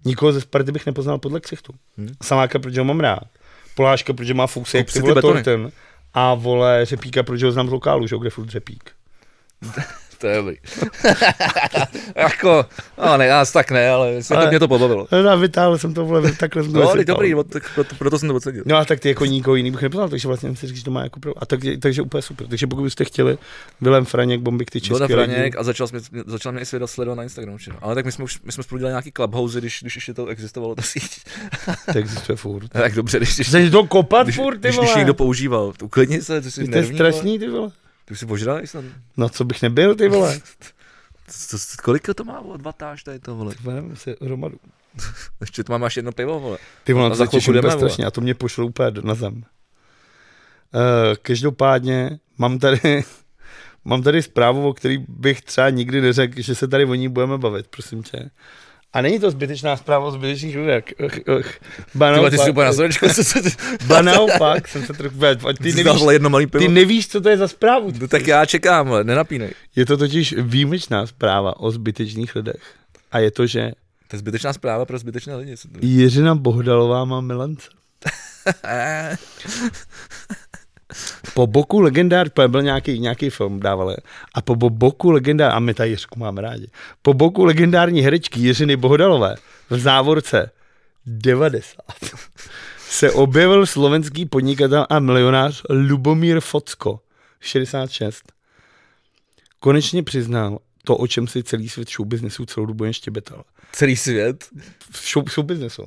Speaker 2: nikoho ze Sparty bych nepoznal podle ksichtu. Hmm. Saláka, protože ho mám rád. Poláčka, protože má fousy, jak
Speaker 1: Kup
Speaker 2: ty
Speaker 1: si ty
Speaker 2: vole
Speaker 1: betony.
Speaker 2: Torten. A vole Řepíka, protože ho znám z lokálu, že jo, kde furt Řepík.
Speaker 1: To je dobrý. jako, no ne, já tak ne, ale, ale...
Speaker 2: Ale-
Speaker 1: To mě to pobavilo.
Speaker 2: No, a vytáhl jsem to, vole, takhle jsem to
Speaker 1: No,
Speaker 2: vysypal.
Speaker 1: ale dobrý, no, tak proto, proto jsem to ocenil.
Speaker 2: No a tak ty jako nikoho jiný bych nepoznal, takže vlastně jsem si říct, že to má jako pro... A tak, takže úplně super. Takže pokud byste chtěli, Vilém Franěk, Bombik, ty
Speaker 1: Byl tam
Speaker 2: český
Speaker 1: Franěk a začal, jsme, začal mě i svěda sledovat na Instagramu. Včera. Ale tak my jsme, už, my jsme spolu dělali nějaký clubhouse, když, když ještě to existovalo, ta síť.
Speaker 2: To existuje furt.
Speaker 1: tak dobře, když, když,
Speaker 2: Chceš to kopat
Speaker 1: když,
Speaker 2: furt, ty
Speaker 1: když, když
Speaker 2: vole?
Speaker 1: někdo používal, to uklidni se, ty jsi
Speaker 2: To je
Speaker 1: nervní, vole.
Speaker 2: strašný, ty vole.
Speaker 1: Ty už jsi požral snad.
Speaker 2: No co bych nebyl, ty vole.
Speaker 1: Co, co, kolik to má, vole, vatáž tady to, vole.
Speaker 2: Ty vole, nevím, se hromadu.
Speaker 1: Ještě to mám až jedno pivo, vole.
Speaker 2: Ty vole,
Speaker 1: A
Speaker 2: to
Speaker 1: za chvilku
Speaker 2: zatěším úplně
Speaker 1: jdeme, vole.
Speaker 2: strašně a to mě pošlo úplně do- na zem. Eh, každopádně mám tady, mám tady zprávu, o který bych třeba nikdy neřekl, že se tady o ní budeme bavit, prosím tě. A není to zbytečná zpráva o zbytečných lidech. Ch- ch- ba
Speaker 1: Ty, vole, ty jsi
Speaker 2: naopak-
Speaker 1: úplně na srdečku, co se ty...
Speaker 2: Ba naopak, jsem se trochu... a Ty
Speaker 1: Ty
Speaker 2: nevíš,
Speaker 1: jedno malý pivo.
Speaker 2: ty nevíš, co to je za zprávu.
Speaker 1: No tak já čekám, ale nenapínej.
Speaker 2: Je to totiž výjimečná zpráva o zbytečných lidech. A je to, že
Speaker 1: To je zbytečná zpráva pro zbytečné lidi. co to-
Speaker 2: Jiřina Bohdalová má milence.
Speaker 1: Eh,
Speaker 2: Po boku legendár, to byl nějaký, nějaký film dávali, a po bo- boku legendár, a my tady Jiřku máme rádi, po boku legendární herečky Jiřiny Bohdalové v závorce 90 se objevil slovenský podnikatel a milionář Lubomír Focko, 66. Konečně přiznal to, o čem si celý svět showbiznesu celou dobu jen štěbetal.
Speaker 1: Celý svět,
Speaker 2: V show, showbiznesu.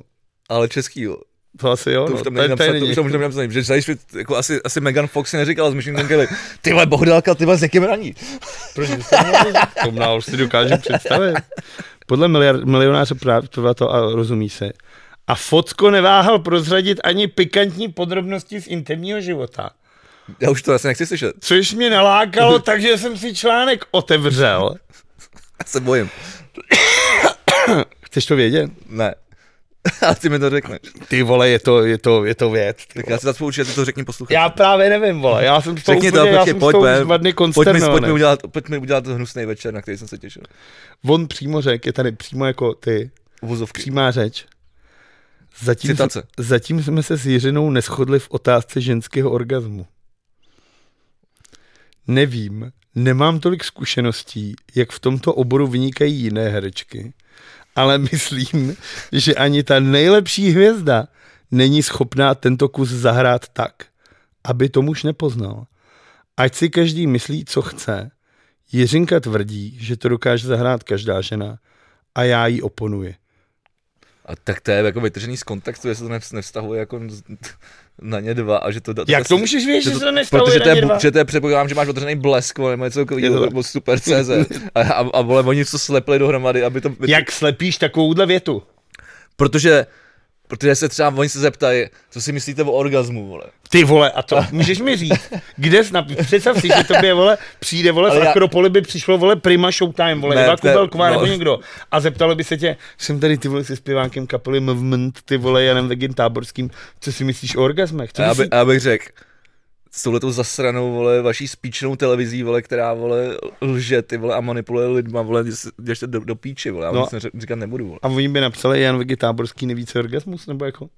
Speaker 1: ale český, jo.
Speaker 2: To asi jo.
Speaker 1: To
Speaker 2: no,
Speaker 1: už tam
Speaker 2: tady-
Speaker 1: není
Speaker 2: tady
Speaker 1: napsané, to
Speaker 2: není.
Speaker 1: už tam můžeme napsat, že celý svět, jako asi, asi Megan Fox si neříkala s Machine Gun Kelly, ty vole bohdálka, ty vole s někým raní.
Speaker 2: Proč byste nemohli? To na si dokážu představit. Podle miliard, milionáře právě to a rozumí se. A Focko neváhal prozradit ani pikantní podrobnosti z intimního života.
Speaker 1: Já už to asi nechci slyšet,
Speaker 2: Což mě nalákalo, takže jsem si článek otevřel.
Speaker 1: já se bojím.
Speaker 2: Chceš to vědět?
Speaker 1: Ne. A ty mi to řekneš.
Speaker 2: Ty vole, je to, je to, je to věc. Ty
Speaker 1: Tak
Speaker 2: vole.
Speaker 1: já se zacpu určitě, ty to řekni posluchač.
Speaker 2: Já právě nevím, vole. Já jsem z toho
Speaker 1: Řekni to, prostě
Speaker 2: úplně, já
Speaker 1: počkej,
Speaker 2: jsem
Speaker 1: pojď,
Speaker 2: z toho
Speaker 1: pojď,
Speaker 2: už dva dny
Speaker 1: pojď, mi, pojď, mi
Speaker 2: konsternovaný.
Speaker 1: udělat, pojď mi udělat hnusný večer, na který jsem se těšil.
Speaker 2: On přímo řekl, je tady přímo jako ty,
Speaker 1: Vozovky.
Speaker 2: přímá řeč. Zatím,
Speaker 1: Citace.
Speaker 2: zatím jsme se s Jiřinou neschodli v otázce ženského orgazmu. Nevím, nemám tolik zkušeností, jak v tomto oboru vynikají jiné herečky, ale myslím, že ani ta nejlepší hvězda není schopná tento kus zahrát tak, aby to muž nepoznal. Ať si každý myslí, co chce, Jiřinka tvrdí, že to dokáže zahrát každá žena a já jí oponuji.
Speaker 1: A tak to je jako vytržený z kontextu, jestli to nevz- nevztahuje jako z- na ně dva a že to...
Speaker 2: Jak to můžeš vědět, že se to nestalo
Speaker 1: Protože to, je,
Speaker 2: dva?
Speaker 1: bu- že to je předpokládám, že máš odřený blesk, vole, nebo něco
Speaker 2: Je to
Speaker 1: takového,
Speaker 2: tak.
Speaker 1: nebo super CZ. A, a, a vole, oni to slepili dohromady, aby to...
Speaker 2: Jak slepíš takovouhle větu?
Speaker 1: Protože, protože se třeba oni se zeptají, co si myslíte o orgazmu, vole.
Speaker 2: Ty vole, a to můžeš mi říct, kde jsi, na, představ si, že tobě vole, přijde vole,
Speaker 1: Ale
Speaker 2: v
Speaker 1: já-
Speaker 2: Akropoli by přišlo vole Prima Showtime, vole,
Speaker 1: Ne,
Speaker 2: Eva
Speaker 1: to je-
Speaker 2: Kubelková nebo
Speaker 1: no.
Speaker 2: někdo a zeptalo by se tě, jsem tady ty vole se zpěvákem kapely Movement, ty vole Janem Vegin Táborským, co si myslíš o orgazmech? Co
Speaker 1: A já,
Speaker 2: myslíš?
Speaker 1: by, a já bych řekl, s touhletou zasranou, vole, vaší spíčnou televizí, vole, která, vole, lže, ty, vole, a manipuluje lidma, vole, ještě do, do píči, vole, já
Speaker 2: No.
Speaker 1: no. nic neřek- říkat nebudu, vole.
Speaker 2: A oni by napsali, Jan Vegi Táborský neví, co je orgasmus, nebo jako?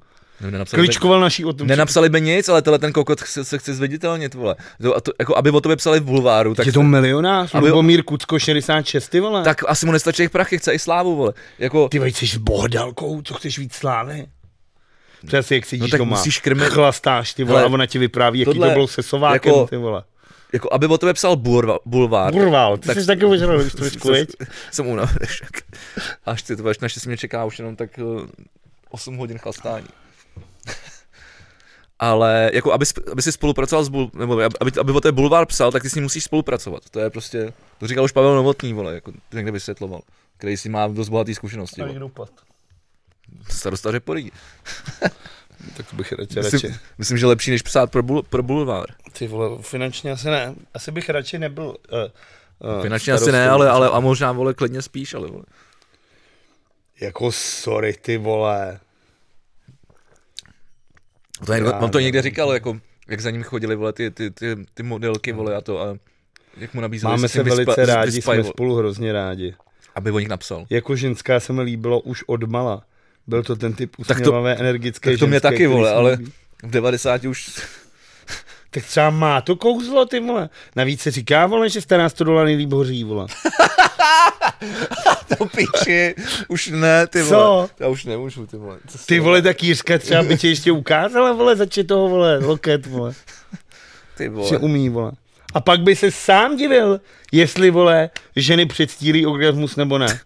Speaker 1: Ne, nenapsali, by,
Speaker 2: Kličkoval naší o tom.
Speaker 1: nenapsali by nic, ale tenhle ten kokot chce, se chce zviditelnit, vole. To, a to, jako, aby o tobě psali v bulváru, tak,
Speaker 2: je to milionář,
Speaker 1: Aby-
Speaker 2: Lubomír Kucko 66, ty vole.
Speaker 1: tak asi mu nestačí jejich prachy, chce i slávu, vole. Jako,
Speaker 2: Ty vej, jsi s bohdalkou, co chceš víc slávy? Přesně jak sedíš
Speaker 1: No tak
Speaker 2: doma,
Speaker 1: musíš krmit-
Speaker 2: chlastáš, ty vole,
Speaker 1: Hele,
Speaker 2: a ona ti vypráví, jaký
Speaker 1: tohle
Speaker 2: to bylo se sovákem,
Speaker 1: jako-
Speaker 2: ty vole.
Speaker 1: jako, aby o tebe psal bulva- bulvár.
Speaker 2: Burval, ty
Speaker 1: tak-
Speaker 2: jsi taky ožral historičku,
Speaker 1: jsem,
Speaker 2: veď?
Speaker 1: jsem unavený však. Až ty to budeš, naštěstí mě čeká už jenom tak eh, 8 hodin chlastání. Ale jako, aby, sp- aby si spolupracoval s bul, nebo aby, aby, aby o té bulvár psal, tak ty s ním musíš spolupracovat. To je prostě, to říkal už Pavel Novotný, vole, jako to někde vysvětloval, který si má dost bohatý zkušenosti. Vole. Starosta Řeporí.
Speaker 2: Tak to bych radši,
Speaker 1: Myslím, myslím, že lepší, než psát pro, bul, pro bulvár.
Speaker 2: Ty vole, finančně asi ne, asi bych radši nebyl uh, uh,
Speaker 1: Finančně asi ne, ale, ale a možná, vole, klidně spíš, ale vole.
Speaker 2: Jako sorry, ty vole.
Speaker 1: To někdo,
Speaker 2: Já
Speaker 1: on to
Speaker 2: nevím.
Speaker 1: někde říkal, jako, jak za ním chodili vole, ty, ty, ty, ty modelky vole, a to a jak mu nabízeli,
Speaker 2: Máme
Speaker 1: jestli
Speaker 2: se
Speaker 1: vyspa-
Speaker 2: velice rádi,
Speaker 1: vyspaj,
Speaker 2: jsme
Speaker 1: vole,
Speaker 2: spolu hrozně rádi.
Speaker 1: aby o nich napsal.
Speaker 2: Jako ženská se mi líbilo už od mala. Byl to ten typ
Speaker 1: to-
Speaker 2: usměvavé, energické
Speaker 1: tak to mě
Speaker 2: ženské,
Speaker 1: taky,
Speaker 2: který
Speaker 1: vole,
Speaker 2: se mi
Speaker 1: ale-
Speaker 2: líbí.
Speaker 1: V 90 už,
Speaker 2: Tak třeba má to kouzlo, ty vole. Navíc se říká, vole, že stará 100 dolarů nejlíp hoří, vole.
Speaker 1: to píči, už ne, ty
Speaker 2: Co?
Speaker 1: vole. Já už nemůžu, ty vole. Co
Speaker 2: Ty vole, tak Jiřka třeba by tě ještě ukázala, vole, zači toho, vole, loket, vole,
Speaker 1: Ty
Speaker 2: že
Speaker 1: vole.
Speaker 2: umí, vole. A pak by se sám divil, jestli, vole, ženy předstílí orgasmus nebo ne.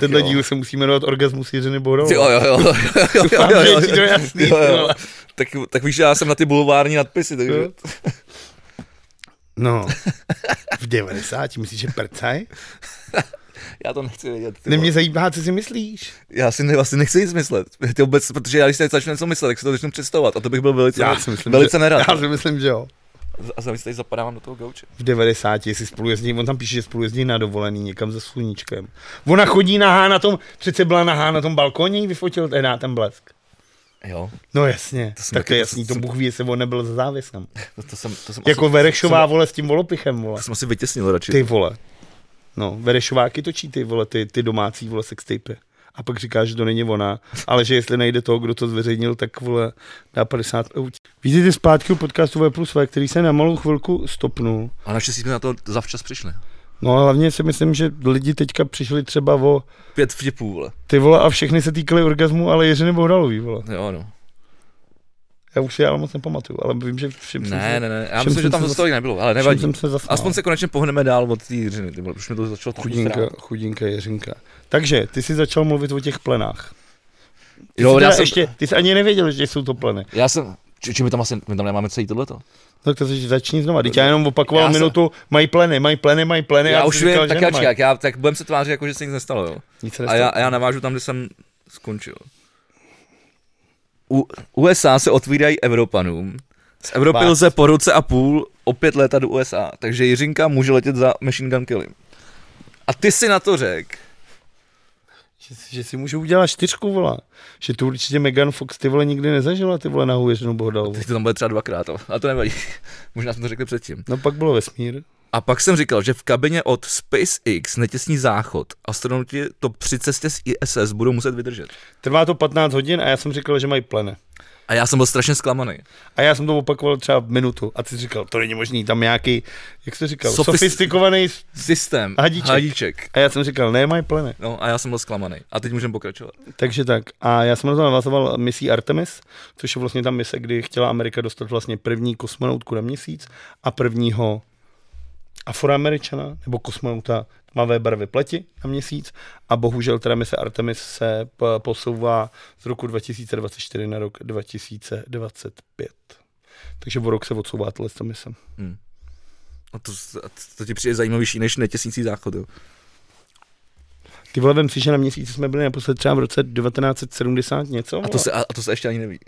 Speaker 2: Tenhle
Speaker 1: jo.
Speaker 2: díl se musí jmenovat Orgasmus Jiřiny Bohrové.
Speaker 1: Ty, jo, jo, jo, jo, jo,
Speaker 2: Doufám,
Speaker 1: jo,
Speaker 2: že
Speaker 1: jo,
Speaker 2: je ti to jasný,
Speaker 1: jo, jo.
Speaker 2: vole.
Speaker 1: Tak, tak víš, že já jsem na ty bulvární nadpisy, takže
Speaker 2: Jo. No, v 90, myslíš, že prcaj?
Speaker 1: já to nechci vědět. ty vole.
Speaker 2: Nemě zajímá, co si myslíš.
Speaker 1: Já si ne, vlastně nechci nic myslet, ty vůbec, protože já když si začnu něco myslet, tak si to začnu představovat a to bych byl velice, velice
Speaker 2: že,
Speaker 1: nerad.
Speaker 2: Já si myslím, že jo.
Speaker 1: A zároveň se tady zapadávám do toho gauče.
Speaker 2: v 90, jestli spolu jezdí, on tam píše, že spolu jezdí na dovolený někam za sluníčkem. Ona chodí nahá na tom, přece byla nahá na tom balkoně, jí vyfotil teda ten blesk.
Speaker 1: Jo,
Speaker 2: No jasně,
Speaker 1: To
Speaker 2: to
Speaker 1: jsem
Speaker 2: tak
Speaker 1: taky-
Speaker 2: to je
Speaker 1: to
Speaker 2: jasný, to
Speaker 1: jsem-
Speaker 2: Bůh ví, jestli on nebyl s závěsem.
Speaker 1: to, to jsem, to jsem
Speaker 2: Jako
Speaker 1: asi,
Speaker 2: Verešová,
Speaker 1: Jsem,
Speaker 2: vole, s tím volopichem, vole.
Speaker 1: to jsem asi vytěsnil radši.
Speaker 2: Ty vole. No, Verešováky točí ty vole, ty, ty domácí vole sextapy. A pak říká, že to není ona, ale že jestli najde toho, kdo to zveřejnil, tak vole dá 50 eur. Vidíte zpátky u podcastu V plus V, který se na malou chvilku stopnul.
Speaker 1: A naštěstí jsme na to zavčas přišli.
Speaker 2: No a hlavně si myslím, že lidi teďka přišli třeba o
Speaker 1: Pět vtipů, vole.
Speaker 2: ty vole a všechny se týkaly orgasmu, ale Jiřiny Bohdalový, vole.
Speaker 1: Jo, no.
Speaker 2: Já už si je ale moc nepamatuju, ale vím, že všem jsem
Speaker 1: Ne,
Speaker 2: se,
Speaker 1: ne, ne, já
Speaker 2: čem
Speaker 1: myslím, že
Speaker 2: jsem
Speaker 1: tam
Speaker 2: se
Speaker 1: zase tolik nebylo, ale
Speaker 2: všem
Speaker 1: nevadí.
Speaker 2: jsem se no. zasmál.
Speaker 1: Aspoň se konečně pohneme dál od té Jiřiny, ty vole, už mi to začalo trochu
Speaker 2: Chudinka,
Speaker 1: srát.
Speaker 2: chudinka Jiřinka. Takže, ty jsi začal mluvit o těch plenách. Ty
Speaker 1: Jo,
Speaker 2: jsi
Speaker 1: já
Speaker 2: teda
Speaker 1: jsem,
Speaker 2: ještě, ty jsi ani nevěděl, že jsou to pleny.
Speaker 1: já jsem, či, či my tam asi, my tam nemáme celý tohleto.
Speaker 2: No tak to si začni znova. Teď já jenom opakoval
Speaker 1: Já
Speaker 2: já
Speaker 1: jsem-
Speaker 2: minutu, mají pleny, mají pleny, mají pleny.
Speaker 1: Já,
Speaker 2: a
Speaker 1: já
Speaker 2: ty
Speaker 1: už
Speaker 2: jsi
Speaker 1: vím,
Speaker 2: říkal,
Speaker 1: tak
Speaker 2: že
Speaker 1: já
Speaker 2: nemají.
Speaker 1: čekaj, jak já, tak budem se tvářit, jako že se nic nestalo, jo.
Speaker 2: Nic
Speaker 1: A já, a já navážu tam, kde jsem skončil. U, USA se otvírají Evropanům. Z Evropy
Speaker 2: Fakt.
Speaker 1: lze po roce a půl opět létat do USA, takže Jiřinka může letět za Machine Gun Killim. A ty si na to řekl.
Speaker 2: Že, že, si můžu udělat čtyřku, vole. Že tu určitě Megan Fox ty vole nikdy nezažila, ty vole na Jiřinu Bohdalovou.
Speaker 1: Teď to tam bude třeba dvakrát, ale- ale to nevadí. Možná jsme to řekli předtím.
Speaker 2: No pak bylo vesmír.
Speaker 1: A pak jsem říkal, že v kabině od SpaceX netěsní záchod. Astronauti to při cestě z ISS budou muset vydržet.
Speaker 2: Trvá to 15 hodin a já jsem říkal, že mají plene.
Speaker 1: A já jsem byl strašně zklamaný.
Speaker 2: A já jsem to opakoval třeba minutu a ty jsi říkal, to není možný, tam nějaký, jak jsi to říkal,
Speaker 1: Sofis-
Speaker 2: sofistikovaný s-
Speaker 1: Systém.
Speaker 2: Hadíček.
Speaker 1: Hadíček.
Speaker 2: a já jsem říkal, ne, my planet.
Speaker 1: No a já jsem byl zklamaný. A teď můžeme pokračovat.
Speaker 2: Takže tak. A já jsem na to navazoval misí Artemis, což je vlastně ta mise, kdy chtěla Amerika dostat vlastně první kosmonautku na měsíc a prvního afroameričana nebo kosmonauta tmavé barvy pleti na měsíc a bohužel teda mise Artemis se p- posouvá z roku 2024 na rok 2025. Takže o rok se odsouvá tahle ta mise.
Speaker 1: A to, a to ti přijde zajímavější než netěsící záchod. Jo.
Speaker 2: Ty vole, vem si, že na měsíci jsme byli naposled třeba v roce 1970 něco.
Speaker 1: A, to se, a, a to se ještě ani neví.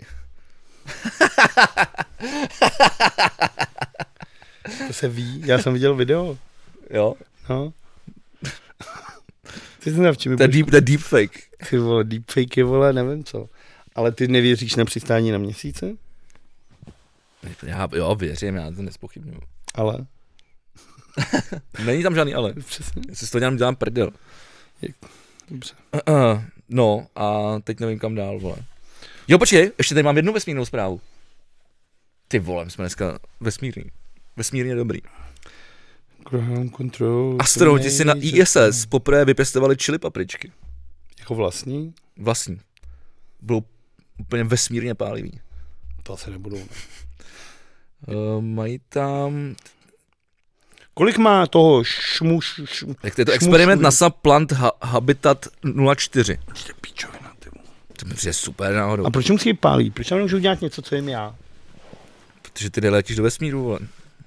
Speaker 2: to se ví, já jsem viděl video.
Speaker 1: Jo?
Speaker 2: No. Ty jsi navčím,
Speaker 1: To je deep, to je deep fake.
Speaker 2: ty vole, deepfakey, vole, nevím co. Ale ty nevěříš na přistání na měsíce?
Speaker 1: Já, jo, věřím, já to nespochybnuju.
Speaker 2: Ale,
Speaker 1: Není tam žádný ale.
Speaker 2: přesně,
Speaker 1: Já si z toho dělám, dělám prdel.
Speaker 2: dobře.
Speaker 1: Uh, no a teď nevím kam dál, vole. Jo, počkej, ještě tady mám jednu vesmírnou zprávu. Ty vole, my jsme dneska vesmírní. Vesmírně dobrý.
Speaker 2: Ground control.
Speaker 1: Astronauti si na E ISS poprvé vypěstovali čili papričky.
Speaker 2: Jako vlastní?
Speaker 1: Vlastní. Budou úplně vesmírně pálivý.
Speaker 2: To asi nebudou. Ne.
Speaker 1: Uh, mají tam...
Speaker 2: Kolik má toho šmu, š, š,
Speaker 1: Jak to je to?
Speaker 2: Šmušuj.
Speaker 1: Experiment NASA Plant ha- Habitat 04.
Speaker 2: píčovina, ty vole.
Speaker 1: To mi přijde super náhodou.
Speaker 2: A proč musí je pálí? Proč tam nemůžu dělat něco, co jim já?
Speaker 1: Protože ty letíš do vesmíru, vole.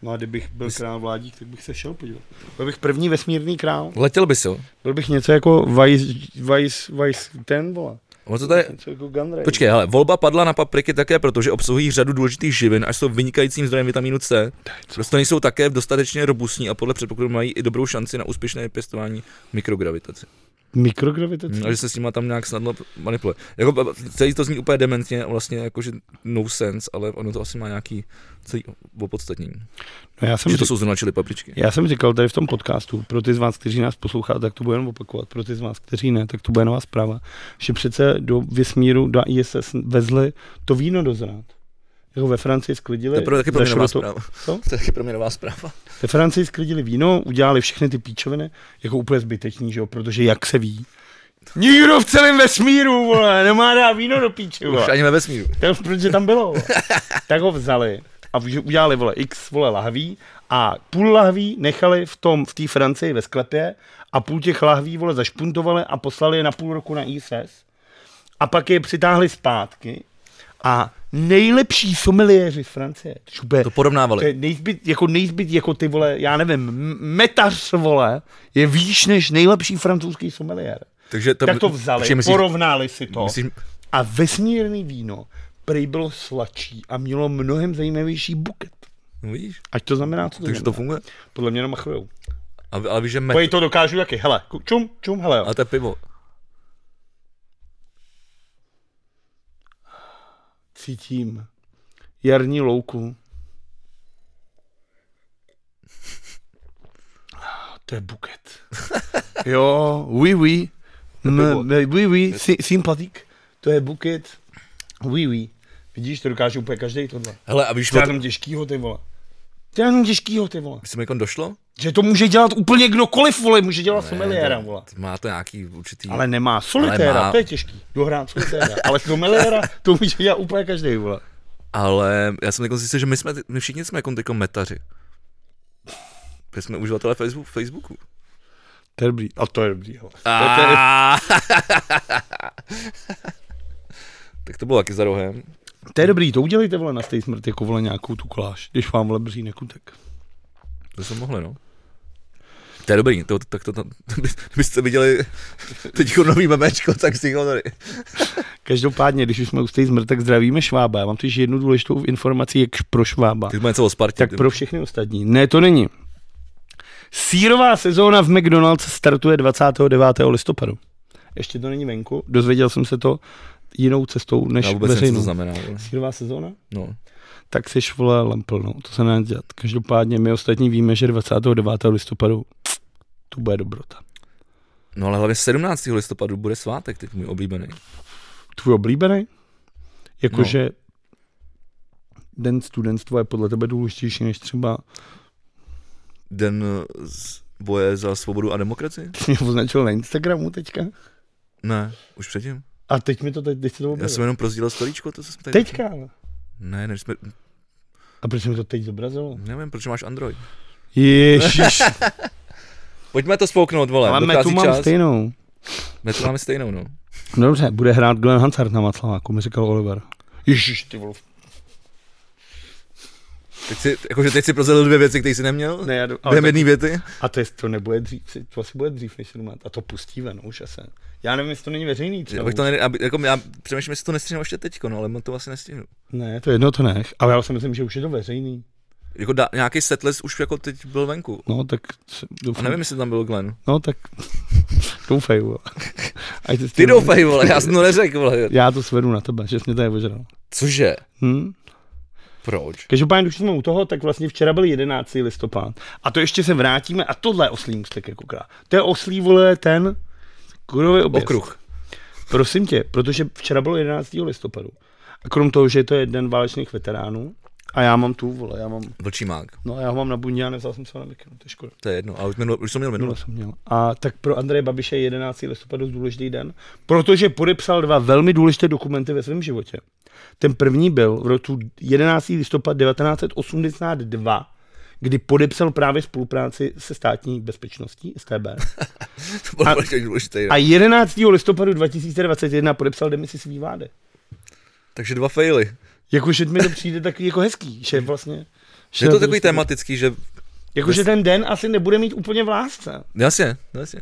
Speaker 2: No a kdybych byl král vládík, tak bych se šel podívat. Byl bych první vesmírný král.
Speaker 1: Letěl bys, jo?
Speaker 2: Byl bych něco jako Vice, Vice, Vice ten, vole.
Speaker 1: Ono to tady...
Speaker 2: Něco jako Gunray.
Speaker 1: Počkej, hele, volba padla na papriky také proto, že obsahují řadu důležitých živin a jsou vynikajícím zdrojem vitamínu C. Prosto nejsou také dostatečně robustní a podle předpokladu mají i dobrou šanci na úspěšné pěstování mikrogravitace. Hm,
Speaker 2: Mikrogravitace?
Speaker 1: A že se s nima tam nějak snadno manipuluje. Jako, b- b- celý to zní úplně dementně, vlastně jakože no sense, ale ono to asi má nějaký celý opodstatnění.
Speaker 2: No já jsem
Speaker 1: Že to jsou zrovna čili papričky.
Speaker 2: Já jsem říkal tady v tom podcastu, pro ty z vás, kteří nás poslouchá, tak to bude jenom opakovat, pro ty z vás, kteří ne, tak to bude nová zpráva, že přece do vesmíru, do ISS vezli to víno dozrát. Jako ve
Speaker 1: To
Speaker 2: Francii sklidili.
Speaker 1: je pro, taky pro mě nová
Speaker 2: zašroto-
Speaker 1: zpráva.
Speaker 2: Co?
Speaker 1: To je taky pro mě nová zpráva.
Speaker 2: Ve Francii sklidili víno, udělali všechny ty píčoviny, jako úplně zbytečný, že jo, protože jak se ví, Nikdo v celém vesmíru, vole, nemá dá víno do píče,
Speaker 1: Už
Speaker 2: vole.
Speaker 1: ani ve vesmíru.
Speaker 2: To, protože tam bylo, vole. Tak ho vzali a už udělali, vole, x, vole, lahví a půl lahví nechali v tom, v té Francii ve sklepě a půl těch lahví, vole, zašpuntovali a poslali je na půl roku na ISS a pak je přitáhli zpátky a nejlepší someliéři z Francie, což úplně,
Speaker 1: To porovnávali.
Speaker 2: to je nejzbyt, jako nejzbyt, jako ty vole, já nevím, m- metař, vole, je výš než nejlepší francouzský someliér.
Speaker 1: Takže to,
Speaker 2: Tak to vzali,
Speaker 1: takže myslíš,
Speaker 2: porovnali si to.
Speaker 1: myslíš,
Speaker 2: A vesmírný víno prý bylo sladší a mělo mnohem zajímavější buket.
Speaker 1: no vidíš,
Speaker 2: Ať to znamená, co to
Speaker 1: takže to
Speaker 2: znamená.
Speaker 1: funguje.
Speaker 2: Podle mě namachujou.
Speaker 1: A, ale víš, že met,
Speaker 2: Pojď to dokážu jaký, hele, ku- čum, čum, hele. jo.
Speaker 1: a to je pivo.
Speaker 2: Cítím jarní louku. Ah, To je buket. Jo, oui, oui. M-
Speaker 1: pivo.
Speaker 2: m- Oui, oui, sy- sympatik. To je buket. Oui, oui. Vidíš, to dokáže úplně každý tohle.
Speaker 1: Hele, a víš,
Speaker 2: Já
Speaker 1: o-
Speaker 2: jenom těžkýho, ty vole. Já jenom těžkýho, ty vole.
Speaker 1: Myslím, jako došlo?
Speaker 2: Že to může dělat úplně kdokoliv, vole, může dělat someliéra,
Speaker 1: to-
Speaker 2: vole.
Speaker 1: to Má to nějaký určitý...
Speaker 2: Ale nemá solitéra,
Speaker 1: má-
Speaker 2: to je těžký, dohrát solitéra, ale someliéra to může dělat úplně každý, vole.
Speaker 1: ale já jsem teďko zjistil, že my, jsme, my všichni jsme jako teďko metaři. Že jsme uživatelé Facebook, Facebooku.
Speaker 2: To je dobrý, a to je dobrý, hele.
Speaker 1: A... tak to bylo taky za rohem.
Speaker 2: To je dobrý, to udělejte, vole, na stej smrt, jako vole nějakou tu koláž, když vám vole bří nekutek.
Speaker 1: To jsme mohli, no. To je dobrý, to, tak to tam, byste viděli teď nový memečko, tak si ho tady.
Speaker 2: Každopádně, když už jsme u stej smrt, tak zdravíme Švába. Já mám tu ještě jednu důležitou informaci, jak pro Švába.
Speaker 1: Ty jsme něco o Spartě.
Speaker 2: Tak
Speaker 1: ty-
Speaker 2: pro všechny ostatní. Ne, to není. Sírová sezóna v McDonald's startuje 29. listopadu. Ještě to není venku, dozvěděl jsem se to jinou cestou
Speaker 1: Já
Speaker 2: než
Speaker 1: vůbec nevím, co to
Speaker 2: veřejnou.
Speaker 1: znamená. vole.
Speaker 2: Sírová sezóna?
Speaker 1: No.
Speaker 2: Tak seš vole lampl, no, to se nedá dělat. Každopádně my ostatní víme, že 29. listopadu tu bude dobrota.
Speaker 1: no ale hlavně 17. listopadu bude svátek, teď můj oblíbený. No.
Speaker 2: Tvůj oblíbený? Jakože den studentstva je podle tebe důležitější než třeba
Speaker 1: Den eh, z boje za svobodu a demokracii?
Speaker 2: ty mě označil na Instagramu teďka?
Speaker 1: Ne, už předtím.
Speaker 2: A teď mi to teď, teď se to
Speaker 1: Já
Speaker 2: objevilo.
Speaker 1: jsem jenom prozdílel storíčko, to co jsem tady...
Speaker 2: Teďka? ale.
Speaker 1: Ne, než jsme,
Speaker 2: A proč mi to teď zobrazilo?
Speaker 1: nevím, proč máš Android.
Speaker 2: Ježíš,
Speaker 1: Pojďme to spouknout, vole,
Speaker 2: ale metu
Speaker 1: dochází
Speaker 2: mám
Speaker 1: čas.
Speaker 2: stejnou.
Speaker 1: Metu máme stejnou, no.
Speaker 2: No dobře, bude hrát Glenn Hansard na Václaváku, mi říkal Oliver. Ježíš, ty vole.
Speaker 1: Teď si, jakože teď si prozradil dvě věci, které jsi neměl?
Speaker 2: Ne, já jdu, ale
Speaker 1: Během
Speaker 2: to,
Speaker 1: jedné věty?
Speaker 2: a to, je, to nebude dřív, to asi bude dřív než 17. A to pustí ven už asi. Já nevím, jestli to není veřejný třeba.
Speaker 1: Abych to ne, aby, jako, já přemýšlím, jestli to nestihnu ještě teďko, no, ale to asi nestihnu.
Speaker 2: Ne, to jedno to nech, ale já si myslím, že už je to veřejný.
Speaker 1: Jako da, nějaký setlist už jako teď byl venku.
Speaker 2: No, tak se-
Speaker 1: A
Speaker 2: doufám.
Speaker 1: nevím, jestli tam byl Glenn.
Speaker 2: No, tak doufej, vole. Ať se s
Speaker 1: Ty
Speaker 2: tím-
Speaker 1: doufej, vole, já jsem to neřekl, vole.
Speaker 2: Já to svedu na tebe, že jsi mě tady ožral.
Speaker 1: Cože?
Speaker 2: Hm?
Speaker 1: Proč?
Speaker 2: Každopádně, když jsme u toho, tak vlastně včera byl 11. listopad. A to ještě se vrátíme, a tohle je oslý mustek jako krá. To je oslý, vole, ten kurový objezd.
Speaker 1: Okruh.
Speaker 2: Prosím tě, protože včera bylo 11. listopadu. A krom toho, že je to jeden válečných veteránů, a já mám tu, vole, já mám,
Speaker 1: Vlčí mák.
Speaker 2: no já ho mám na bundě a nevzal jsem se ho na mikinu, to je škoda.
Speaker 1: To je jedno, ale už, minul, už jsem měl minule.
Speaker 2: Minule jsem měl. A tak pro Andreje Babiše je 11. listopadu důležitý den, protože podepsal dva velmi důležité dokumenty ve svém životě. Ten první byl v roku 11. listopad 1982, kdy podepsal právě spolupráci se státní bezpečností, STB.
Speaker 1: To bylo velice důležité.
Speaker 2: A 11. listopadu 2021 podepsal demisi svý vlády.
Speaker 1: Takže dva faily.
Speaker 2: Jakože mi to přijde takový jako hezký, že vlastně...
Speaker 1: Je to prostě- takový tematický, že...
Speaker 2: Jakože ten den asi nebude mít úplně v lásce.
Speaker 1: Jasně, jasně.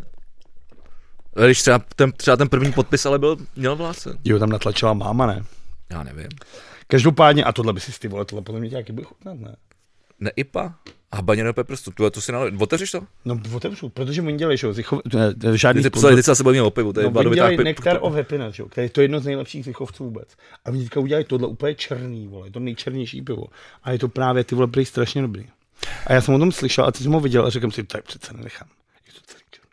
Speaker 1: Ale Když třeba ten, třeba ten první podpis, ale byl, měl vláse.
Speaker 2: Jo, tam natlačila máma, ne?
Speaker 1: Já nevím.
Speaker 2: Každopádně, a tohle by si ty vole, tohle podle mě tě jaký bude chutnat, ne?
Speaker 1: Ne IPA? Habanero pepperstu, to, to si nalej, otevřeš to?
Speaker 2: No otevřu, protože oni dělají, že jo, zichov... ne, ne, žádný
Speaker 1: Ty
Speaker 2: sponsor-
Speaker 1: psali, teď se asi bavíme o pivu, to je
Speaker 2: No,
Speaker 1: no,
Speaker 2: oni dělají
Speaker 1: pi-
Speaker 2: Nectar of Happiness, že jo, který je to jedno z nejlepších zichovců vůbec. A oni teďka udělali tohle úplně černý, vole, je to nejčernější pivo. A je to právě ty vole prý strašně dobrý. A já jsem o tom slyšel a teď jsem ho viděl a řekl si, tak přece nenechám. Je to celý černý.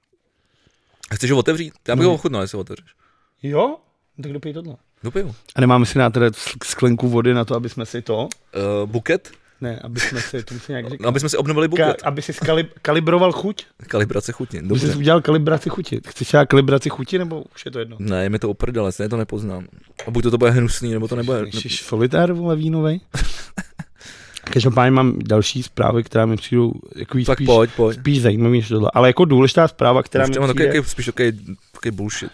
Speaker 1: Chceš ho otevřít? Já
Speaker 2: No.
Speaker 1: bych ho ochutnal, jestli ho otevřeš.
Speaker 2: Jo? No, tak dopij tohle.
Speaker 1: Do pivu.
Speaker 2: A nemáme si dát teda sk- sklenku vody na to, aby jsme si to,
Speaker 1: Uh, buket?
Speaker 2: ne, aby jsme si, to musím nějak říkat,
Speaker 1: No, Aby jsme si obnovili buket.
Speaker 2: Eh, Ka- aby si skali- kalibroval chuť,
Speaker 1: Kalibrace chutně.
Speaker 2: aby
Speaker 1: Dobře.
Speaker 2: jsi udělal kalibraci chuti. Chceš dělat kalibraci chuti, nebo už je to jedno?
Speaker 1: Ne, je mi to oprdele, ne, to nepoznám. A buď to, to bude hnusný, nebo to nebude. Ne,
Speaker 2: Ježiš, solitár, vole, vínovej. Každopádně mám další zprávy, která mi přijdou jako
Speaker 1: tak
Speaker 2: spíš,
Speaker 1: pojď, pojď.
Speaker 2: spíš zajímavý než tohle. Ale jako důležitá zpráva, která mi
Speaker 1: Už to mám
Speaker 2: přijde,
Speaker 1: takový, jaký- spíš takový, takový bullshit.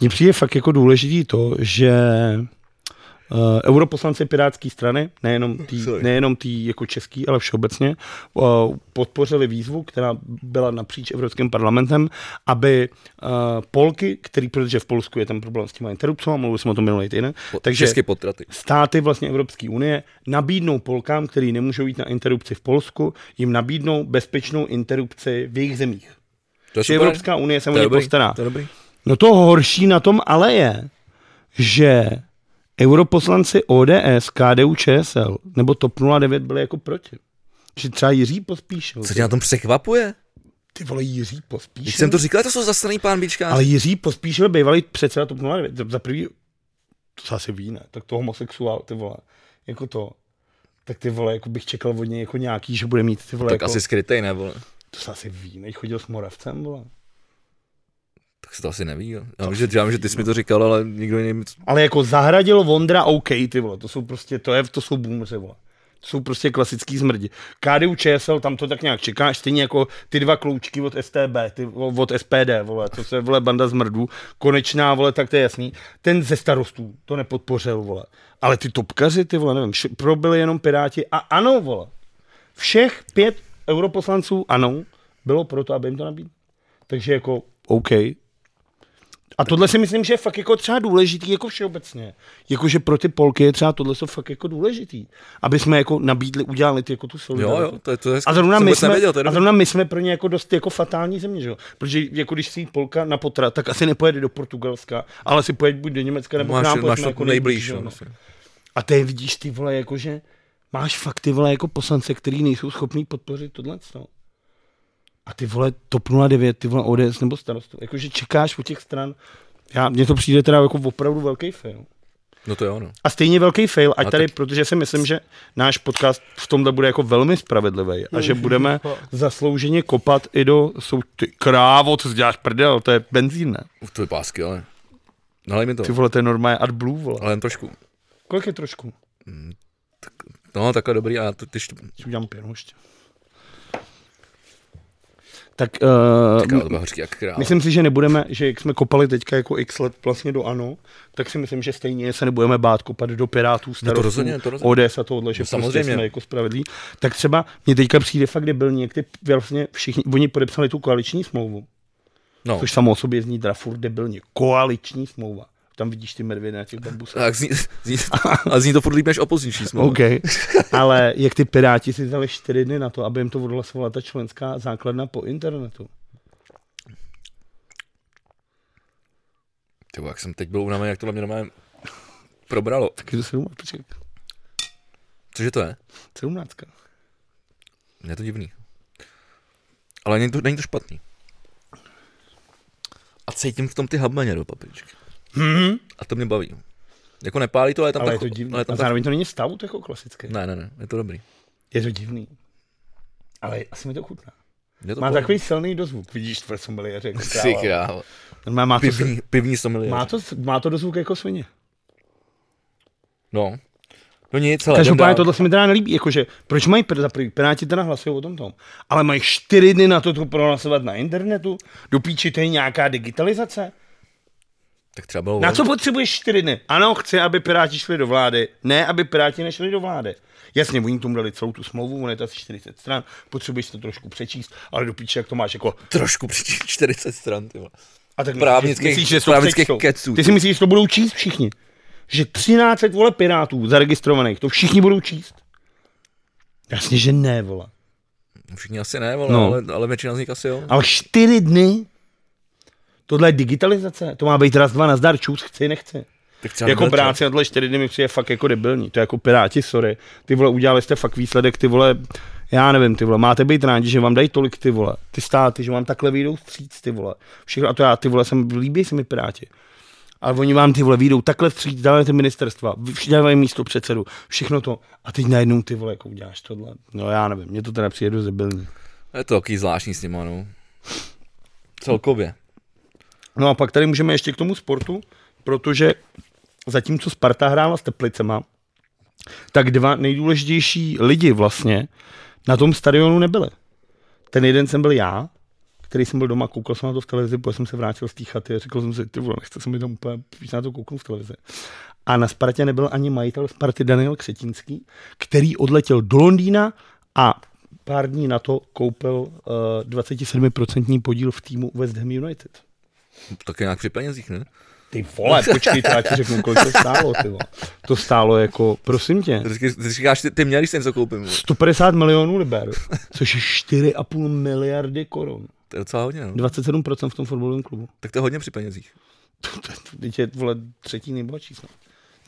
Speaker 2: mně přijde fakt jako důležitý to, že uh, europoslanci Pirátské strany, nejenom tý,
Speaker 1: Sorry.
Speaker 2: nejenom tý jako český, ale všeobecně, uh, podpořili výzvu, která byla napříč Evropským parlamentem, aby uh, Polky, který, protože v Polsku je ten problém s těma interrupcemi, mluvili jsme o tom minulý týden,
Speaker 1: Po, Takže...
Speaker 2: takže
Speaker 1: České potraty.
Speaker 2: státy vlastně Evropské unie nabídnou Polkám, který nemůžou jít na interrupci v Polsku, jim nabídnou bezpečnou interrupci v jejich zemích.
Speaker 1: To je
Speaker 2: Že
Speaker 1: super.
Speaker 2: Evropská unie se o
Speaker 1: to je
Speaker 2: ně
Speaker 1: dobrý.
Speaker 2: postará.
Speaker 1: To je dobrý.
Speaker 2: No to horší na tom ale je, že europoslanci ODS, KDU, ČSL nebo TOP 09 byli jako proti. Že třeba Jiří Pospíšil.
Speaker 1: Co tě na tom překvapuje?
Speaker 2: Ty vole Jiří
Speaker 1: Když
Speaker 2: Pospíšil?
Speaker 1: jsem to říkal, to jsou zastaný pán Bíčka.
Speaker 2: Ale Jiří Pospíšil bývalý předseda TOP 09. Za- Za prvý, to se asi ví, ne? Tak to homosexuál, ty vole. Jako to. Tak ty vole, jako bych čekal od něj jako nějaký, že bude mít ty vole,
Speaker 1: Tak
Speaker 2: jako,
Speaker 1: asi skrytej, ne, vole.
Speaker 2: to se asi ví, než chodil s Moravcem, vole.
Speaker 1: Tak se to asi neví, jo. Já vím, že, já vím, že ty jsi
Speaker 2: no.
Speaker 1: mi to říkal, ale nikdo jiný mi to...
Speaker 2: Ale jako zahradil Vondra, OK, ty vole, to jsou prostě, to je, to jsou boomři, vole. To jsou prostě klasický zmrdi. KDU ČSL, tam to tak nějak čekáš, stejně jako ty dva kloučky od STB, ty, od SPD, vole, to se, vole, banda zmrdů, konečná, vole, tak to je jasný. Ten ze starostů to nepodpořil, vole. Ale ty topkaři, ty vole, nevím, vš- probili jenom Piráti a ano, vole. Všech pět europoslanců, ano, bylo proto, aby jim to nabídl. Takže jako, OK, a tohle si myslím, že je fakt jako třeba důležitý jako všeobecně. Jakože pro ty Polky je třeba tohle to fakt jako důležitý. Aby jsme jako nabídli, udělali ty jako tu solidaritu.
Speaker 1: Jo, jo, to je to je hezký.
Speaker 2: A zrovna,
Speaker 1: Jsem
Speaker 2: my
Speaker 1: vůbec
Speaker 2: jsme,
Speaker 1: nevěděl, to je
Speaker 2: a
Speaker 1: dobrý.
Speaker 2: zrovna my jsme pro ně jako dost jako fatální země, že jo? Protože jako když si jít Polka na potrat, tak asi nepojede do Portugalska, ale si pojede buď do Německa nebo k
Speaker 1: Máš,
Speaker 2: nám pojďme
Speaker 1: máš to
Speaker 2: jako
Speaker 1: nejblíž,
Speaker 2: že jo,
Speaker 1: no.
Speaker 2: no. A ty vidíš ty vole, jakože máš fakt ty vole jako poslance, který nejsou schopní podpořit tohle. No. A ty vole TOP 09, ty vole ODS nebo starostu. Jakože čekáš od těch stran. Já, mně to přijde teda jako opravdu velký fail.
Speaker 1: No to jo, no.
Speaker 2: A stejně velký fail, ať
Speaker 1: A
Speaker 2: tady, protože si myslím, že náš podcast v tomhle bude jako velmi spravedlivý a že budeme zaslouženě kopat i do, jsou ty krávo, co si děláš prdel, to je benzín, ne?
Speaker 1: Uf, to je pásky, ale. Nalej mi to,
Speaker 2: Ty vole, to je normálně AdBlue, vole.
Speaker 1: ale jen trošku.
Speaker 2: Kolik je trošku?
Speaker 1: No, takhle dobrý, a to, ty štup...
Speaker 2: Si udělám pěnu ještě. Tak uh,
Speaker 1: Taká to hořký jak král.
Speaker 2: myslím si, že nebudeme, že jak jsme kopali teďka jako x let vlastně do ANO, tak si myslím, že stejně se nebudeme bát kopat do Pirátů, starostů,
Speaker 1: rozhodně, No to rozhodně.
Speaker 2: ODS a tohle, že no,
Speaker 1: samozřejmě.
Speaker 2: prostě jsme jako spravedlí. Tak třeba mně teďka přijde fakt debilní, jak ty vlastně všichni, oni podepsali tu koaliční smlouvu,
Speaker 1: No,
Speaker 2: což samo o sobě zní drafur debilně. Koaliční smlouva. Tam vidíš ty medvědy na těch bambusách.
Speaker 1: tak zní, zní, a zní to furt líp než opoziční smlouva.
Speaker 2: OK. No. Ale jak ty piráti si dali čtyři dny na to, aby jim to odhlasovala ta členská základna po internetu.
Speaker 1: Tyvo, jak jsem teď byl unavený, jak tohle mě normálně probralo.
Speaker 2: Taky to 17, počkej.
Speaker 1: Cože to je?
Speaker 2: 17.
Speaker 1: Je to divný. Ale není to, není to špatný. A cítím v tom ty habanero papričky.
Speaker 2: Hmm.
Speaker 1: A to mě baví. Jako nepálí to, ale je tam
Speaker 2: Ale
Speaker 1: ta
Speaker 2: je to
Speaker 1: chu-
Speaker 2: divný.
Speaker 1: ale je
Speaker 2: A
Speaker 1: tam ta...
Speaker 2: zároveň to není stavu jako klasické.
Speaker 1: Ne, ne, ne, je to dobrý.
Speaker 2: Je to divný. Ale asi mi to chutná.
Speaker 1: Je to
Speaker 2: Má
Speaker 1: pohodlný.
Speaker 2: takový silný dozvuk, vidíš, tvé sommelier, jako
Speaker 1: Ty
Speaker 2: kráva.
Speaker 1: krávo.
Speaker 2: Normálně Má to,
Speaker 1: Pivní, pivní sommelier.
Speaker 2: má, to, má to dozvuk jako svině.
Speaker 1: No. No nic, ale jdem
Speaker 2: Každopádně
Speaker 1: dál.
Speaker 2: tohle se mi teda nelíbí, jakože proč mají pr- za prvý, Piráti teda hlasují o tom tom, ale mají čtyři dny na to, to prohlasovat na internetu, do píči to je nějaká digitalizace.
Speaker 1: Tak třeba bylo
Speaker 2: Na co potřebuješ čtyři dny? Ano, chci, aby Piráti šli do vlády. Ne, aby Piráti nešli do vlády. Jasně, oni tomu dali celou tu smlouvu, ono je to asi 40 stran, potřebuješ to trošku přečíst, ale do píče, jak to máš jako...
Speaker 1: trošku při 40 stran, ty vole.
Speaker 2: A tak
Speaker 1: Právnických-
Speaker 2: to
Speaker 1: právnických
Speaker 2: přečtou?
Speaker 1: keců.
Speaker 2: Ty si myslíš, že to budou číst všichni? Že 13 vole Pirátů zaregistrovaných, to všichni budou číst? Jasně, že ne, vole.
Speaker 1: Všichni asi ne, vole,
Speaker 2: No.
Speaker 1: no. ale, ale většina z nich asi jo.
Speaker 2: Ale čtyři dny? Tohle je digitalizace? To má být raz, dva, nazdar, čus, chci, nechci.
Speaker 1: Tak třeba
Speaker 2: jako
Speaker 1: nebyl
Speaker 2: brát si na tohle čtyři dny mi přijde fakt jako debilní. To je jako piráti, sorry. Ty vole, udělali jste fakt výsledek, ty vole, já nevím, ty vole, máte být rádi, že vám dají tolik, ty vole, ty státy, že vám takhle vyjdou vstříc, ty vole. Všechno, a to já, ty vole, jsem, líbí se mi piráti. Ale oni vám ty vole výjdou takhle vstříc, dávají ty ministerstva, vš- dávají místo předsedu, všechno to. A teď najednou ty vole, jako uděláš tohle. No já nevím, mně to teda přijde dost debilní.
Speaker 1: třeba- Je to takový zvláštní s nima, no. Celkově.
Speaker 2: No a pak tady můžeme ještě k tomu sportu, protože zatímco Sparta hrála s Teplicema, tak dva nejdůležitější lidi vlastně na tom stadionu nebyli. Ten jeden jsem byl já, který jsem byl doma, koukal jsem na to v televizi, protože jsem se vrátil z té chaty a řekl jsem si, ty vole, nechce se mi tam úplně, víš, na to kouknu v televizi. A na Spartě nebyl ani majitel Sparty Daniel Křetínský, který odletěl do Londýna a pár dní na to koupil uh, 27% podíl v týmu West Ham United.
Speaker 1: Taky nějak při penězích, ne?
Speaker 2: Ty vole, počkej, to já ti řeknu, kolik to stálo, ty vole. To stálo jako, prosím tě,
Speaker 1: Ty říkáš- Ty říkáš, ty, ty měl, když jsem něco koupím. vole.
Speaker 2: 150 milionů liber, což je 4,5 miliardy korun.
Speaker 1: To je docela hodně, no.
Speaker 2: 27% v tom fotbalovém klubu.
Speaker 1: Tak to je hodně při penězích.
Speaker 2: To, to, to, teď je, vole, třetí nejbohatší snad.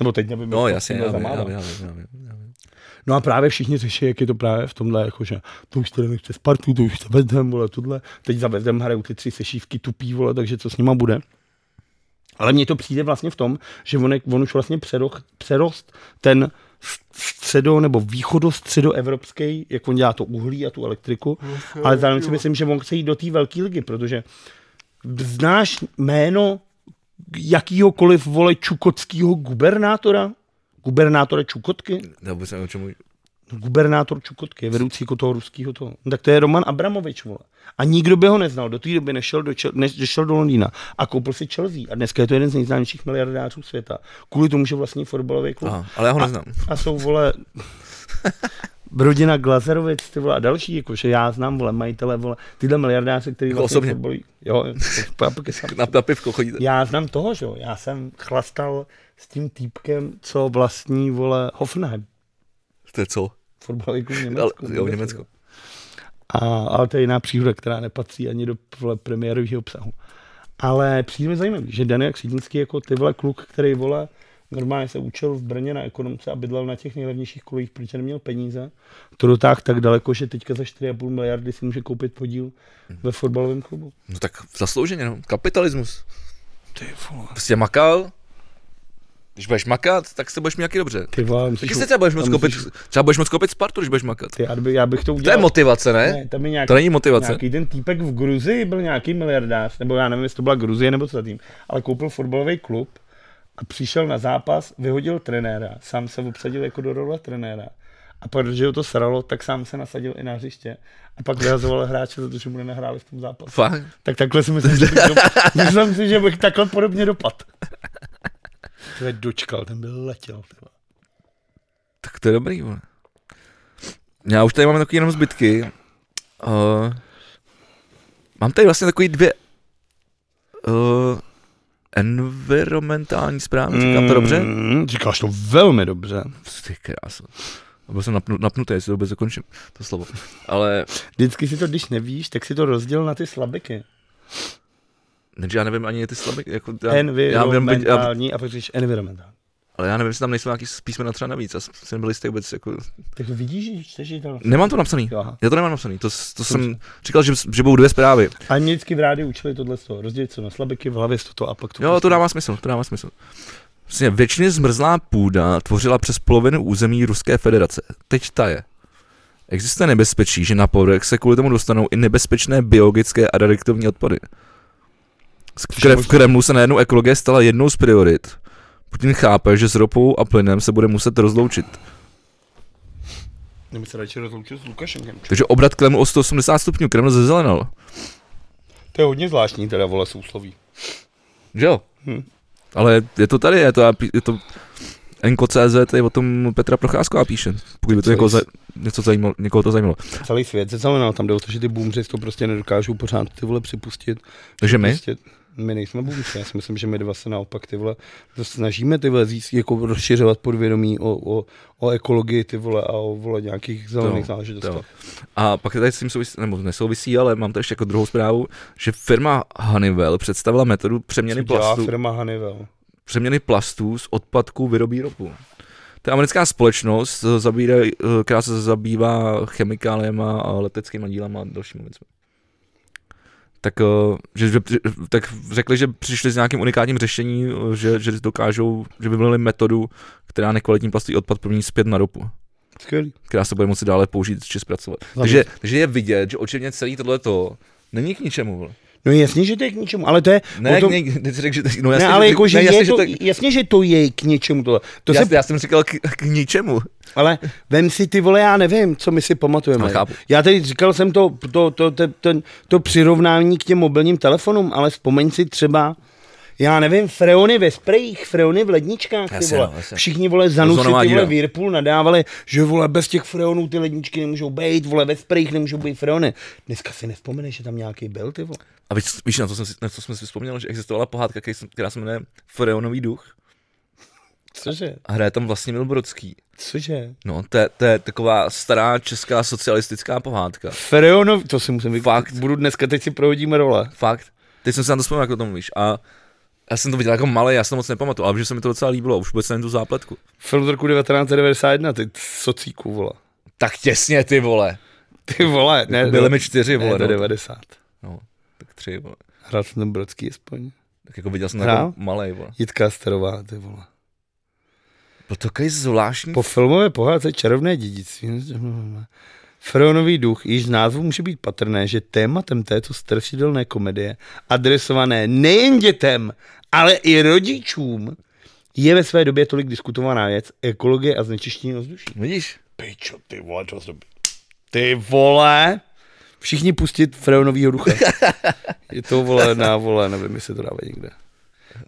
Speaker 2: Nebo teď nevím,
Speaker 1: No
Speaker 2: jak to
Speaker 1: jasně,
Speaker 2: takhle
Speaker 1: já vím, já
Speaker 2: zamává.
Speaker 1: vím, já vím, já vím, já vím.
Speaker 2: No a právě všichni řeší, jak je to právě v tomhle, jako, že to už tady nechce Spartu, to už se vezem, vole, tohle. Teď za vezem hrajou ty tři sešívky tupí, vole, takže co s nima bude. Ale mně to přijde vlastně v tom, že on, je- on už vlastně přeroch, přerost ten s- středo nebo východostředoevropský, jak on dělá to uhlí a tu elektriku, ale zároveň si myslím, že on chce jít do té velké ligy, protože znáš jméno jakýhokoliv vole čukotského gubernátora? Gubernátora Čukotky?
Speaker 1: Já vůbec nevím, o čemu...
Speaker 2: gubernátor Čukotky, vedoucí jako toho ruského toho. No, Tak to je Roman Abramovič, vole. A nikdo by ho neznal. Do té doby nešel do, Čel- než šel do Londýna a koupil si Chelsea. A dneska je to jeden z nejznámějších miliardářů světa. Kvůli tomu, že vlastní fotbalový klub.
Speaker 1: Aha, ale já ho neznám.
Speaker 2: A jsou, vole, rodina Glazerovic, ty vole, a další, jakože já znám, vole, majitele, vole, tyhle miliardáře, který
Speaker 1: Jako
Speaker 2: vlastně
Speaker 1: osobně?
Speaker 2: fotbalují. Jo, jo, to- já pak je sám.
Speaker 1: Na, na pivko chodíte.
Speaker 2: Já znám toho, že jo, já jsem chlastal s tím týpkem, co vlastní, vole, Hoffenheim.
Speaker 1: To je co?
Speaker 2: Fotbalový klub v Německu.
Speaker 1: Ale, jo,
Speaker 2: Bundesliga.
Speaker 1: Německo.
Speaker 2: A, ale to je jiná příhoda, která nepatří ani do vole, premiérového obsahu. Ale přijde mi zajímavý, že Daniel Křídnický jako ty vole kluk, který vole, normálně se učil v Brně na ekonomce a bydlel na těch nejlevnějších kolejích, protože neměl peníze. To dotáhl tak daleko, že teďka za 4,5 miliardy si může koupit podíl
Speaker 1: Mhm.
Speaker 2: ve fotbalovém klubu.
Speaker 1: No tak zaslouženě, no. Kapitalismus.
Speaker 2: Ty vole.
Speaker 1: Prostě makal, Když budeš makat, tak se budeš mít jaký dobře.
Speaker 2: Ty vole, musíš...
Speaker 1: Taky se třeba budeš moc
Speaker 2: tam
Speaker 1: kopit,
Speaker 2: musíš-
Speaker 1: třeba budeš moc kopit Spartu, když budeš makat.
Speaker 2: Ty, já bych- já bych to
Speaker 1: To je
Speaker 2: udělal.
Speaker 1: motivace, ne?
Speaker 2: Ne, tam je nějaký,
Speaker 1: To není motivace.
Speaker 2: nějaký ten týpek v Gruzii, byl nějaký miliardář, nebo já nevím, jestli to byla Gruzie nebo co za tým, ale koupil fotbalový klub a přišel na zápas, vyhodil trenéra, sám se obsadil jako do role trenéra. A protože ho to sralo, tak sám se nasadil i na hřiště. A pak vyhazoval hráče, protože mu nenahráli v tom zápase.
Speaker 1: Fakt.
Speaker 2: Tak takhle si myslím, že bych, do... myslím si, že bych takhle podobně dopad. To je dočkal, ten byl letěl. ty vole.
Speaker 1: Tak to je dobrý, vole. Já už tady mám takový jenom zbytky. Uh, mám tady vlastně takový dvě uh, environmentální zprávy, říkám to dobře?
Speaker 2: Mm, říkáš to velmi dobře.
Speaker 1: Ty krása. Byl jsem napnu, napnutý, jestli to vůbec dokončím, to slovo. Ale,
Speaker 2: Vždycky si to, když nevíš, tak si to rozděl na ty slabiky.
Speaker 1: takže já nevím ani ty slabiky, jako, já, já, vím, byť- já,
Speaker 2: Environmentální a pak říkáš environmentální.
Speaker 1: ale já nevím, jestli tam nejsou nějaký písmena třeba navíc, já jsem byl jistý vůbec, jako,
Speaker 2: Tak to vidíš, že jsi to...
Speaker 1: nemám to napsaný,
Speaker 2: Jo, aha.
Speaker 1: já to nemám napsaný, to, to jsem říkal, že, že budou dvě zprávy,
Speaker 2: A mě vždycky v rádi učili tohle z toho. Rozdělit se na slabiky, v hlavě z toto a pak to... prostě-
Speaker 1: Jo, to dává smysl, to dává smysl. Vlastně většině zmrzlá půda tvořila přes polovinu území Ruské federace. Teď ta je. Existuje nebezpečí, že na povrch se kvůli tomu dostanou i nebezpečné biologické a radioaktivní odpady. Z Kre- v Kremlu se najednou ekologie stala jednou z priorit. Putin chápe, že s ropou a plynem se bude muset rozloučit.
Speaker 2: Nebo se radši rozloučil s Lukašenkem.
Speaker 1: Takže obrat Kremlu o 180 stupňů, Kreml zezelenal.
Speaker 2: To je hodně zvláštní teda, vole, sousloví.
Speaker 1: Že jo?
Speaker 2: Hm.
Speaker 1: Ale je to tady, je to, já pí- je to NKCZ, tady o tom Petra Procházková píše, pokud by to
Speaker 2: Co
Speaker 1: někoho,
Speaker 2: jsi?
Speaker 1: za, něco zajímalo, někoho to zajímalo.
Speaker 2: Celý svět se znamená, tam jde o to, že ty boomři to prostě nedokážou pořád ty vole připustit.
Speaker 1: Takže my?
Speaker 2: Prostě my nejsme boomři, já si myslím, že my dva se naopak ty vole to snažíme ty vole zís, jako rozšiřovat podvědomí o, o, o ekologii ty vole a o vole nějakých zelených
Speaker 1: To jo,
Speaker 2: záležitostech.
Speaker 1: to A pak tady s tím souvisí, nebo nesouvisí, ale mám tady ještě jako druhou zprávu, že firma Honeywell představila metodu přeměny
Speaker 2: Co dělá
Speaker 1: plastů,
Speaker 2: firma Hanivel.
Speaker 1: přeměny plastů z odpadků vyrobí ropu. To je americká společnost, eh, zabíra- eh, která se zabývá chemikáliema a leteckými dílama a dalšími věcmi. Tak, eh, že, že, tak řekli, že přišli s nějakým unikátním řešením, eh, že, že dokážou, že vymlili metodu, která nekvalitní plastový odpad promění zpět na ropu
Speaker 2: Skvělý.
Speaker 1: která se bude moci dále použít či zpracovat.
Speaker 2: Zaměst-
Speaker 1: Takže, takže je vidět, že očivně celý tohleto není k ničemu. Vole.
Speaker 2: No jasně, že to je k ničemu, ale to je...
Speaker 1: Ne,
Speaker 2: potom-
Speaker 1: potom... ne, ne, řekl, že, no
Speaker 2: ne
Speaker 1: jasně,
Speaker 2: ale
Speaker 1: že-
Speaker 2: jako, že,
Speaker 1: ne,
Speaker 2: ne,
Speaker 1: jasně,
Speaker 2: je to,
Speaker 1: to,
Speaker 2: jasně, že to je k něčemu tohle. To
Speaker 1: já,
Speaker 2: se,
Speaker 1: se... já, jsem říkal k, k ničemu.
Speaker 2: ale vem si ty vole, já nevím, co my si pamatujeme.
Speaker 1: Ale chápu.
Speaker 2: Já tady říkal jsem to, to, to, to, ten, to přirovnání k těm mobilním telefonům, ale vzpomeň si třeba, já nevím, freony ve sprejích, freony v ledničkách, ty
Speaker 1: Jasně,
Speaker 2: vole.
Speaker 1: no, jasně.
Speaker 2: Všichni vole zanusy,
Speaker 1: Ozonová
Speaker 2: ty vole
Speaker 1: díra.
Speaker 2: Whirlpool nadávali, že vole bez těch freonů ty ledničky nemůžou být, vole ve sprejích nemůžou být freony. Dneska si nevzpomeneš, že tam nějaký byl, ty vole.
Speaker 1: A víš, víš na, co jsem, si- na co jsem si vzpomněl, že existovala pohádka, který jsem- která se jmenuje Freonový duch
Speaker 2: Cože?
Speaker 1: a hraje tam vlastně Milbrodský.
Speaker 2: Cože?
Speaker 1: No, to je, to je taková stará česká socialistická pohádka.
Speaker 2: Freonov, to si musím vyk...
Speaker 1: Fakt.
Speaker 2: Budu dneska, teď si prohodíme role.
Speaker 1: Fakt. Teď jsem se na to vzpomněl, jak o tom mluvíš. A já jsem to viděl jako malý, já jsem to moc nepamatuju, ale že se mi to docela líbilo, už vůbec nevím tu zápletku.
Speaker 2: Film z roku 1991, ty socíku, vole.
Speaker 1: Tak těsně, ty vole.
Speaker 2: Ty vole, ne.
Speaker 1: Byly
Speaker 2: do-
Speaker 1: mi čtyři, vole,
Speaker 2: Ne, do
Speaker 1: no.
Speaker 2: 90.
Speaker 1: No, tak tři, vole.
Speaker 2: Hrál jsem ten Brodský aspoň.
Speaker 1: Tak jako viděl jsem to
Speaker 2: Hrál?
Speaker 1: jako malej, vole.
Speaker 2: Jitka Starová, ty vole.
Speaker 1: Byl to takový zvláštní.
Speaker 2: Po filmové pohádce Čarovné dědictví. no, Freonový duch, již z názvu může být patrné, že tématem této strašidelné komedie, adresované nejen dětem, ale i rodičům, je ve své době tolik diskutovaná věc ekologie a znečištění ovzduší.
Speaker 1: Vidíš?
Speaker 2: Pičo, ty vole, to jsem... Ty vole! Všichni pustit Freonovýho ducha. Je to, vole, na, vole, nevím, jestli to dává někde.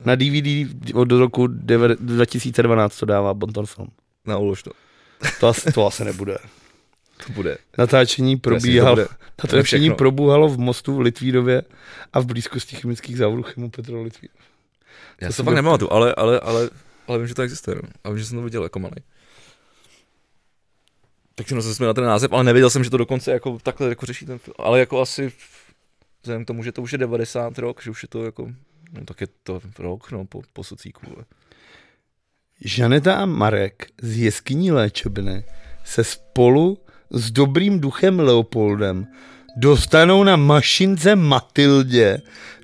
Speaker 2: Na DVD od roku deve- 2012 to dává Bonton Film.
Speaker 1: Na ulož to.
Speaker 2: To asi, to asi nebude.
Speaker 1: To bude.
Speaker 2: Natáčení
Speaker 1: to
Speaker 2: probíhalo,
Speaker 1: bude.
Speaker 2: natáčení
Speaker 1: všechno.
Speaker 2: probíhalo v mostu v Litvínově a v blízkosti chemických závodů Chemopetro Litví.
Speaker 1: Já
Speaker 2: To
Speaker 1: se
Speaker 2: jsem
Speaker 1: fakt
Speaker 2: byl-
Speaker 1: nepamatuju, ale, ale, ale, ale vím, že to existuje. No. A vím, že jsem to viděl jako malý. Tak jsem se na ten název, ale nevěděl jsem, že to dokonce jako takhle jako řeší ten film. Ale jako asi vzhledem k tomu, že to už je 90 rok, že už je to jako, no tak je to rok, no, po, po socíku. vole.
Speaker 2: Žaneta a Marek z jeskyní léčebny se spolu s dobrým duchem Leopoldem dostanou na mašince Matildě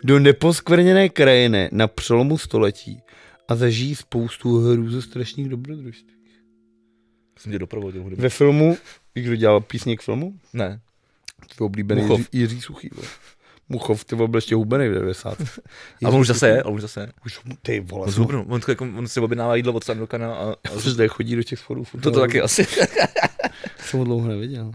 Speaker 2: do neposkvrněné krajiny na přelomu století a zažijí spoustu hrůzostrašných dobrodružství.
Speaker 1: Jsem tě doprovodil hudebně.
Speaker 2: Ve filmu, víš, kdo dělal písně k filmu?
Speaker 1: Ne.
Speaker 2: Tvůj oblíbený
Speaker 1: Muchov.
Speaker 2: Jiří, Jiří Suchý. Vole. Muchov, ty vole, byl ještě hubený v 90.
Speaker 1: A on už zase je, on už zase je.
Speaker 2: Už, ty vole,
Speaker 1: On,
Speaker 2: jsem-
Speaker 1: zhubnul. on, jako, on si objednává jídlo od Sandokana a, a
Speaker 2: Protože tady chodí do těch sporů. furt,
Speaker 1: to, to
Speaker 2: ale
Speaker 1: taky asi.
Speaker 2: Jsem ho dlouho neviděl.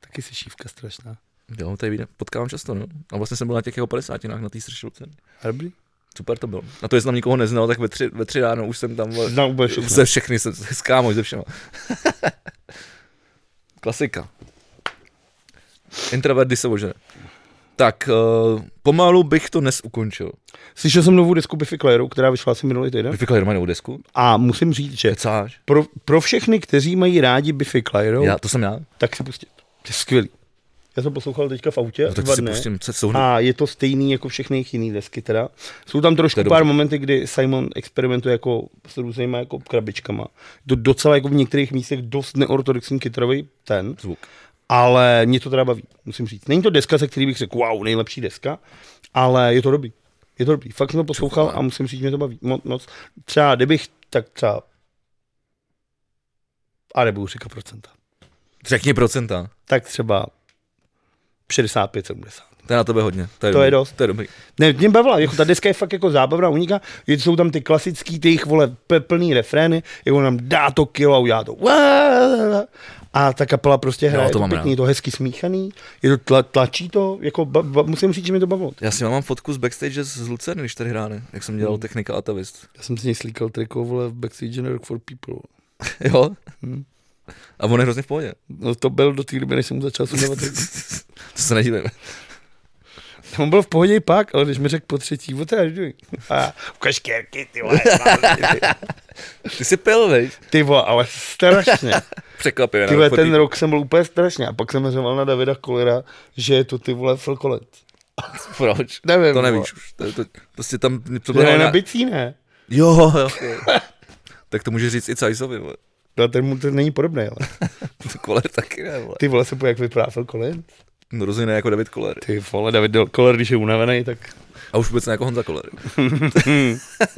Speaker 2: Taky se šívka strašná.
Speaker 1: Jo, tady vidím, potkávám často, no. A vlastně jsem byl na těch jeho 50 na té sršilce.
Speaker 2: A dobrý?
Speaker 1: Super to bylo. A to, jestli tam nikoho neznal, tak ve tři, ve tři ráno už jsem tam, vole,
Speaker 2: Znám úplně všechno.
Speaker 1: ze všechny, jsem, s kámoš, ze všema. Klasika. Introvert, když se ožene. Tak, uh, pomalu bych to dnes ukončil.
Speaker 2: Slyšel jsem novou desku Biffy Clyro, která vyšla asi minulý týden.
Speaker 1: Vypikal Jermanovou jako desku?
Speaker 2: A musím říct, že
Speaker 1: Kecáš?
Speaker 2: pro, pro všechny, kteří mají rádi Biffy Clyro,
Speaker 1: Já, to jsem já? No
Speaker 2: tak si pustit. To je skvělý. Já jsem poslouchal teďka v autě
Speaker 1: No, tak
Speaker 2: dva
Speaker 1: to si
Speaker 2: dny.
Speaker 1: pustím, co jsou
Speaker 2: A je to stejný jako všechny jejich jiný desky teda. Jsou tam
Speaker 1: To
Speaker 2: trošku
Speaker 1: je
Speaker 2: pár
Speaker 1: dobře.
Speaker 2: momenty, kdy Simon experimentuje jako s různýma jako krabičkama. Do, docela jako v některých místech dost neortodoxní kytarový ten,
Speaker 1: zvuk.
Speaker 2: ale mě to teda baví, musím říct. Není to deska, se který bych řekl, wow, nejlepší deska, ale je to dobrý. Je to dobrý. Fakt jsem to poslouchal a musím říct, že mě to baví moc. moc. Třeba kdybych, tak třeba a nebudu říkat procenta.
Speaker 1: Řekni procenta.
Speaker 2: Tak třeba 65-70.
Speaker 1: To je na tebe hodně. To je,
Speaker 2: To
Speaker 1: dobrý.
Speaker 2: je dost.
Speaker 1: To je dobrý.
Speaker 2: Ne, mě bavila, jako ta deska je fakt jako zábavná, uniká, je- jsou tam ty klasický, ty jich vole p- plný refrény, jako nám dá to kilo a udělá to "Wá!" a ta kapela prostě hraje,
Speaker 1: Jo, to
Speaker 2: je to
Speaker 1: mám rád.
Speaker 2: pěkný, je to hezky smíchaný, je to tla, tlačí to, jako ba, ba, musím říct, že mi to bavilo.
Speaker 1: Já si mám fotku z backstage z Lucen, když tady hráne, jak jsem
Speaker 2: Hmm.
Speaker 1: dělal technika atavist.
Speaker 2: Já jsem si něj slíkal triko, vole, v Backstage Rock for People.
Speaker 1: Jo?
Speaker 2: Hm.
Speaker 1: A on je hrozně v pohodě.
Speaker 2: No to byl do té doby, než jsem mu začal sundat
Speaker 1: To se nedívej.
Speaker 2: On byl v pohodě i pak, ale když mi řekl po třetí, what are you doing? A ukaž kérky, ty vole, mám-
Speaker 1: Ty jsi pil, vej?
Speaker 2: ty vole, ale strašně.
Speaker 1: Překvapivě.
Speaker 2: Ty
Speaker 1: na
Speaker 2: vole,
Speaker 1: fotí.
Speaker 2: ten rok jsem byl úplně strašně a pak jsem řval na Davida Kolera, že je to ty vole Phil Collins.
Speaker 1: Proč?
Speaker 2: Nevím,
Speaker 1: To
Speaker 2: vole.
Speaker 1: nevíš už. To, to, prostě tam... To
Speaker 2: To je
Speaker 1: na-
Speaker 2: na bicí, ne?
Speaker 1: Jo, jo. tak to může říct i Cajsovi, vole.
Speaker 2: No a ten mu to není podobný, ale
Speaker 1: To Koler taky ne, vole.
Speaker 2: ty vole se pojď, jak vypadá Phil Collins.
Speaker 1: No, rozhodně ne jako David Koler.
Speaker 2: Ty vole, David Del- Koller, když je unavený, tak
Speaker 1: A už vůbec ne jako Honza Koler.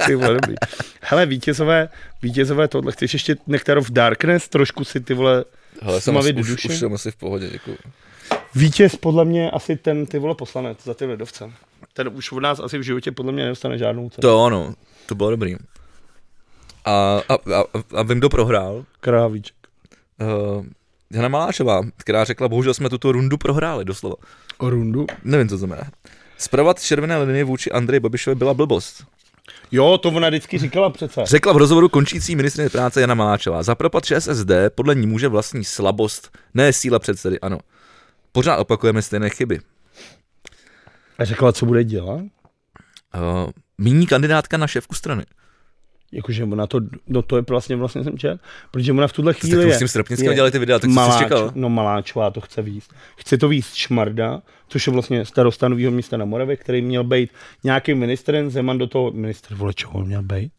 Speaker 2: ty vole, dobrý. Hele, vítězové, vítězové tohle, chceš ještě Nektarov Darkness, trošku si ty vole
Speaker 1: Hele, jsem asi,
Speaker 2: Smavit
Speaker 1: už,
Speaker 2: duši.
Speaker 1: už jsem asi v pohodě, děkuji.
Speaker 2: Vítěz podle mě asi ten ty vole poslanec za ty lidovce. Ten už od nás asi v životě podle mě nedostane žádnou cenu.
Speaker 1: To ano, to bylo dobrý. A, a, a, a vím, kdo prohrál.
Speaker 2: Krávíček.
Speaker 1: Uh, Jana Maláčová, která řekla, bohužel jsme tuto rundu prohráli, doslova.
Speaker 2: O rundu.
Speaker 1: Nevím, co to znamená. Spravat červené linie vůči Andreji Babišovi byla blbost.
Speaker 2: Jo, to ona vždycky říkala přece.
Speaker 1: Řekla v rozhovoru končící ministrině práce Jana Maláčová. Za propad ČSSD podle ní může vlastní slabost, ne síla předsedy, ano. Pořád opakujeme stejné chyby.
Speaker 2: A řekla, co bude dělat?
Speaker 1: Uh, míní kandidátka na šéfku strany.
Speaker 2: Jakože ona to, no to je vlastně, vlastně jsem čet, protože ona v tuhle
Speaker 1: To jste
Speaker 2: chvíli
Speaker 1: jako
Speaker 2: je,
Speaker 1: s tím Strapnickým
Speaker 2: je
Speaker 1: dělali ty videa, tak co jsi
Speaker 2: maláč,
Speaker 1: čekal?
Speaker 2: no maláčová to chce víc. Chce to víc Šmarda, což je vlastně starosta nového města na Moravě, který měl být nějakým ministrem, Zeman do toho, minister vole, čeho on měl být?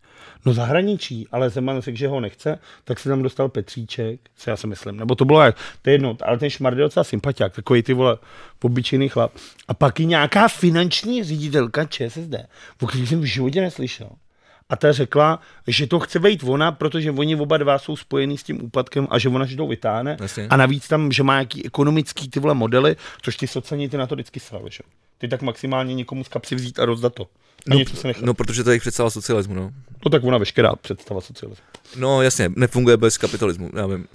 Speaker 2: No zahraničí, ale Zeman řekl, že ho nechce, tak se tam dostal Petříček, co já si myslím, nebo to bylo jak, to je jedno, ale ten Šmard je docela sympatiák, takový ty vole, obyčejný chlap. A pak i nějaká finanční ředitelka ČSSD, o který jsem v životě neslyšel. A ta řekla, že to chce být ona, protože oni oba dva jsou spojený s tím úpadkem a že ona že to vytáhne.
Speaker 1: Jasně.
Speaker 2: A navíc tam, že má nějaký ekonomický ty vole modely, což ty sociální ty na to vždycky srali, že? jo. Ty tak maximálně někomu z kapsy vzít a rozdat to. A no, něco se nechat. No,
Speaker 1: No, protože to je jejich představa socialismu, no.
Speaker 2: no, tak ona veškerá představa socialismu.
Speaker 1: No jasně, nefunguje bez kapitalismu, já vím.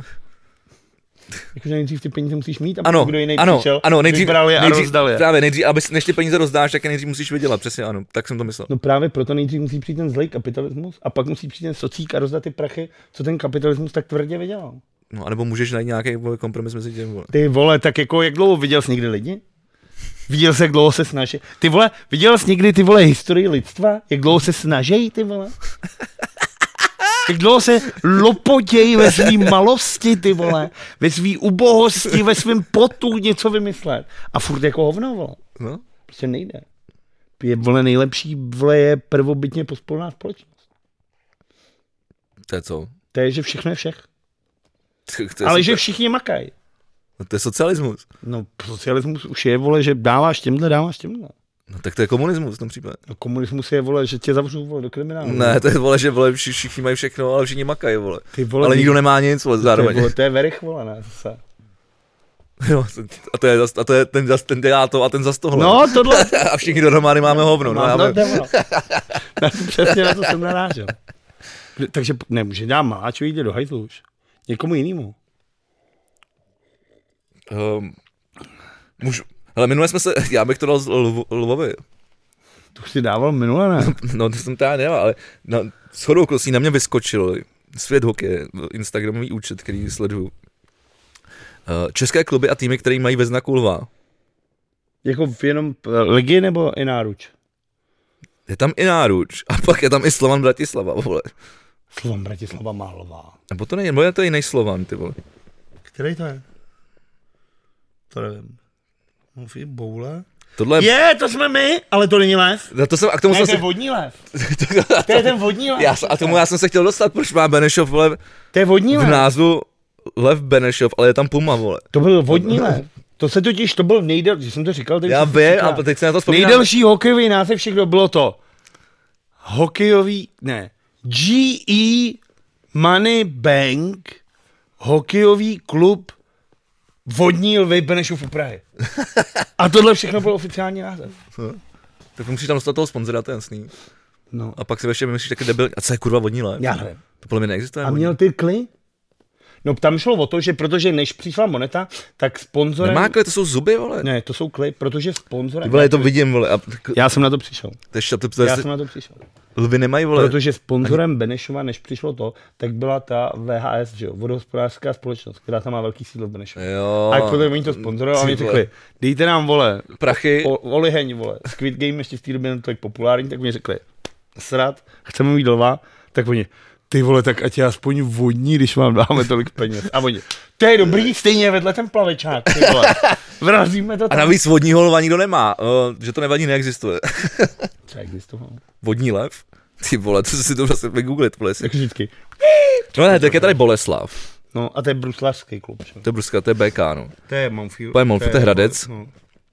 Speaker 2: Jakože nejdřív ty peníze musíš mít, aby
Speaker 1: Ano,
Speaker 2: kdo jiný
Speaker 1: ano,
Speaker 2: přišel,
Speaker 1: ano, nejdřív,
Speaker 2: vybral je a
Speaker 1: nejdřív,
Speaker 2: rozdal je.
Speaker 1: Právě, nejdřív, aby, než ty peníze rozdáš, tak je nejdřív musíš vydělat, přesně ano, tak jsem to myslel.
Speaker 2: No právě proto nejdřív musí přijít ten zlej kapitalismus a pak musí přijít ten socík a rozdat ty prachy, co ten kapitalismus tak tvrdě vydělal.
Speaker 1: No, anebo můžeš najít nějaký vole, kompromis mezi těmi. vole.
Speaker 2: Ty vole, tak jako jak dlouho viděl jsi někdy lidi? Viděl jsi, jak dlouho se snaží. Ty vole, viděl jsi někdy ty vole historii lidstva? Jak dlouho se snaží, ty vole? Jak dlouho se lopotějí ve svý malosti, ty vole, ve svý ubohosti, ve svém potu něco vymyslet. A furt jako hovno, vole.
Speaker 1: No,
Speaker 2: Prostě nejde. Je, vole, nejlepší, vole, je prvobytně pospolná společnost.
Speaker 1: to je co?
Speaker 2: To je, že všechno je všech.
Speaker 1: To, to je
Speaker 2: Ale
Speaker 1: socia-
Speaker 2: že všichni makají.
Speaker 1: No, to je socialismus.
Speaker 2: No, socialismus už je, vole, že dáváš těmhle, dáváš těmhle.
Speaker 1: No tak to je komunismus v tom případě.
Speaker 2: No komunismus je, vole, že tě zavřou, vole, do kriminálu.
Speaker 1: Ne, to je vole, že vole, vši- všichni mají všechno, ale všichni makají, vole.
Speaker 2: Ty vole,
Speaker 1: ale
Speaker 2: ty-
Speaker 1: nikdo nemá nic, vole,
Speaker 2: To je,
Speaker 1: zároveň.
Speaker 2: vole, to je verich, vole, ne, zase.
Speaker 1: Jo, a to je, zas- a to je ten, zas- ten dělá to a ten zas tohle.
Speaker 2: No, tohle.
Speaker 1: A všichni dohromady máme hovno. No,
Speaker 2: no,
Speaker 1: máme,
Speaker 2: to je ono. Na to Přesně na to jsem narážel. Takže nemůže dám maláču jít do hajzlu už. Někomu jinému.
Speaker 1: um, můžu, hele, minule jsme se, já bych to dal z Lv- Lvovi.
Speaker 2: To si dával minule, ne?
Speaker 1: No, to jsem teda nedělal, ale na, shodou okolností na mě vyskočil svět hokeje, Instagramový účet, který sleduju. Eh, České kluby a týmy, které mají ve znaku lva.
Speaker 2: Jako v jenom eh, ligy nebo i náruč?
Speaker 1: Je tam i náruč a pak je tam i Slovan Bratislava, vole.
Speaker 2: Slovan Bratislava má lva.
Speaker 1: Nebo to není, nebo je to jiný Slovan, ty vole.
Speaker 2: Který to je? To nevím. Mluví boule?
Speaker 1: Tohle je,
Speaker 2: Je, to jsme my, ale to není lev.
Speaker 1: Na to jsem, a k tomu
Speaker 2: Ne,
Speaker 1: jsem
Speaker 2: to
Speaker 1: se,
Speaker 2: je vodní lev. To je ten vodní lev.
Speaker 1: já, se- a tomu já jsem se chtěl dostat, proč má Benešov, vole,
Speaker 2: To je vodní
Speaker 1: v
Speaker 2: lev.
Speaker 1: názvu Lev Benešov, ale je tam Puma, vole.
Speaker 2: To byl vodní lev. To se totiž, to byl nejdelší, jsem to říkal. Teď
Speaker 1: Já
Speaker 2: jsem to
Speaker 1: vím,
Speaker 2: říkal.
Speaker 1: a teď se na to vzpomínám.
Speaker 2: Nejdelší hokejový název všechno bylo to. Hokejový, ne. GE Money Bank hokejový klub vodní lvy Benešův u Prahy. A tohle všechno byl oficiální název.
Speaker 1: Tak musíš tam dostat toho sponzora, to je jasný.
Speaker 2: No.
Speaker 1: A pak si ještě vymyslíš taky debil, a co je kurva vodní lev?
Speaker 2: Já nevím.
Speaker 1: To podle mě neexistuje.
Speaker 2: A měl ty kly? No tam šlo o to, že protože než přišla moneta, tak sponzorem...
Speaker 1: Nemá kli, to jsou zuby, vole.
Speaker 2: Ne, to jsou kly, protože sponzorem...
Speaker 1: Ty vole, Prostě- to vidím, vole. A, k-
Speaker 2: Já jsem na to přišel.
Speaker 1: to ještě, to, to, to,
Speaker 2: Já
Speaker 1: to,
Speaker 2: jsem na to přišel.
Speaker 1: lvy nemají, vole.
Speaker 2: Protože sponzorem Benešova, než přišlo to, tak byla ta VHS, že jo, vodohospodářská společnost, která tam má velký sídlo v Benešově.
Speaker 1: Jo.
Speaker 2: A jako to oni to sponzorovali a oni
Speaker 1: Ty
Speaker 2: řekli, dejte nám, vole,
Speaker 1: Prachy.
Speaker 2: o, oliheň, vole, Squid Game ještě v té době nebyl tak populární, tak oni řekli, srad, chceme mít lva, tak oni, ty vole, tak ať je aspoň vodní, když vám dáme tolik peněz. A oni, to je dobrý, stejně je vedle ten plavečák, ty vole. Vrazíme to
Speaker 1: A
Speaker 2: tam.
Speaker 1: navíc vodního lva nikdo nemá, uh, že to nevadí, neexistuje.
Speaker 2: Co existovalo?
Speaker 1: Vodní lev? Ty vole, to si to zase vygooglit, vole. jestli-
Speaker 2: Tak vždycky.
Speaker 1: No ne, tak je tady Boleslav.
Speaker 2: No a to je bruslařský klub, že? jo.
Speaker 1: To je Bruská, to je BK, no.
Speaker 2: To je Mountfield.
Speaker 1: To je Mountfield, to je Hradec.
Speaker 2: No,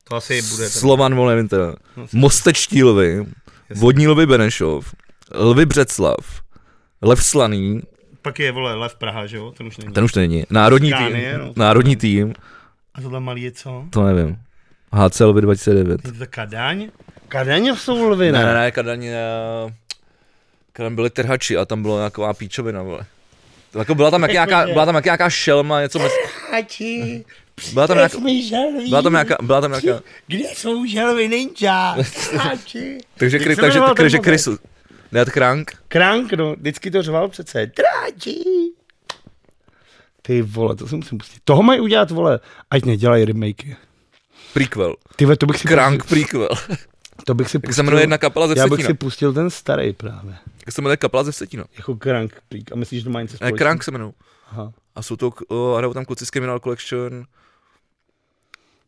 Speaker 2: to asi bude. Ten.
Speaker 1: Slovan, vole, nevím teda. Mostečtí lvy, vodní lvy Benešov, lvy Břeclav, lev Slaný,
Speaker 2: Pak je, vole, Lev Praha, že jo? Ten už není.
Speaker 1: ten už není, národní tým,
Speaker 2: Skánie, no.
Speaker 1: národní tým,
Speaker 3: A tohle malý je co?
Speaker 1: to nevím. HC lvy 2009.
Speaker 3: Je to ta Kadaň?
Speaker 2: Kadeň jsou lvy,
Speaker 1: Ne, ne, ne, Kadaň, eh, Kadaň byli trhači a tam byla nějaká píčovina, vole. To Jako byla tam jak nějaká, byla tam jak nějaká šelma, něco mezi,
Speaker 3: Hati,
Speaker 1: byla tam nějaká,
Speaker 3: jsme želví.
Speaker 1: byla tam nějaká, byla tam nějaká,
Speaker 3: Kde jsou želvy ninja? Hati.
Speaker 1: takže,
Speaker 2: Jak
Speaker 1: kry,
Speaker 2: se
Speaker 1: takže,
Speaker 2: jmenoval ten
Speaker 1: takže
Speaker 2: bobek?
Speaker 1: Krysu, Ned Crank,
Speaker 2: Krank, no, vždycky to řval přece. Dráti. Ty vole, to si musím pustit. Toho mají udělat, vole, ať nedělají remakey.
Speaker 1: prequel,
Speaker 2: Ty vole, to bych si
Speaker 1: Crank
Speaker 2: Pustil,
Speaker 1: prequel,
Speaker 2: to bych si
Speaker 1: jak se jmenuje jedna kapela ze
Speaker 2: já bych
Speaker 1: Vsetína,
Speaker 2: si pustil ten starý právě.
Speaker 1: jak se jmenuje kapela ze Vsetína,
Speaker 2: Jako Krank Peak. A myslíš, že to má něco
Speaker 1: ne,
Speaker 2: společného?
Speaker 1: Crank se jmenou.
Speaker 2: Aha.
Speaker 1: A jsou to, o, hrajou tam kluci z Criminal Collection.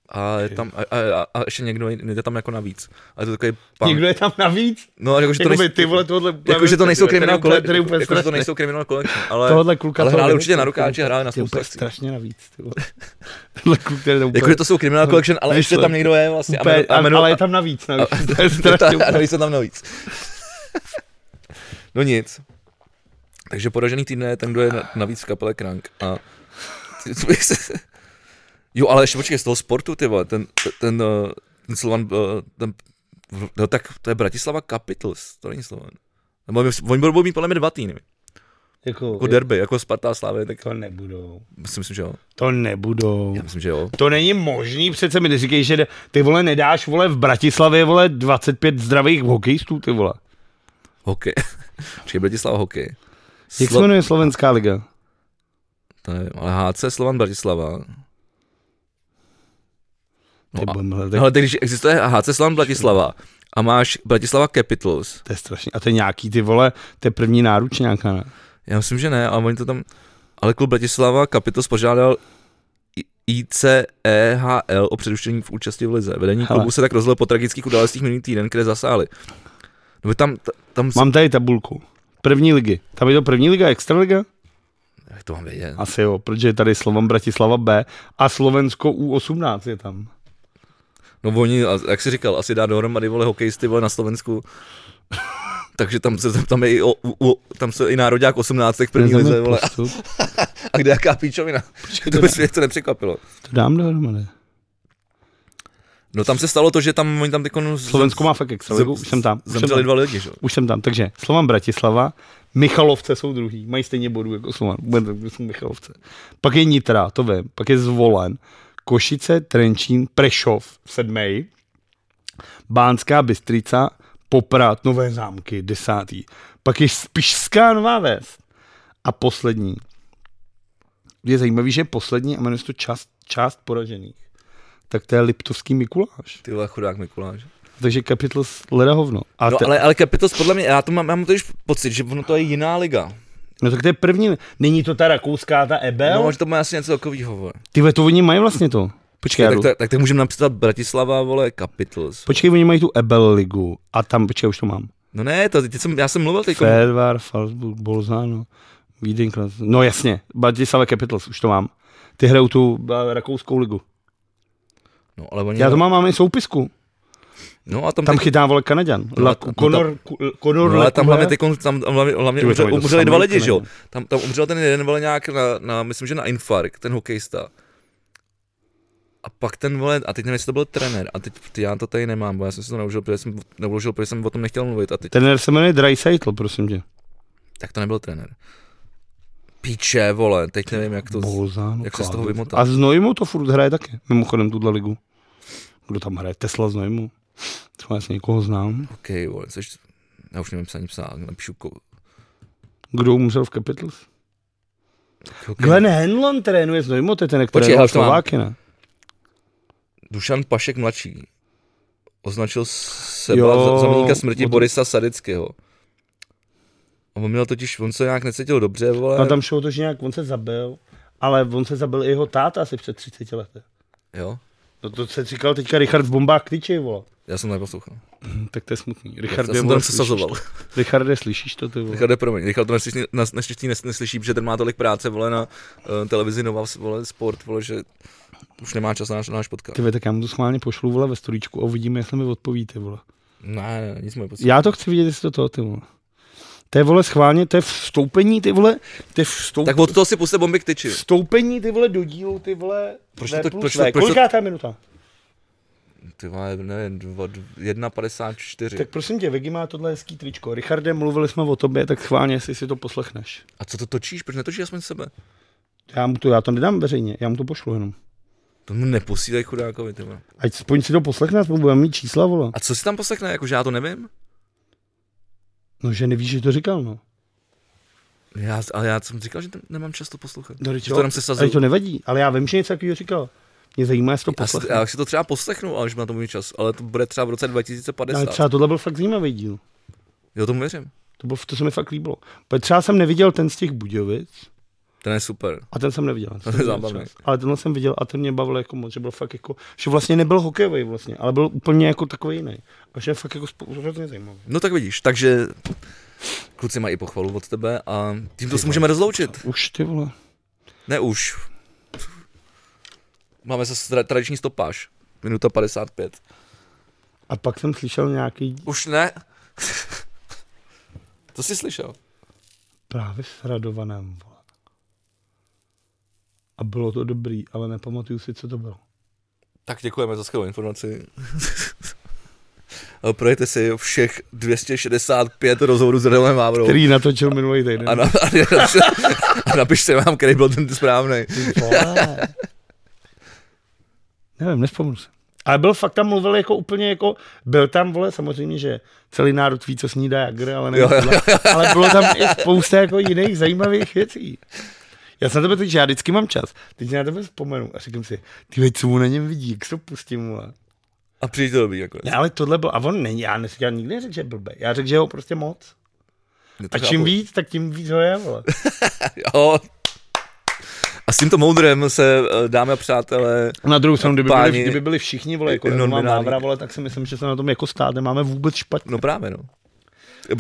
Speaker 1: A je tam, a, a, a, a ještě někdo, jde tam jako navíc. A je to takový pan.
Speaker 2: Někdo je tam navíc?
Speaker 1: No, jakože to,
Speaker 2: Jakoby
Speaker 1: nejsou-
Speaker 2: ty vole, tohle...
Speaker 1: jakože to nejsou
Speaker 2: Tady
Speaker 1: Criminal
Speaker 2: úplně- tady
Speaker 1: Collection.
Speaker 2: úplně
Speaker 1: Jakože to
Speaker 2: strašný.
Speaker 1: nejsou Criminal Collection, ale,
Speaker 2: Tohle kluka
Speaker 1: ale
Speaker 2: to
Speaker 1: hráli
Speaker 2: nejde,
Speaker 1: určitě na
Speaker 2: to
Speaker 1: rukáči,
Speaker 2: úplně-
Speaker 1: hráli na
Speaker 2: to je úplně
Speaker 1: spoustu akcí.
Speaker 2: strašně navíc, ty vole. Tohle kluk, který to úplně...
Speaker 1: Jakože Jako to jsou Criminal Collection, ale ještě
Speaker 2: Nejsou.
Speaker 1: tam někdo je vlastně.
Speaker 2: úplně,
Speaker 1: a jmenu,
Speaker 2: ale
Speaker 1: a,
Speaker 2: je tam navíc, navíc.
Speaker 1: a-
Speaker 2: to je strašně
Speaker 1: a
Speaker 2: úplně...
Speaker 1: nejsou tam navíc. No nic. Takže poražený týden je ten, kdo je na- navíc v kapele Krank. A ty- co bych se... Jo, ale ještě počkej, z toho sportu, ty vole, ten, ten, eh, ten Slovan, eh, ten, no tak to je Bratislava Capitals, to není Slovan. Nebo oni- Oni budou mít podle mě dva týmy,
Speaker 2: Jako,
Speaker 1: jako derby, jako Sparta a Slávě, tak
Speaker 2: to nebudou.
Speaker 1: si myslím, že jo.
Speaker 2: To nebudou.
Speaker 1: Já myslím, že jo.
Speaker 2: To není možný, přece mi neříkej, že jde- ty vole nedáš vole v Bratislavě vole 25 zdravých hokejistů, ty vole.
Speaker 1: Hokej. Počkej, Bratislava hokej.
Speaker 2: Jak se jmenuje Slovenská liga?
Speaker 1: To nevím, ale HC Slovan Bratislava.
Speaker 2: Ty
Speaker 1: No a-
Speaker 2: budem hledat,
Speaker 1: Tak. Hele, tak když existuje HC Slovan Bratislava a máš Bratislava Capitals,
Speaker 2: to je strašný. A to je nějaký ty vole, to je první náruč nějaká, ne?
Speaker 1: já myslím, že ne, ale oni to tam, ale klub Bratislava Capitals požádal I- ICEHL o předuštění v účasti v lize. Vedení
Speaker 2: Hele.
Speaker 1: klubu se tak rozhodlo po tragických událostích minulý týden, které zasáhly. No by tam, t- tam,
Speaker 2: Mám tady tabulku. První ligy. Tam je to první liga, extraliga?
Speaker 1: jak to mám vědět?
Speaker 2: Asi jo, protože je tady Slovan Bratislava B a Slovensko U18 je tam.
Speaker 1: No oni, a- jak jsi říkal, asi dá dohromady vole hokejisty vole na Slovensku. Takže tam se, tam, je i o, u, u, tam se i národák 18 v první lize, vole, a,
Speaker 2: postup.
Speaker 1: a kde jaká píčovina. To by mě to nepřekvapilo.
Speaker 2: To dám dohromady.
Speaker 1: No tam se stalo to, že tam, oni tam teď
Speaker 2: Slovensko má fakt extraligu, už jsem tam. Už jsem
Speaker 1: Zemřeli
Speaker 2: tam.
Speaker 1: dva lidi, že? jo?
Speaker 2: Už jsem tam, takže Slovan Bratislava, Michalovce jsou druhý, mají stejně bodů jako Slovan, vůbec nevím, kde jsou Michalovce. Pak je Nitra, to vím, pak je Zvolen, Košice, Trenčín, Prešov, sedmý, Bánská Bystrica, Poprad, Nové zámky, desátý. Pak je Spišská Nová Ves a poslední. Je zajímavý, že je poslední a jmenuje se to část, část poražených. Tak to je Liptovský Mikuláš.
Speaker 1: Ty vole, chudák Mikuláš.
Speaker 2: Takže kapitl s leda hovno. A
Speaker 1: No
Speaker 2: te-
Speaker 1: ale, ale Capitals podle mě, já to mám, mám totiž pocit, že ono to je jiná liga.
Speaker 2: No tak to je první. Není to ta rakouská, ta Ebel?
Speaker 1: No,
Speaker 2: No,
Speaker 1: že to má asi něco takového, vole.
Speaker 2: Ty vole, to oni mají vlastně to. Počkej,
Speaker 1: Tak,
Speaker 2: tak
Speaker 1: tak, tak, tak můžeme napsat Bratislava, vole, Capitals.
Speaker 2: Počkej, oni mají tu Ebel ligu a tam, počkej, už to mám.
Speaker 1: No ne, to, teď jsem, já jsem mluvil teď.
Speaker 2: Fervar, Falsburg, Bolzano, Vídeň, Klas- No jasně, Bratislava Capitals, už to mám. Ty hrajou tu eh, rakouskou ligu.
Speaker 1: No, ale oni,
Speaker 2: Já to mám, mám i soupisku.
Speaker 1: No a tam,
Speaker 2: Tam
Speaker 1: teď-
Speaker 2: chytá vole Kanaďan.
Speaker 1: No,
Speaker 2: La,
Speaker 1: ta- no, ta-
Speaker 2: Conor, Conor
Speaker 1: No, ale tam hlavně,
Speaker 2: Lekule.
Speaker 1: teď, tam, tam hlavně, hlavně
Speaker 2: Ty vole, to
Speaker 1: umřeli,
Speaker 2: mají no. to
Speaker 1: umřeli dva
Speaker 2: samý,
Speaker 1: lidi,
Speaker 2: úplně.
Speaker 1: že jo? Tam, tam umřel ten jeden vole nějak na, na, myslím, že na infarkt, ten hokejista. A pak ten vole, a teď nevím, jestli to byl trenér, a teď ty, já to tady nemám, bo já jsem si to neužil, protože jsem, neuložil, protože jsem o tom nechtěl mluvit, a teď,
Speaker 2: Trenér se jmenuje Dreisaitl, prosím tě.
Speaker 1: tak to nebyl trenér. Píče, vole, teď nevím, jak to...
Speaker 2: Bolzano,
Speaker 1: jak se z toho
Speaker 2: Kladno.
Speaker 1: vymotal?
Speaker 2: A Znojmu to furt hraje taky, mimochodem, tuhle ligu. Kdo tam hraje? Tesla Znojmu. Třeba já někoho znám.
Speaker 1: Hokej, vole, což... Já už nevím psaní psát, napíšu ko...
Speaker 2: Kdo umřel v Capitals?
Speaker 1: hokej.
Speaker 2: Glenn Henlon trénuje s Nojmo, to je ten, který
Speaker 1: Počkej, já
Speaker 2: je
Speaker 1: už to mám.
Speaker 2: Slováky, ne?
Speaker 1: Dušan Pašek mladší označil sebe jo,
Speaker 2: Jo,
Speaker 1: za milníka smrti
Speaker 2: o to-
Speaker 1: Borisa Sadeckého. A On měl totiž, on se nějak necítil dobře, vole.
Speaker 2: A No tam šlo to, že nějak on se zabil, ale on se zabil i jeho táta asi před 30 lety.
Speaker 1: Jo,
Speaker 2: No to se říkal teďka Richard v bombách tyčej, vole.
Speaker 1: já jsem to neposlouchal.
Speaker 2: Hm, tak to je smutný.
Speaker 1: Já, já
Speaker 2: Richard,
Speaker 1: jsem to přesazoval.
Speaker 2: Richarde, slyšíš to, ty vole?
Speaker 1: Richard, promiň, Richard to naštěstí, na- naštěstí nes- neslyší, protože ten má tolik práce, vole, na uh, televizi Nova, vole, sport, vole, že už nemá čas na náš, na náš podcast.
Speaker 2: Ty vole, tak já mu to schválně pošlu, vole, ve storíčku a uvidíme, jestli mi odpovíte, vole.
Speaker 1: Ne, ne, nic moje pocit.
Speaker 2: Já to chci vidět, jestli to to, ty vole. To je, vole, schválně, to je vstoupení, ty vole, to je vstoupení.
Speaker 1: Tak od toho si puste bomby k tyči.
Speaker 2: Vstoupení ty vole do dílu, ty vole.
Speaker 1: Proč
Speaker 2: V
Speaker 1: to-
Speaker 2: plus
Speaker 1: proč to-
Speaker 2: V.
Speaker 1: proč to-
Speaker 2: Kolikátá minuta?
Speaker 1: Ty vole, nevím, dva- dv- 1,54.
Speaker 2: Tak prosím tě, Vegi má tohle hezký tričko. Richarde, mluvili jsme o tobě, tak schválně, jestli si to poslechneš.
Speaker 1: A co to točíš? Proč netočíš aspoň sebe?
Speaker 2: Já mu to, já to nedám veřejně, já mu to pošlu jenom.
Speaker 1: To mu neposílej chudákovi, ty vole.
Speaker 2: Ať aspoň si to poslechne, aspoň budeme mít čísla, vole.
Speaker 1: A co si tam poslechne, jakože já to nevím?
Speaker 2: No, že nevíš, že to říkal, no.
Speaker 1: Já, ale já jsem říkal, že tam nemám často poslouchat.
Speaker 2: No,
Speaker 1: že to jenom se
Speaker 2: ale
Speaker 1: sazuju.
Speaker 2: to nevadí, ale já vím, že něco takového říkal. Mě zajímá, jestli to
Speaker 1: Asi,
Speaker 2: poslechne.
Speaker 1: já si to třeba poslechnu, ale už na to můj čas. Ale to bude třeba v roce 2050.
Speaker 2: Ale třeba tohle byl fakt zajímavý díl.
Speaker 1: Jo, tomu věřím.
Speaker 2: To, bylo, to se mi fakt líbilo. Protože třeba jsem neviděl ten z těch Budějovic,
Speaker 1: Ten je super.
Speaker 2: A ten jsem neviděl. ten
Speaker 1: To je
Speaker 2: jsem neviděl
Speaker 1: zábavný.
Speaker 2: třeba. Ale tenhle jsem viděl a ten mě bavil jako moc, že byl fakt jako, že vlastně nebyl hokejový vlastně, ale byl úplně jako takový jiný. A že je fakt jako spou- hrozně zajímavý.
Speaker 1: No tak vidíš, takže kluci mají i pochvalu od tebe a tímto se můžeme rozloučit.
Speaker 2: Už ty vole.
Speaker 1: Ne už. Máme zase tra- tradiční stopáž. Minuta 55.
Speaker 2: A pak jsem slyšel nějaký
Speaker 1: Už ne? Co jsi slyšel?
Speaker 2: právě s Radovanem. Vole. A bylo to dobrý, ale nepamatuju si, co to bylo.
Speaker 1: Tak děkujeme za skvělou informaci. A Projďte si všech 265 rozhovorů s Renem Vávrou.
Speaker 2: Který natočil minulý týden.
Speaker 1: A, na, a, napište, a napište vám, který byl ten správný.
Speaker 2: Ty vole. Nevím, nespomnu se. Ale byl fakt tam mluvil jako úplně jako, byl tam, vole, samozřejmě, že celý národ ví, co snídá Jagr, ale, ne,
Speaker 1: Jo, jo.
Speaker 2: ale bylo tam i spousta jako jiných zajímavých věcí. Já se na tebe teď, že já vždycky mám čas, teď na tebe vzpomenu a říkám si, ty veď, co mu na něm vidí, jak se to pustím, vole.
Speaker 1: A přijde to dobrý jako.
Speaker 2: Ne, ale tohle bylo, a on není, já, nes, já nikdy neřekl, že je blbej, já řekl, že je ho prostě moc. A čím víc, tak tím víc ho je, vole.
Speaker 1: Jo. A s tímto moudrem se, eh, dámy a přátelé,
Speaker 2: Na druhou stranu, kdyby, byli,
Speaker 1: Páni-
Speaker 2: kdyby byli všichni, vole, jako
Speaker 1: Non
Speaker 2: Roman
Speaker 1: binární.
Speaker 2: Vávra, vole, tak si myslím, že se na tom jako stát nemáme vůbec špatně.
Speaker 1: no právě no.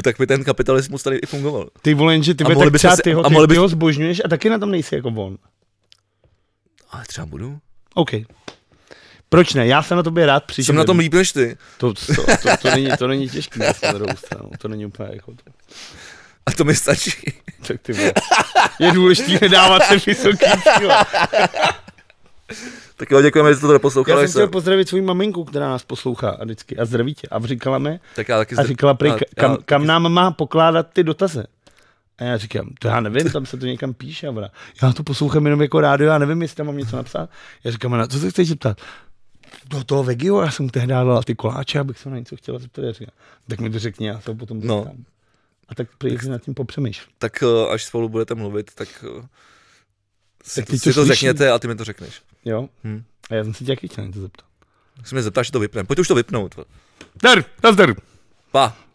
Speaker 1: Tak by ten kapitalismus tady i fungoval.
Speaker 2: Ty vole, jenže
Speaker 1: A
Speaker 2: ty vole,
Speaker 1: mohli
Speaker 2: tak
Speaker 1: by
Speaker 2: třeba
Speaker 1: se-
Speaker 2: ty ho,
Speaker 1: a
Speaker 2: ty,
Speaker 1: mohli by-
Speaker 2: ty ho zbožňuješ a taky na tom nejsi jako on.
Speaker 1: Ale třeba budu.
Speaker 2: OK. Proč ne? Já se na tobě rád přičem.
Speaker 1: Jsem na tom líp než ty.
Speaker 2: To, to, to, to, není, to není těžký, na druhou stranu. To není úplně jako to.
Speaker 1: A to mi stačí.
Speaker 2: Tak ty vole. Je důležitý nedávat se vysoký cíle.
Speaker 1: Tak jo, děkujeme, že jste to
Speaker 2: Já
Speaker 1: doposlouchali.
Speaker 2: jsem chtěl pozdravit svou maminku, která nás poslouchá a vždycky a zdraví tě. A říkala mi,
Speaker 1: tak já taky
Speaker 2: a
Speaker 1: zde-
Speaker 2: říkala prej,
Speaker 1: já-
Speaker 2: ka-
Speaker 1: já
Speaker 2: kam,
Speaker 1: taky-
Speaker 2: kam nám má pokládat ty dotazy. A já říkám, to já nevím, tam se to někam píše. A ona, já to poslouchám jenom jako rádio, já nevím, jestli tam mám něco napsat. Já říkám, na co se chceš zeptat? Do toho vegio, já jsem tehdy dala ty koláče, abych se na něco chtěla zeptat. Já říkám, tak mi to řekni, já to potom
Speaker 1: No.
Speaker 2: zeptám. A tak prý si nad tím popřemýšlím.
Speaker 1: Tak eh, až spolu budete mluvit, tak eh, si,
Speaker 2: Tak
Speaker 1: tak
Speaker 2: teď
Speaker 1: si
Speaker 2: to
Speaker 1: to
Speaker 2: slyším.
Speaker 1: řekněte a ty mi to řekneš.
Speaker 2: Jo?
Speaker 1: Hm.
Speaker 2: A já jsem se tě taky chtěl na něco zeptat.
Speaker 1: Tak se mě zeptáš, že to vypneme. Pojď už to vypnout.
Speaker 2: Dar, nazdar.
Speaker 1: Pa.